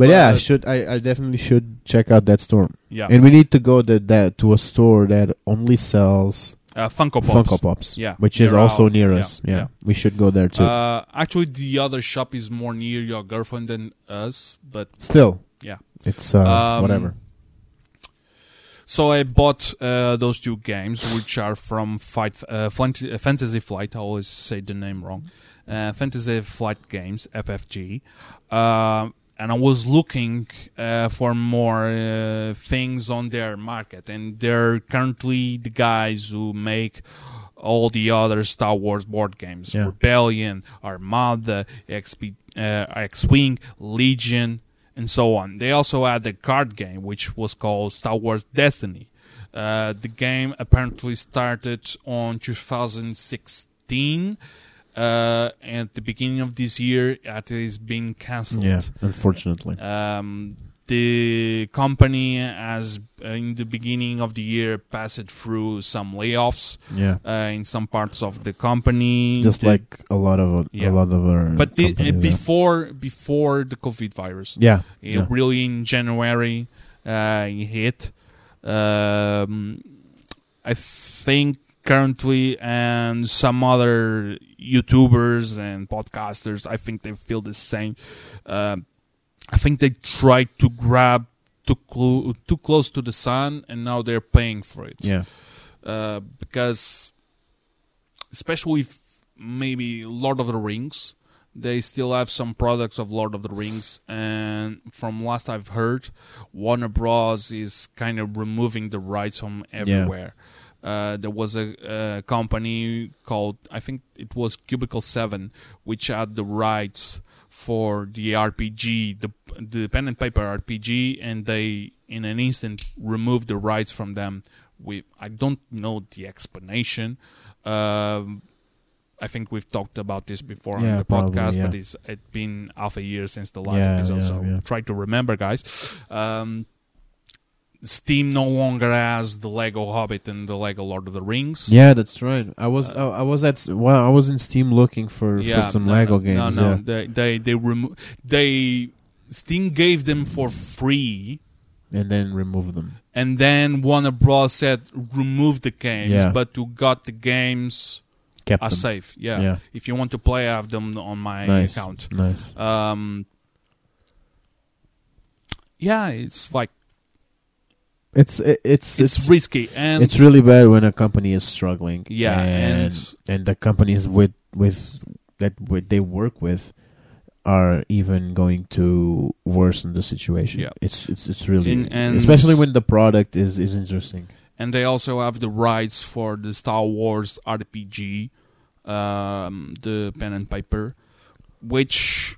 S2: But, yeah, I
S1: But-
S2: should I, I definitely should check out that store.
S1: Yeah.
S2: And we need to go to that to a store that only sells
S1: uh, Funko Pops.
S2: Funko Pops.
S1: Yeah,
S2: which is
S1: near
S2: also
S1: our-
S2: near
S1: yeah,
S2: us. Yeah,
S1: yeah.
S2: we should go there too.
S1: Uh, actually, the other shop is more near your girlfriend than us, but
S2: Still,
S1: yeah.
S2: it's uh,
S1: Um,
S2: whatever.
S1: So I bought uh, those two games, which are from Fight uh, Flant- uh, Fantasy Flight. I always say the name wrong. Uh, Fantasy Flight Games (FFG), Um and I was looking uh, for more uh, things on their market, and they're currently the guys who make all the other Star Wars board games:
S2: Yeah.
S1: Rebellion, Armada, XP, uh, X-wing, Legion, and so on. They also had a card game which was called Star Wars Destiny. Uh, the game apparently started on 2016. Uh, at the beginning of this year, it is being cancelled.
S2: Yeah, unfortunately.
S1: Um, the company has, uh, in the beginning of the year, passed through some layoffs
S2: yeah,
S1: uh, in some parts of the company.
S2: just
S1: The-
S2: like a lot of
S1: Yeah.
S2: a lot of our
S1: but the, uh,
S2: companies,
S1: before before the COVID virus,
S2: yeah,
S1: it
S2: yeah,
S1: really in January uh, it hit. Um, I think currently and some other YouTubers and podcasters, I think they feel the same. Uh, I think they tried to grab too, clo- too close to the sun, and now they're paying for it
S2: yeah,
S1: uh, because especially if maybe Lord of the Rings, they still have some products of Lord of the Rings, and from last I've heard, Warner Bros is kind of removing the rights from everywhere. Uh, there was a, a company called I think it was Cubicle Seven, which had the rights for the RPG, the the pen and paper RPG, and they in an instant removed the rights from them. We I don't know the explanation. Um, I think we've talked about this before on
S2: Yeah,
S1: the
S2: probably,
S1: podcast, but
S2: yeah.
S1: it's it's been half a year since the last
S2: Yeah,
S1: episode,
S2: yeah,
S1: so
S2: yeah.
S1: try to remember, guys. Um, Steam no longer has the Lego Hobbit and the Lego Lord of the Rings.
S2: Yeah, that's right. I was I, I was at well, I was in Steam looking for, for some
S1: Uh, no,
S2: Lego
S1: no,
S2: games.
S1: No, no,
S2: yeah.
S1: they they they remo- they Steam gave them for free,
S2: and then remove them.
S1: and then Warner Bros said remove the games,
S2: Yeah.
S1: but you got the games
S2: Kept
S1: are
S2: them.
S1: safe. Yeah.
S2: Yeah.
S1: if you want to play, I have them on my
S2: nice,
S1: account.
S2: nice.
S1: Um, yeah, it's like
S2: It's it, it's
S1: it's,
S2: it's it's,
S1: risky and
S2: really bad when a company is struggling.
S1: Yeah,
S2: and
S1: and-
S2: and, the companies with with that with, they work with are even going to worsen the situation.
S1: Yeah.
S2: it's it's it's really
S1: In- and-
S2: especially when the product is is interesting.
S1: and they also have the rights for the Star Wars RPG, um, the pen and paper, which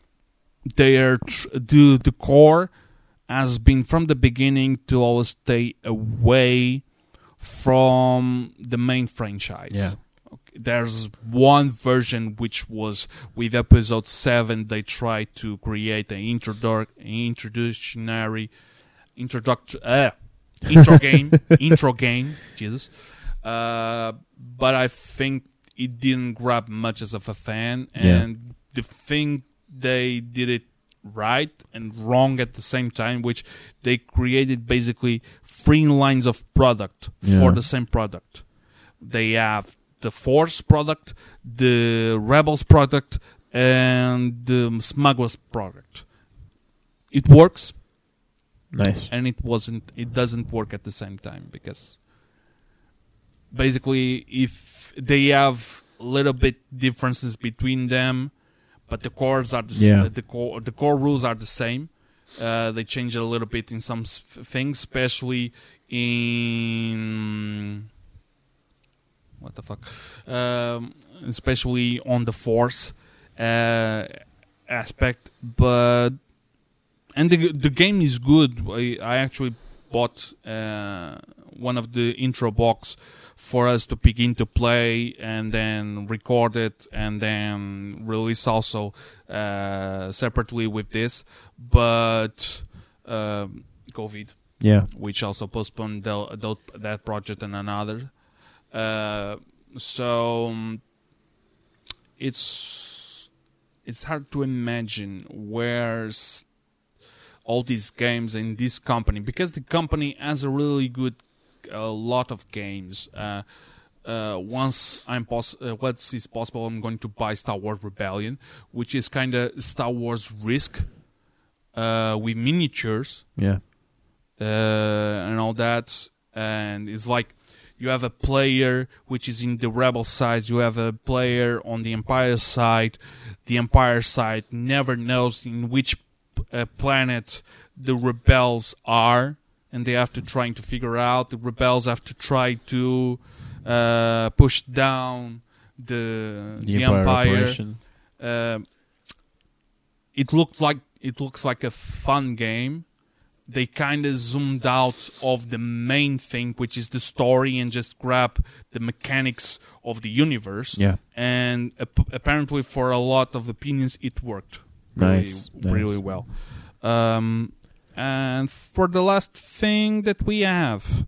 S1: they are tr- the the core has been from the beginning to always stay away from the main franchise.
S2: Yeah.
S1: Okay, There's one version which was with episode seven. They tried to create an introduc- introductionary introduct uh, intro game intro game jesus uh, but i think it didn't grab much as of a fan
S2: Yeah.
S1: and the thing they did it right and wrong at the same time which they created basically three lines of product for
S2: Yeah.
S1: the same product they have the force product the rebels product and the smugglers product it works
S2: Nice.
S1: and it wasn't it doesn't work at the same time because basically if they have little bit differences between them but the cores are the s-
S2: Yeah.
S1: the core the core rules are the same uh, they change a little bit in some s- things especially in what the fuck um, especially on the force uh, aspect but and the the game is good. I, I actually bought uh, one of the intro box for us to begin to play and then record it and then release also uh, separately with this, but um COVID,
S2: Yeah.
S1: which also postponed the, tho- that project and another. Uh, so um, it's it's hard to imagine where's all these games in this company because the company has a really good a lot of games. Uh, uh, once I'm pos- uh, once it's possible, I'm going to buy Star Wars Rebellion, which is kind of Star Wars Risk uh, with miniatures
S2: Yeah.
S1: uh, and all that. And it's like you have a player which is in the rebel side, you have a player on the empire side. The empire side never knows in which uh, planet the rebels are, and they have to trying to figure out. The rebels have to try to uh, push down the the, empire
S2: operation.
S1: uh, it looks like it looks like a fun game. They kind of zoomed out of the main thing, which is the story, and just grab the mechanics of the universe.
S2: Yeah.
S1: And ap- apparently, for a lot of opinions, it worked really,
S2: Nice, nice.
S1: really well. Um, and for the last thing that we have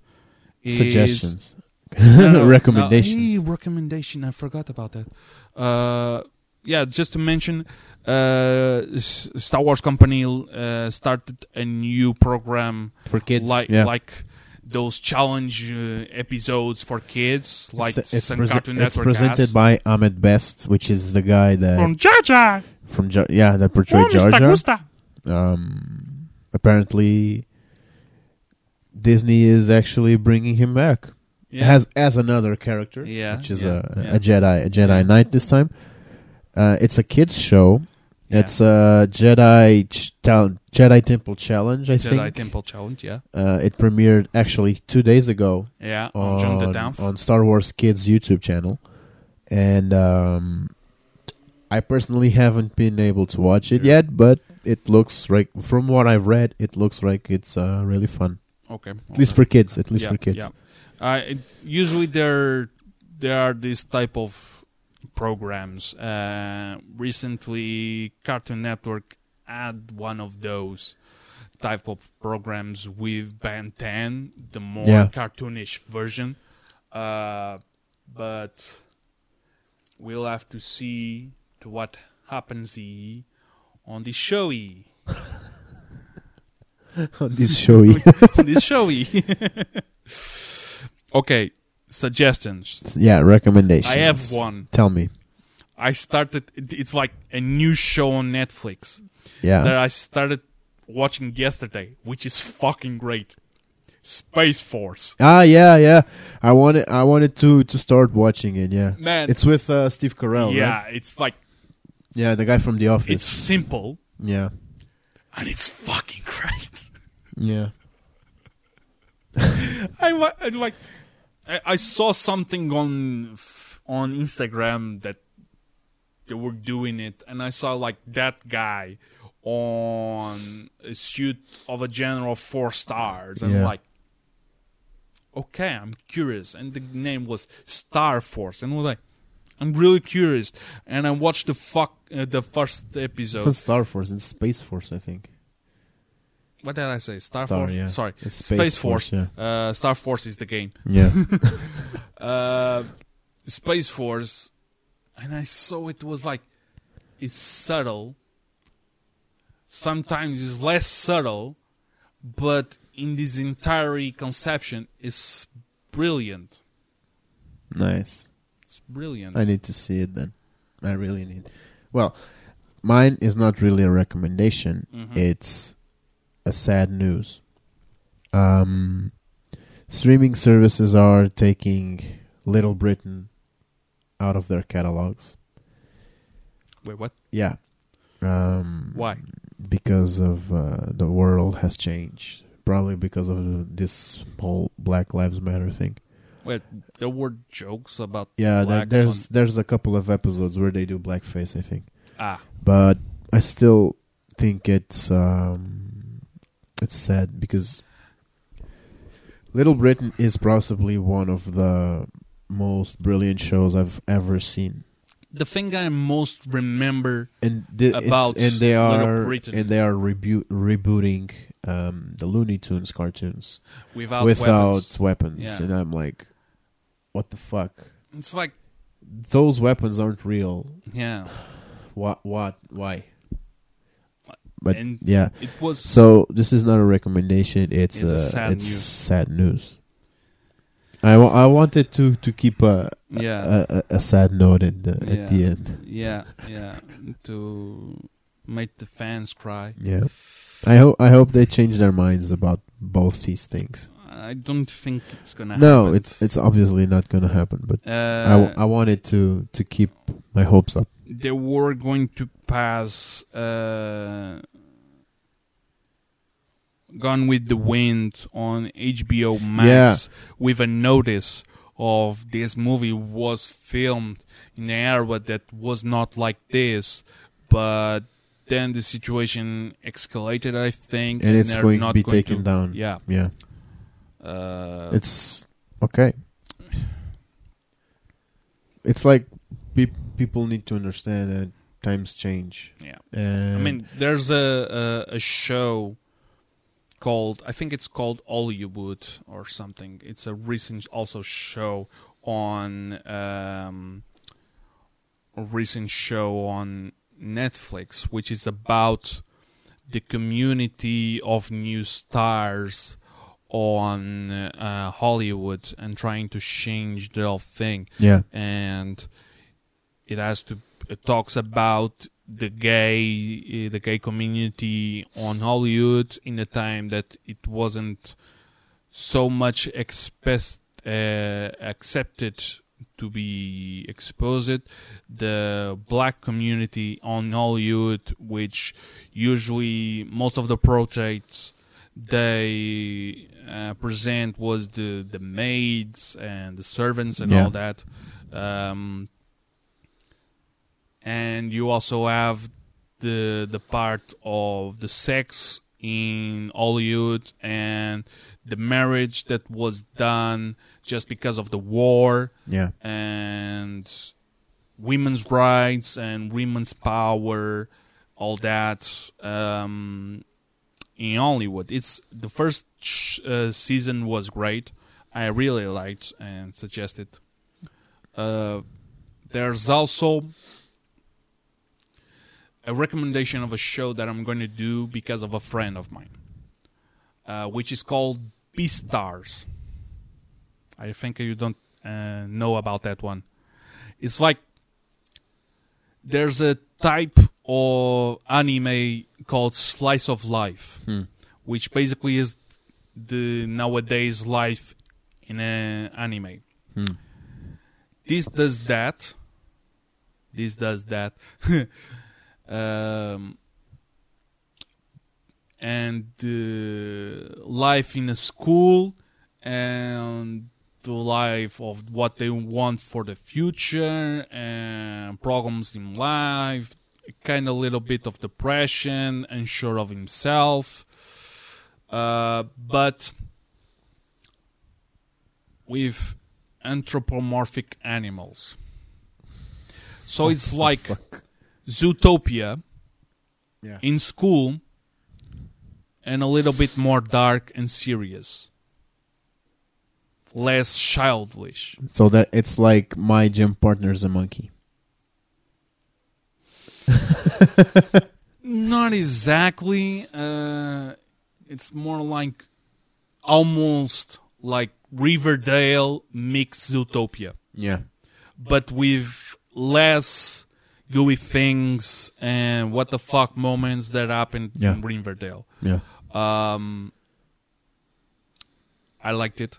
S1: is
S2: Suggestions.
S1: no, no,
S2: Recommendations.
S1: no. Hey, recommendation. I forgot about that. Uh, yeah, just to mention, uh, S- Star Wars Company uh, started a new program
S2: for kids.
S1: like
S2: yeah.
S1: like those challenge uh, episodes for kids, like
S2: it's, it's
S1: some
S2: prese-
S1: Cartoon
S2: it's
S1: Network
S2: presented
S1: has.
S2: by Ahmed Best, which is the guy that
S3: Con Chacha,
S2: from Jar- yeah that portrayed
S3: ¿cómo
S2: Jar
S3: está
S2: Jar.
S3: gusta?
S2: Um, apparently, Disney is actually bringing him back
S1: yeah.
S2: as as another character,
S1: Yeah,
S2: which is
S1: yeah,
S2: a,
S1: yeah.
S2: a Jedi a Jedi Knight this time. Uh, it's a kids show.
S1: Yeah.
S2: It's a Jedi ch- tal- Jedi Temple Challenge, I
S1: Jedi
S2: think.
S1: Temple Challenge. Yeah,
S2: Uh, it premiered actually two days ago
S1: yeah. On, June the
S2: on,
S1: 10th.
S2: on Star Wars Kids YouTube channel, and um, I personally haven't been able to watch it
S1: Yeah.
S2: yet. But it looks like, from what I've read, it looks like it's uh, really fun.
S1: okay,
S2: At least for kids. At least
S1: yeah,
S2: for kids.
S1: Yeah. Uh, it- usually there there are these type of programs. Uh, recently, Cartoon Network had one of those, type of programs with Ben 10, the more
S2: Yeah.
S1: cartoonish version. Uh, but we'll have to see to what happens he on the showy.
S2: on this show.
S1: on the showy. okay, suggestions.
S2: yeah, recommendations.
S1: I have one.
S2: Tell me.
S1: I started. it- It's like a new show on Netflix
S2: Yeah.
S1: that I started watching yesterday, which is fucking great. Space Force.
S2: ah, yeah, yeah. I wanted, I wanted to to start watching it. Yeah,
S1: Man.
S2: it's with uh, Steve Carell.
S1: yeah,
S2: right?
S1: it's like
S2: yeah, the guy from The Office.
S1: it's simple
S2: yeah,
S1: and it's fucking great.
S2: yeah.
S1: I wa- I'm like, I, I saw something on f- on Instagram that they were doing it, and I saw like that guy on a suit of a general four stars, and
S2: Yeah.
S1: like, okay, I'm curious, and the name was Star Force, and I was like. I'm really curious, and I watched the fuck uh, the first episode.
S2: It's not Star Force. It's Space Force, I think.
S1: what did I say? Star,
S2: Star,
S1: Force.
S2: yeah.
S1: Sorry,
S2: It's
S1: Space,
S2: Space
S1: Force.
S2: Force,
S1: uh, Star Force is the game.
S2: Yeah,
S1: uh, Space Force, and I saw it was like it's subtle. Sometimes it's less subtle, but in this entire conception, it's brilliant.
S2: nice.
S1: It's brilliant.
S2: I need to see it then. I really need. Well, mine is not really a recommendation. It's a sad news. Um, streaming services are taking Little Britain out of their catalogs.
S1: Wait, what?
S2: Yeah. Um,
S1: Why?
S2: because of uh, the world has changed. Probably because of this whole Black Lives Matter thing.
S1: Wait, there were jokes about
S2: Yeah, there,
S1: blacks
S2: there's there's a couple of episodes where they do blackface. I think.
S1: on- ah
S2: but I still think it's um, it's sad because Little Britain is possibly one of the most brilliant shows I've ever seen,
S1: the thing I most remember.
S2: and the, it's-
S1: About
S2: and they
S1: Little
S2: are
S1: Britain.
S2: and they are rebu- rebooting um, the Looney Tunes cartoons
S1: Without,
S2: without
S1: weapons.
S2: weapons,
S1: Yeah.
S2: and I'm like, what the fuck?
S1: it's like
S2: Those weapons aren't real.
S1: yeah,
S2: What? What? Why? But
S1: And
S2: yeah,
S1: it was
S2: So this is not a recommendation. It's,
S1: It's a
S2: uh,
S1: sad
S2: it's
S1: news.
S2: sad news. I wa- I wanted to to keep a
S1: yeah.
S2: a, a, a sad note at the,
S1: Yeah.
S2: at the end.
S1: Yeah, yeah. to make the fans cry.
S2: Yeah. I hope I hope they change their minds about both these things.
S1: I don't think it's gonna happen.
S2: No, it's it's obviously not going to happen. But
S1: Uh,
S2: I w- I wanted to to keep my hopes up.
S1: they were going to pass uh, Gone with the Wind on HBO Max with a notice of this movie was filmed in an era that was not like this, but then the situation escalated, I think,
S2: And it's
S1: they're
S2: going to
S1: not
S2: be
S1: going
S2: taken
S1: to-
S2: down.
S1: Yeah,
S2: Yeah.
S1: uh,
S2: It's okay. It's like peop people need to understand that times change.
S1: Yeah.
S2: And
S1: I mean, there's a, a a show called I think it's called Hollywood or something. It's a recent also show on um, a recent show on Netflix, which is about the community of new stars on uh, Hollywood and trying to change their thing
S2: yeah.
S1: and it has to it talks about the gay uh, the gay community on Hollywood in a time that it wasn't so much expressed uh, accepted to be exposed the black community on Hollywood which usually most of the projects they uh, present was the the maids and the servants and
S2: Yeah.
S1: all that um, and you also have the the part of the sex in Hollywood and the marriage that was done just because of the war
S2: Yeah.
S1: and women's rights and women's power, all that um, in Hollywood. It's the first sh- uh, season was great. I really liked and suggested. Uh, there's also a recommendation of a show that I'm going to do because of a friend of mine, uh, which is called Beastars. I think you don't uh, know about that one. It's like there's a type of anime called slice of life,
S2: Hmm.
S1: which basically is the nowadays life in an anime.
S2: Hmm.
S1: This does that. This does that. um, and the life in a school and the life of what they want for the future and problems in life kind of little bit of depression unsure of himself uh, but with anthropomorphic animals so it's like zootopia
S2: Yeah.
S1: in school and a little bit more dark and serious less childish
S2: So that it's like my gym partner's a monkey.
S1: not exactly uh it's more like almost like riverdale mixed zootopia
S2: Yeah.
S1: but with less gooey things and what the fuck moments that happened
S2: Yeah.
S1: in riverdale
S2: Yeah.
S1: Um, I liked it.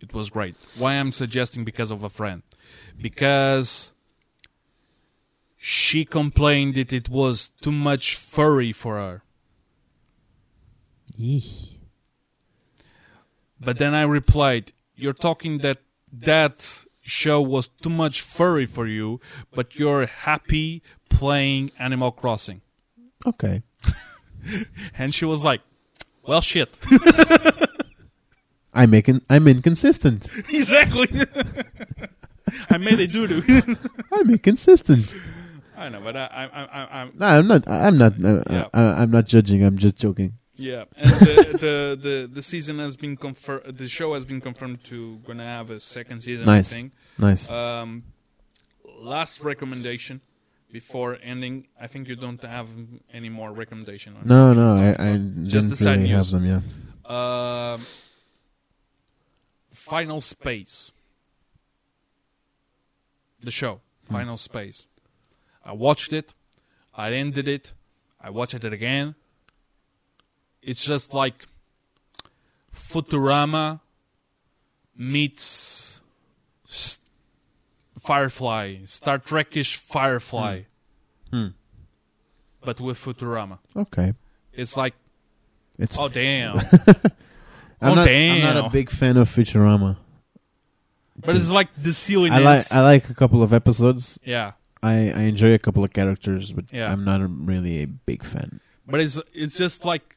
S1: It was great. Why I'm suggesting because of a friend, because she complained that it was too much furry for her. But then I replied, "You're talking that that show was too much furry for you, but you're happy playing Animal Crossing."
S2: Okay.
S1: And she was like, "Well, shit."
S2: I'm making. I'm inconsistent.
S1: exactly. I made a doo doo.
S2: I'm inconsistent.
S1: I know, but I, I, I, I, I'm
S2: No, I'm not. I'm not. Uh,
S1: Yeah.
S2: I, I'm not judging. I'm just joking.
S1: yeah. And the, the the the season has been confirmed. The show has been confirmed to gonna have a second season.
S2: Nice.
S1: I think.
S2: Nice.
S1: Um, last recommendation before ending. I think you don't have any more recommendation. On
S2: no, no. I, I
S1: Just the
S2: didn't
S1: sad
S2: really have
S1: news.
S2: them. Yeah.
S1: it. Um, Final Space. The show Final Space. I watched it. I ended it. I watched it again. It's just like Futurama meets S- Firefly, Star Trekish Firefly,
S2: Hmm.
S1: but with Futurama.
S2: Okay.
S1: It's like,
S2: It's.
S1: oh damn,
S2: I'm,
S1: oh,
S2: not,
S1: damn.
S2: I'm not a big fan of Futurama.
S1: but it's like the silliness.
S2: I like. I like a couple of episodes.
S1: yeah,
S2: I, I enjoy a couple of characters, but
S1: Yeah.
S2: I'm not a, really a big fan.
S1: but it's it's just like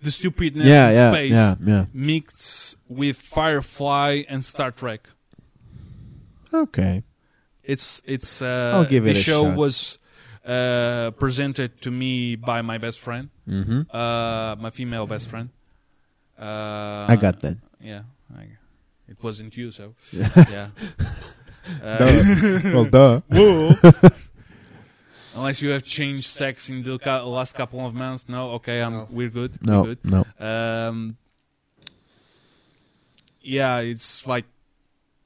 S1: the stupidness
S2: Yeah,
S1: in
S2: yeah,
S1: space
S2: yeah, yeah.
S1: mixed with Firefly and Star Trek.
S2: Okay.
S1: It's it's uh,
S2: I'll give it
S1: the
S2: a
S1: show
S2: shot.
S1: was uh, presented to me by my best friend,
S2: Mm-hmm.
S1: uh, my female best friend. Uh,
S2: I got that.
S1: Yeah, I, it wasn't you, so yeah. Uh,
S2: Duh. well, duh.
S1: unless you have changed sex in the ca- last couple of months, no. Okay, I'm, we're good.
S2: No,
S1: we're good.
S2: no.
S1: Um, yeah, it's like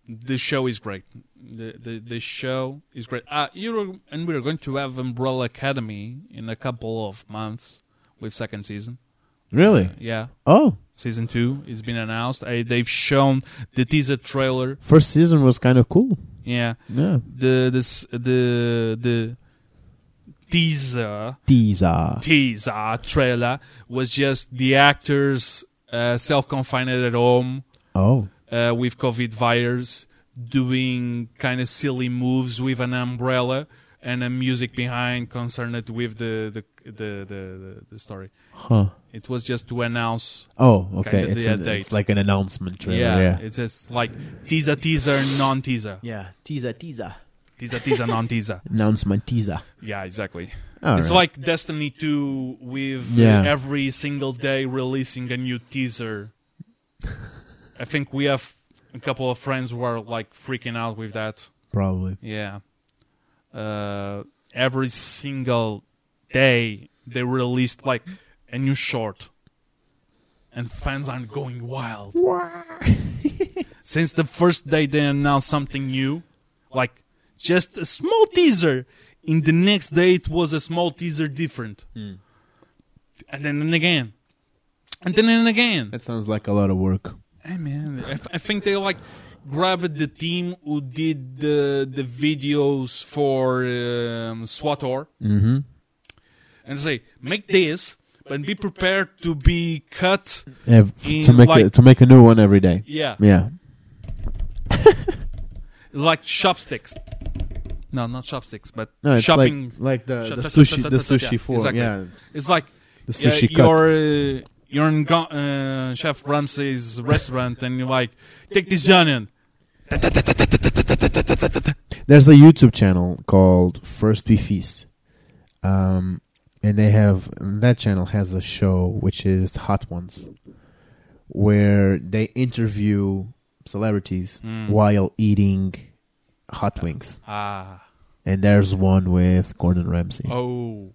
S1: the show is great. The, the the show is great. Ah, you were- and we're going to have Umbrella Academy in a couple of months with second season.
S2: Really?
S1: Yeah,
S2: Oh,
S1: season two is been announced. Uh, they've shown the teaser trailer.
S2: first season was kind of cool.
S1: Yeah,
S2: Yeah.
S1: the this the the teaser
S2: These are.
S1: teaser trailer was just the actors uh, self-confined at home
S2: Oh.
S1: uh, with COVID virus, doing kind of silly moves with an umbrella and a music behind concerned with the the the, the, the story.
S2: Huh.
S1: It was just to announce.
S2: Oh, okay.
S1: Kinda
S2: It's,
S1: the
S2: an,
S1: update.
S2: it's like an announcement trailer.
S1: yeah,
S2: Yeah.
S1: it's just like teaser, teaser, non-teaser,
S2: Yeah. Teaser, teaser.
S1: Tisa, Tisa, non Tisa.
S2: Announce my teaser.
S1: Yeah, exactly.
S2: All
S1: it's
S2: right.
S1: like Destiny 2 with
S2: Yeah.
S1: every single day releasing a new teaser. I think we have a couple of friends who are like freaking out with that.
S2: probably.
S1: Yeah. Uh, every single day they released like a new short. And fans are going wild. Since the first day they announced something new, like just a small teaser, in the next day it was a small teaser different. And then and again. And then and again.
S2: That sounds like a lot of work.
S1: Hey man, I, I think they like grabbed the team who did the the videos for um, SWATOR
S2: Mm-hmm.
S1: and say make this, but be prepared to be cut. In
S2: to make a,
S1: like-
S2: to make a new one every day.
S1: Yeah,
S2: Yeah.
S1: like chopsticks. No, not chopsticks, but
S2: No, it's
S1: shopping.
S2: like like the,
S1: Shut-
S2: the
S1: shut- shut-
S2: sushi
S1: shut-
S2: the
S1: shut-
S2: sushi
S1: yeah,
S2: form.
S1: exactly.
S2: Yeah,
S1: It's like
S2: the
S1: yeah,
S2: sushi cut.
S1: you're uh, you're in Ga- uh, Chef Ramsay's restaurant and you're like take this onion.
S2: There's a YouTube channel called First We Feast, um, and they have that channel has a show which is Hot Ones, where they interview celebrities
S1: Mm.
S2: while eating hot wings.
S1: Ah,
S2: And there's one with Gordon Ramsay.
S1: oh,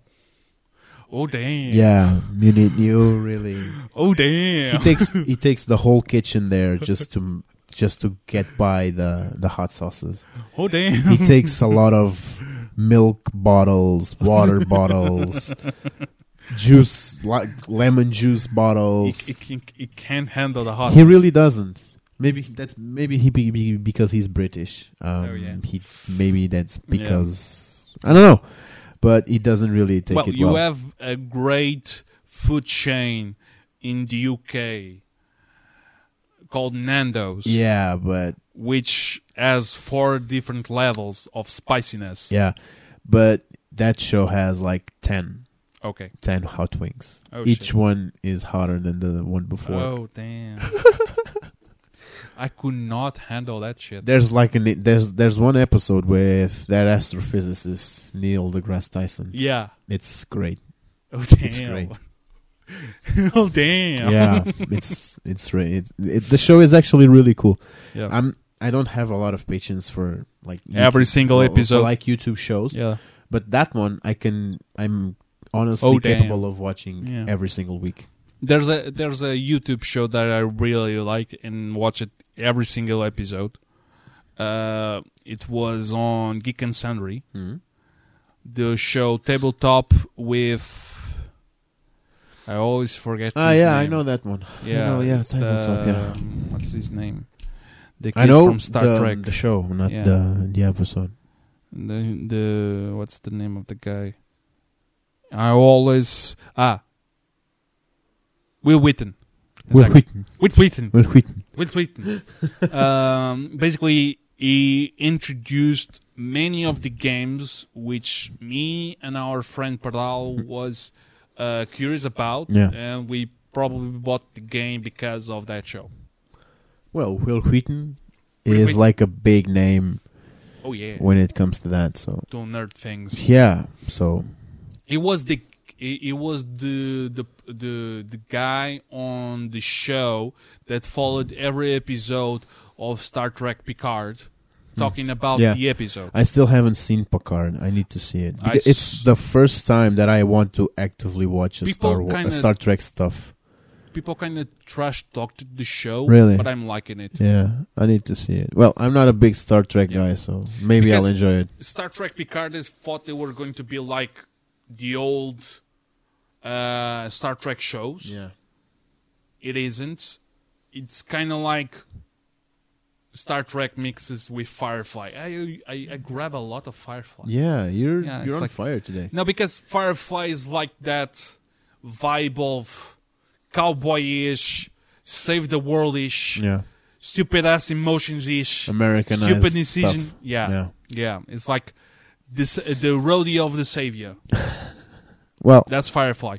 S1: oh damn.
S2: Yeah, you need you really.
S1: Oh
S2: He
S1: damn.
S2: takes he takes the whole kitchen there just to just to get by the the hot sauces.
S1: Oh damn.
S2: he takes a lot of milk bottles, water bottles, juice, like lemon juice bottles.
S1: He, he, he can't handle the hot.
S2: He really doesn't. Maybe that's maybe he be, be- because he's British. Um,
S1: Oh, yeah.
S2: He maybe that's
S1: Yeah.
S2: because I don't know, but he doesn't really take
S1: well,
S2: it
S1: you
S2: well.
S1: have a great food chain in the UK called Nando's,
S2: yeah, but
S1: which has four different levels of spiciness.
S2: yeah, but that show has like 10,
S1: Okay.
S2: 10 hot wings.
S1: Oh,
S2: Each
S1: shit.
S2: one is hotter than the one before.
S1: Oh damn. I could not handle that shit.
S2: There's like an there's there's one episode with that astrophysicist Neil deGrasse Tyson.
S1: yeah.
S2: It's great.
S1: Oh damn.
S2: It's great.
S1: oh damn.
S2: Yeah, it's it's re- it, it, the show is actually really cool.
S1: Yeah.
S2: I'm I don't have a lot of patience for like
S1: Every single
S2: for- for,
S1: episode.
S2: like YouTube shows,
S1: yeah.
S2: but that one I can I'm honestly
S1: Oh, damn.
S2: capable of watching
S1: Yeah.
S2: every single week.
S1: There's a there's a YouTube show that I really like and watch it every single episode. Uh, it was on Geek and Sundry, the show tabletop with. I always forget.
S2: Ah,
S1: his
S2: yeah, I
S1: name.
S2: know that one.
S1: Yeah,
S2: I know, yeah,
S1: it's
S2: Tabletop,
S1: the-
S2: yeah.
S1: What's his name? The kid
S2: I know
S1: from Star
S2: the,
S1: Trek.
S2: the show, not
S1: Yeah.
S2: the the episode.
S1: The, the what's the name of the guy? I always ah. Will Wheaton.
S2: Will
S1: Exactly.
S2: Wheaton.
S1: Will Wheaton.
S2: Will Wheaton.
S1: Will Wheaton. um, basically, he introduced many of the games which me and our friend Pardal was uh, curious about,
S2: Yeah.
S1: and we probably bought the game because of that show.
S2: Well, Will Wheaton
S1: Will
S2: is
S1: Wheaton.
S2: like a big name
S1: Oh yeah,
S2: when it comes to that. So
S1: to nerd things.
S2: yeah, so
S1: It was the it it was the, the the the guy on the show that followed every episode of Star Trek Picard, talking about
S2: Hmm. Yeah.
S1: the episode.
S2: I still haven't seen Picard. I need to see it.
S1: I
S2: Beca- it's
S1: s-
S2: the first time that I want to actively watch a
S1: People
S2: Star Wa- a
S1: kinda-
S2: Star Trek stuff.
S1: people kind of trash talked the show.
S2: Really?
S1: But I'm liking it.
S2: Yeah, I need to see it. Well, I'm not a big Star Trek
S1: Yeah.
S2: guy, so maybe I'll
S1: Because-
S2: enjoy it.
S1: Star Trek Picard is thought they were going to be like the old uh, Star Trek shows.
S2: Yeah.
S1: It isn't. It's kind of like Star Trek mixes with Firefly. I, I I grab a lot of Firefly.
S2: Yeah, you're
S1: Yeah, it's
S2: you're on
S1: like-
S2: fire today.
S1: No, because Firefly is like that vibe of cowboy-ish, save the world-ish,
S2: Yeah.
S1: stupid ass emotions-ish.
S2: Americanized
S1: stupid decision.
S2: stuff.
S1: Yeah.
S2: Yeah.
S1: yeah, It's like this uh, the rodeo of the savior.
S2: Well,
S1: That's Firefly.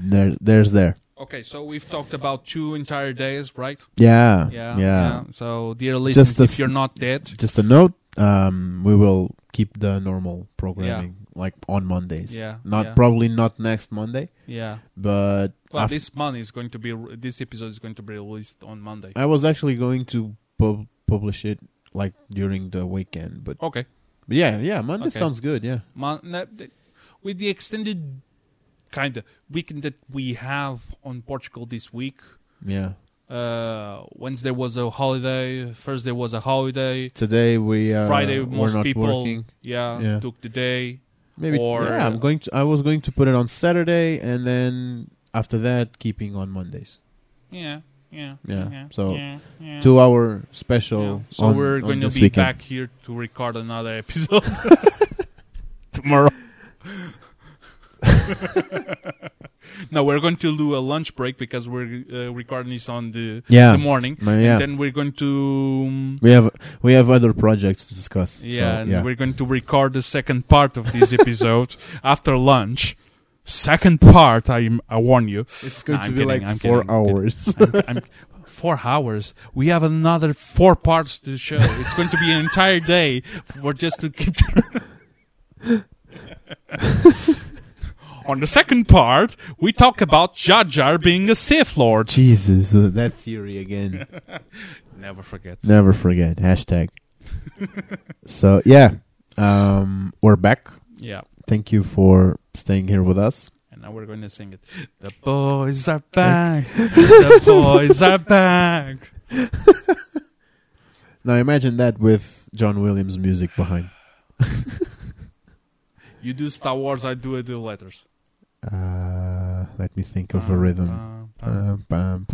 S2: there there's there.
S1: Okay, so we've talked about two entire days, right?
S2: Yeah.
S1: Yeah,
S2: Yeah.
S1: So, dear listeners,
S2: a
S1: if
S2: s-
S1: you're not dead,
S2: Just a note, um, we will keep the normal programming like on Mondays.
S1: Yeah,
S2: Not
S1: yeah.
S2: probably not next Monday,
S1: Yeah.
S2: but
S1: Well,
S2: af-
S1: this month is going to be re- this episode is going to be released on Monday.
S2: I was actually going to pub- publish it like during the weekend, but,
S1: Okay.
S2: but yeah, yeah, Monday
S1: Okay.
S2: sounds good. Yeah,
S1: Mon- no, th- with the extended kind of weekend that we have on Portugal this week,
S2: yeah.
S1: uh, Wednesday was a holiday, Thursday was a holiday,
S2: Today we uh,
S1: Friday
S2: we're
S1: most
S2: not
S1: people
S2: working.
S1: yeah,
S2: Yeah.
S1: took the day.
S2: Maybe
S1: or-
S2: yeah, I'm going to. I was going to put it on Saturday, and then after that, keeping on Mondays.
S1: Yeah, yeah,
S2: Yeah,
S1: yeah.
S2: so
S1: yeah, yeah,
S2: Two hour special.
S1: yeah. So
S2: on-
S1: we're
S2: on
S1: going to
S2: this
S1: be
S2: weekend.
S1: back here to record another episode.
S2: tomorrow.
S1: no, we're going to do a lunch break because we're uh, recording this on the,
S2: Yeah.
S1: the morning.
S2: Ma- yeah.
S1: Then we're going to. um,
S2: we have we have other projects to discuss.
S1: Yeah,
S2: so,
S1: and
S2: yeah.
S1: we're going to record the second part of this episode after lunch. Second part, I I warn you.
S2: It's going
S1: Nah,
S2: to
S1: I'm
S2: be
S1: kidding,
S2: like
S1: I'm
S2: four
S1: kidding, I'm kidding.
S2: hours.
S1: I'm, I'm- four hours. We have another four parts to the show. It's going to be an entire day for just to keep. On the second part, we talk about Jar Jar being a Sith Lord.
S2: Jesus, uh, that theory again.
S1: Never forget.
S2: Never forget hashtag. so yeah, um, we're back.
S1: Yeah.
S2: Thank you for staying here with us.
S1: And now we're going to sing it. The boys are back. the boys are back.
S2: Now imagine that with John Williams music behind.
S1: You do Star Wars, I do it the letters.
S2: Uh, let me think of a rhythm. Uh,
S1: Bum,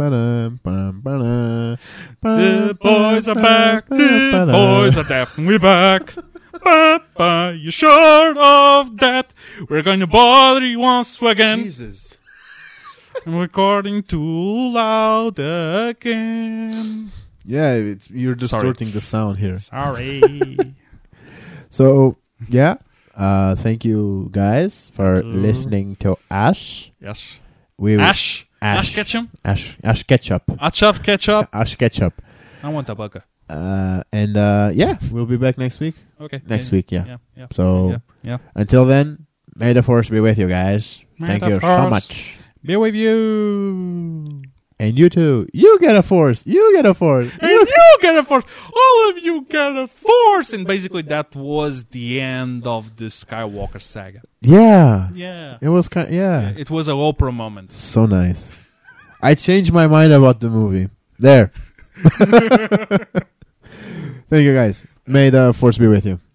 S1: bum.
S2: The
S1: the boys are back. The boys are definitely back. Papa, you sure of that? We're going to bother you once again.
S2: Jesus.
S1: I'm recording too loud again.
S2: Yeah, it's, you're distorting the sound here.
S1: Sorry.
S2: So yeah, uh, thank you guys for
S1: Thank you.
S2: listening to Ash.
S1: yes.
S2: We
S1: Ash. Ash
S2: Ash.
S1: Ketchum.
S2: Ash Ash Ketchup.
S1: Ash of Ketchup.
S2: Ash Ketchup.
S1: I want a burger.
S2: Uh, and uh, yeah, we'll be back next week.
S1: Okay.
S2: Next
S1: Yeah,
S2: week, yeah.
S1: Yeah. Yeah.
S2: So
S1: yeah. yeah.
S2: until then, may the force be with you guys.
S1: May
S2: thank
S1: the
S2: you so
S1: force-
S2: much.
S1: Be with you.
S2: And you too. You get a force. You get a force.
S1: And you get a force. All of you get a force. And basically, that was the end of the Skywalker saga.
S2: Yeah.
S1: Yeah.
S2: It was kind. Yeah.
S1: It was a Oprah moment.
S2: So nice. I changed my mind about the movie. There. Thank you guys. May the force be with you.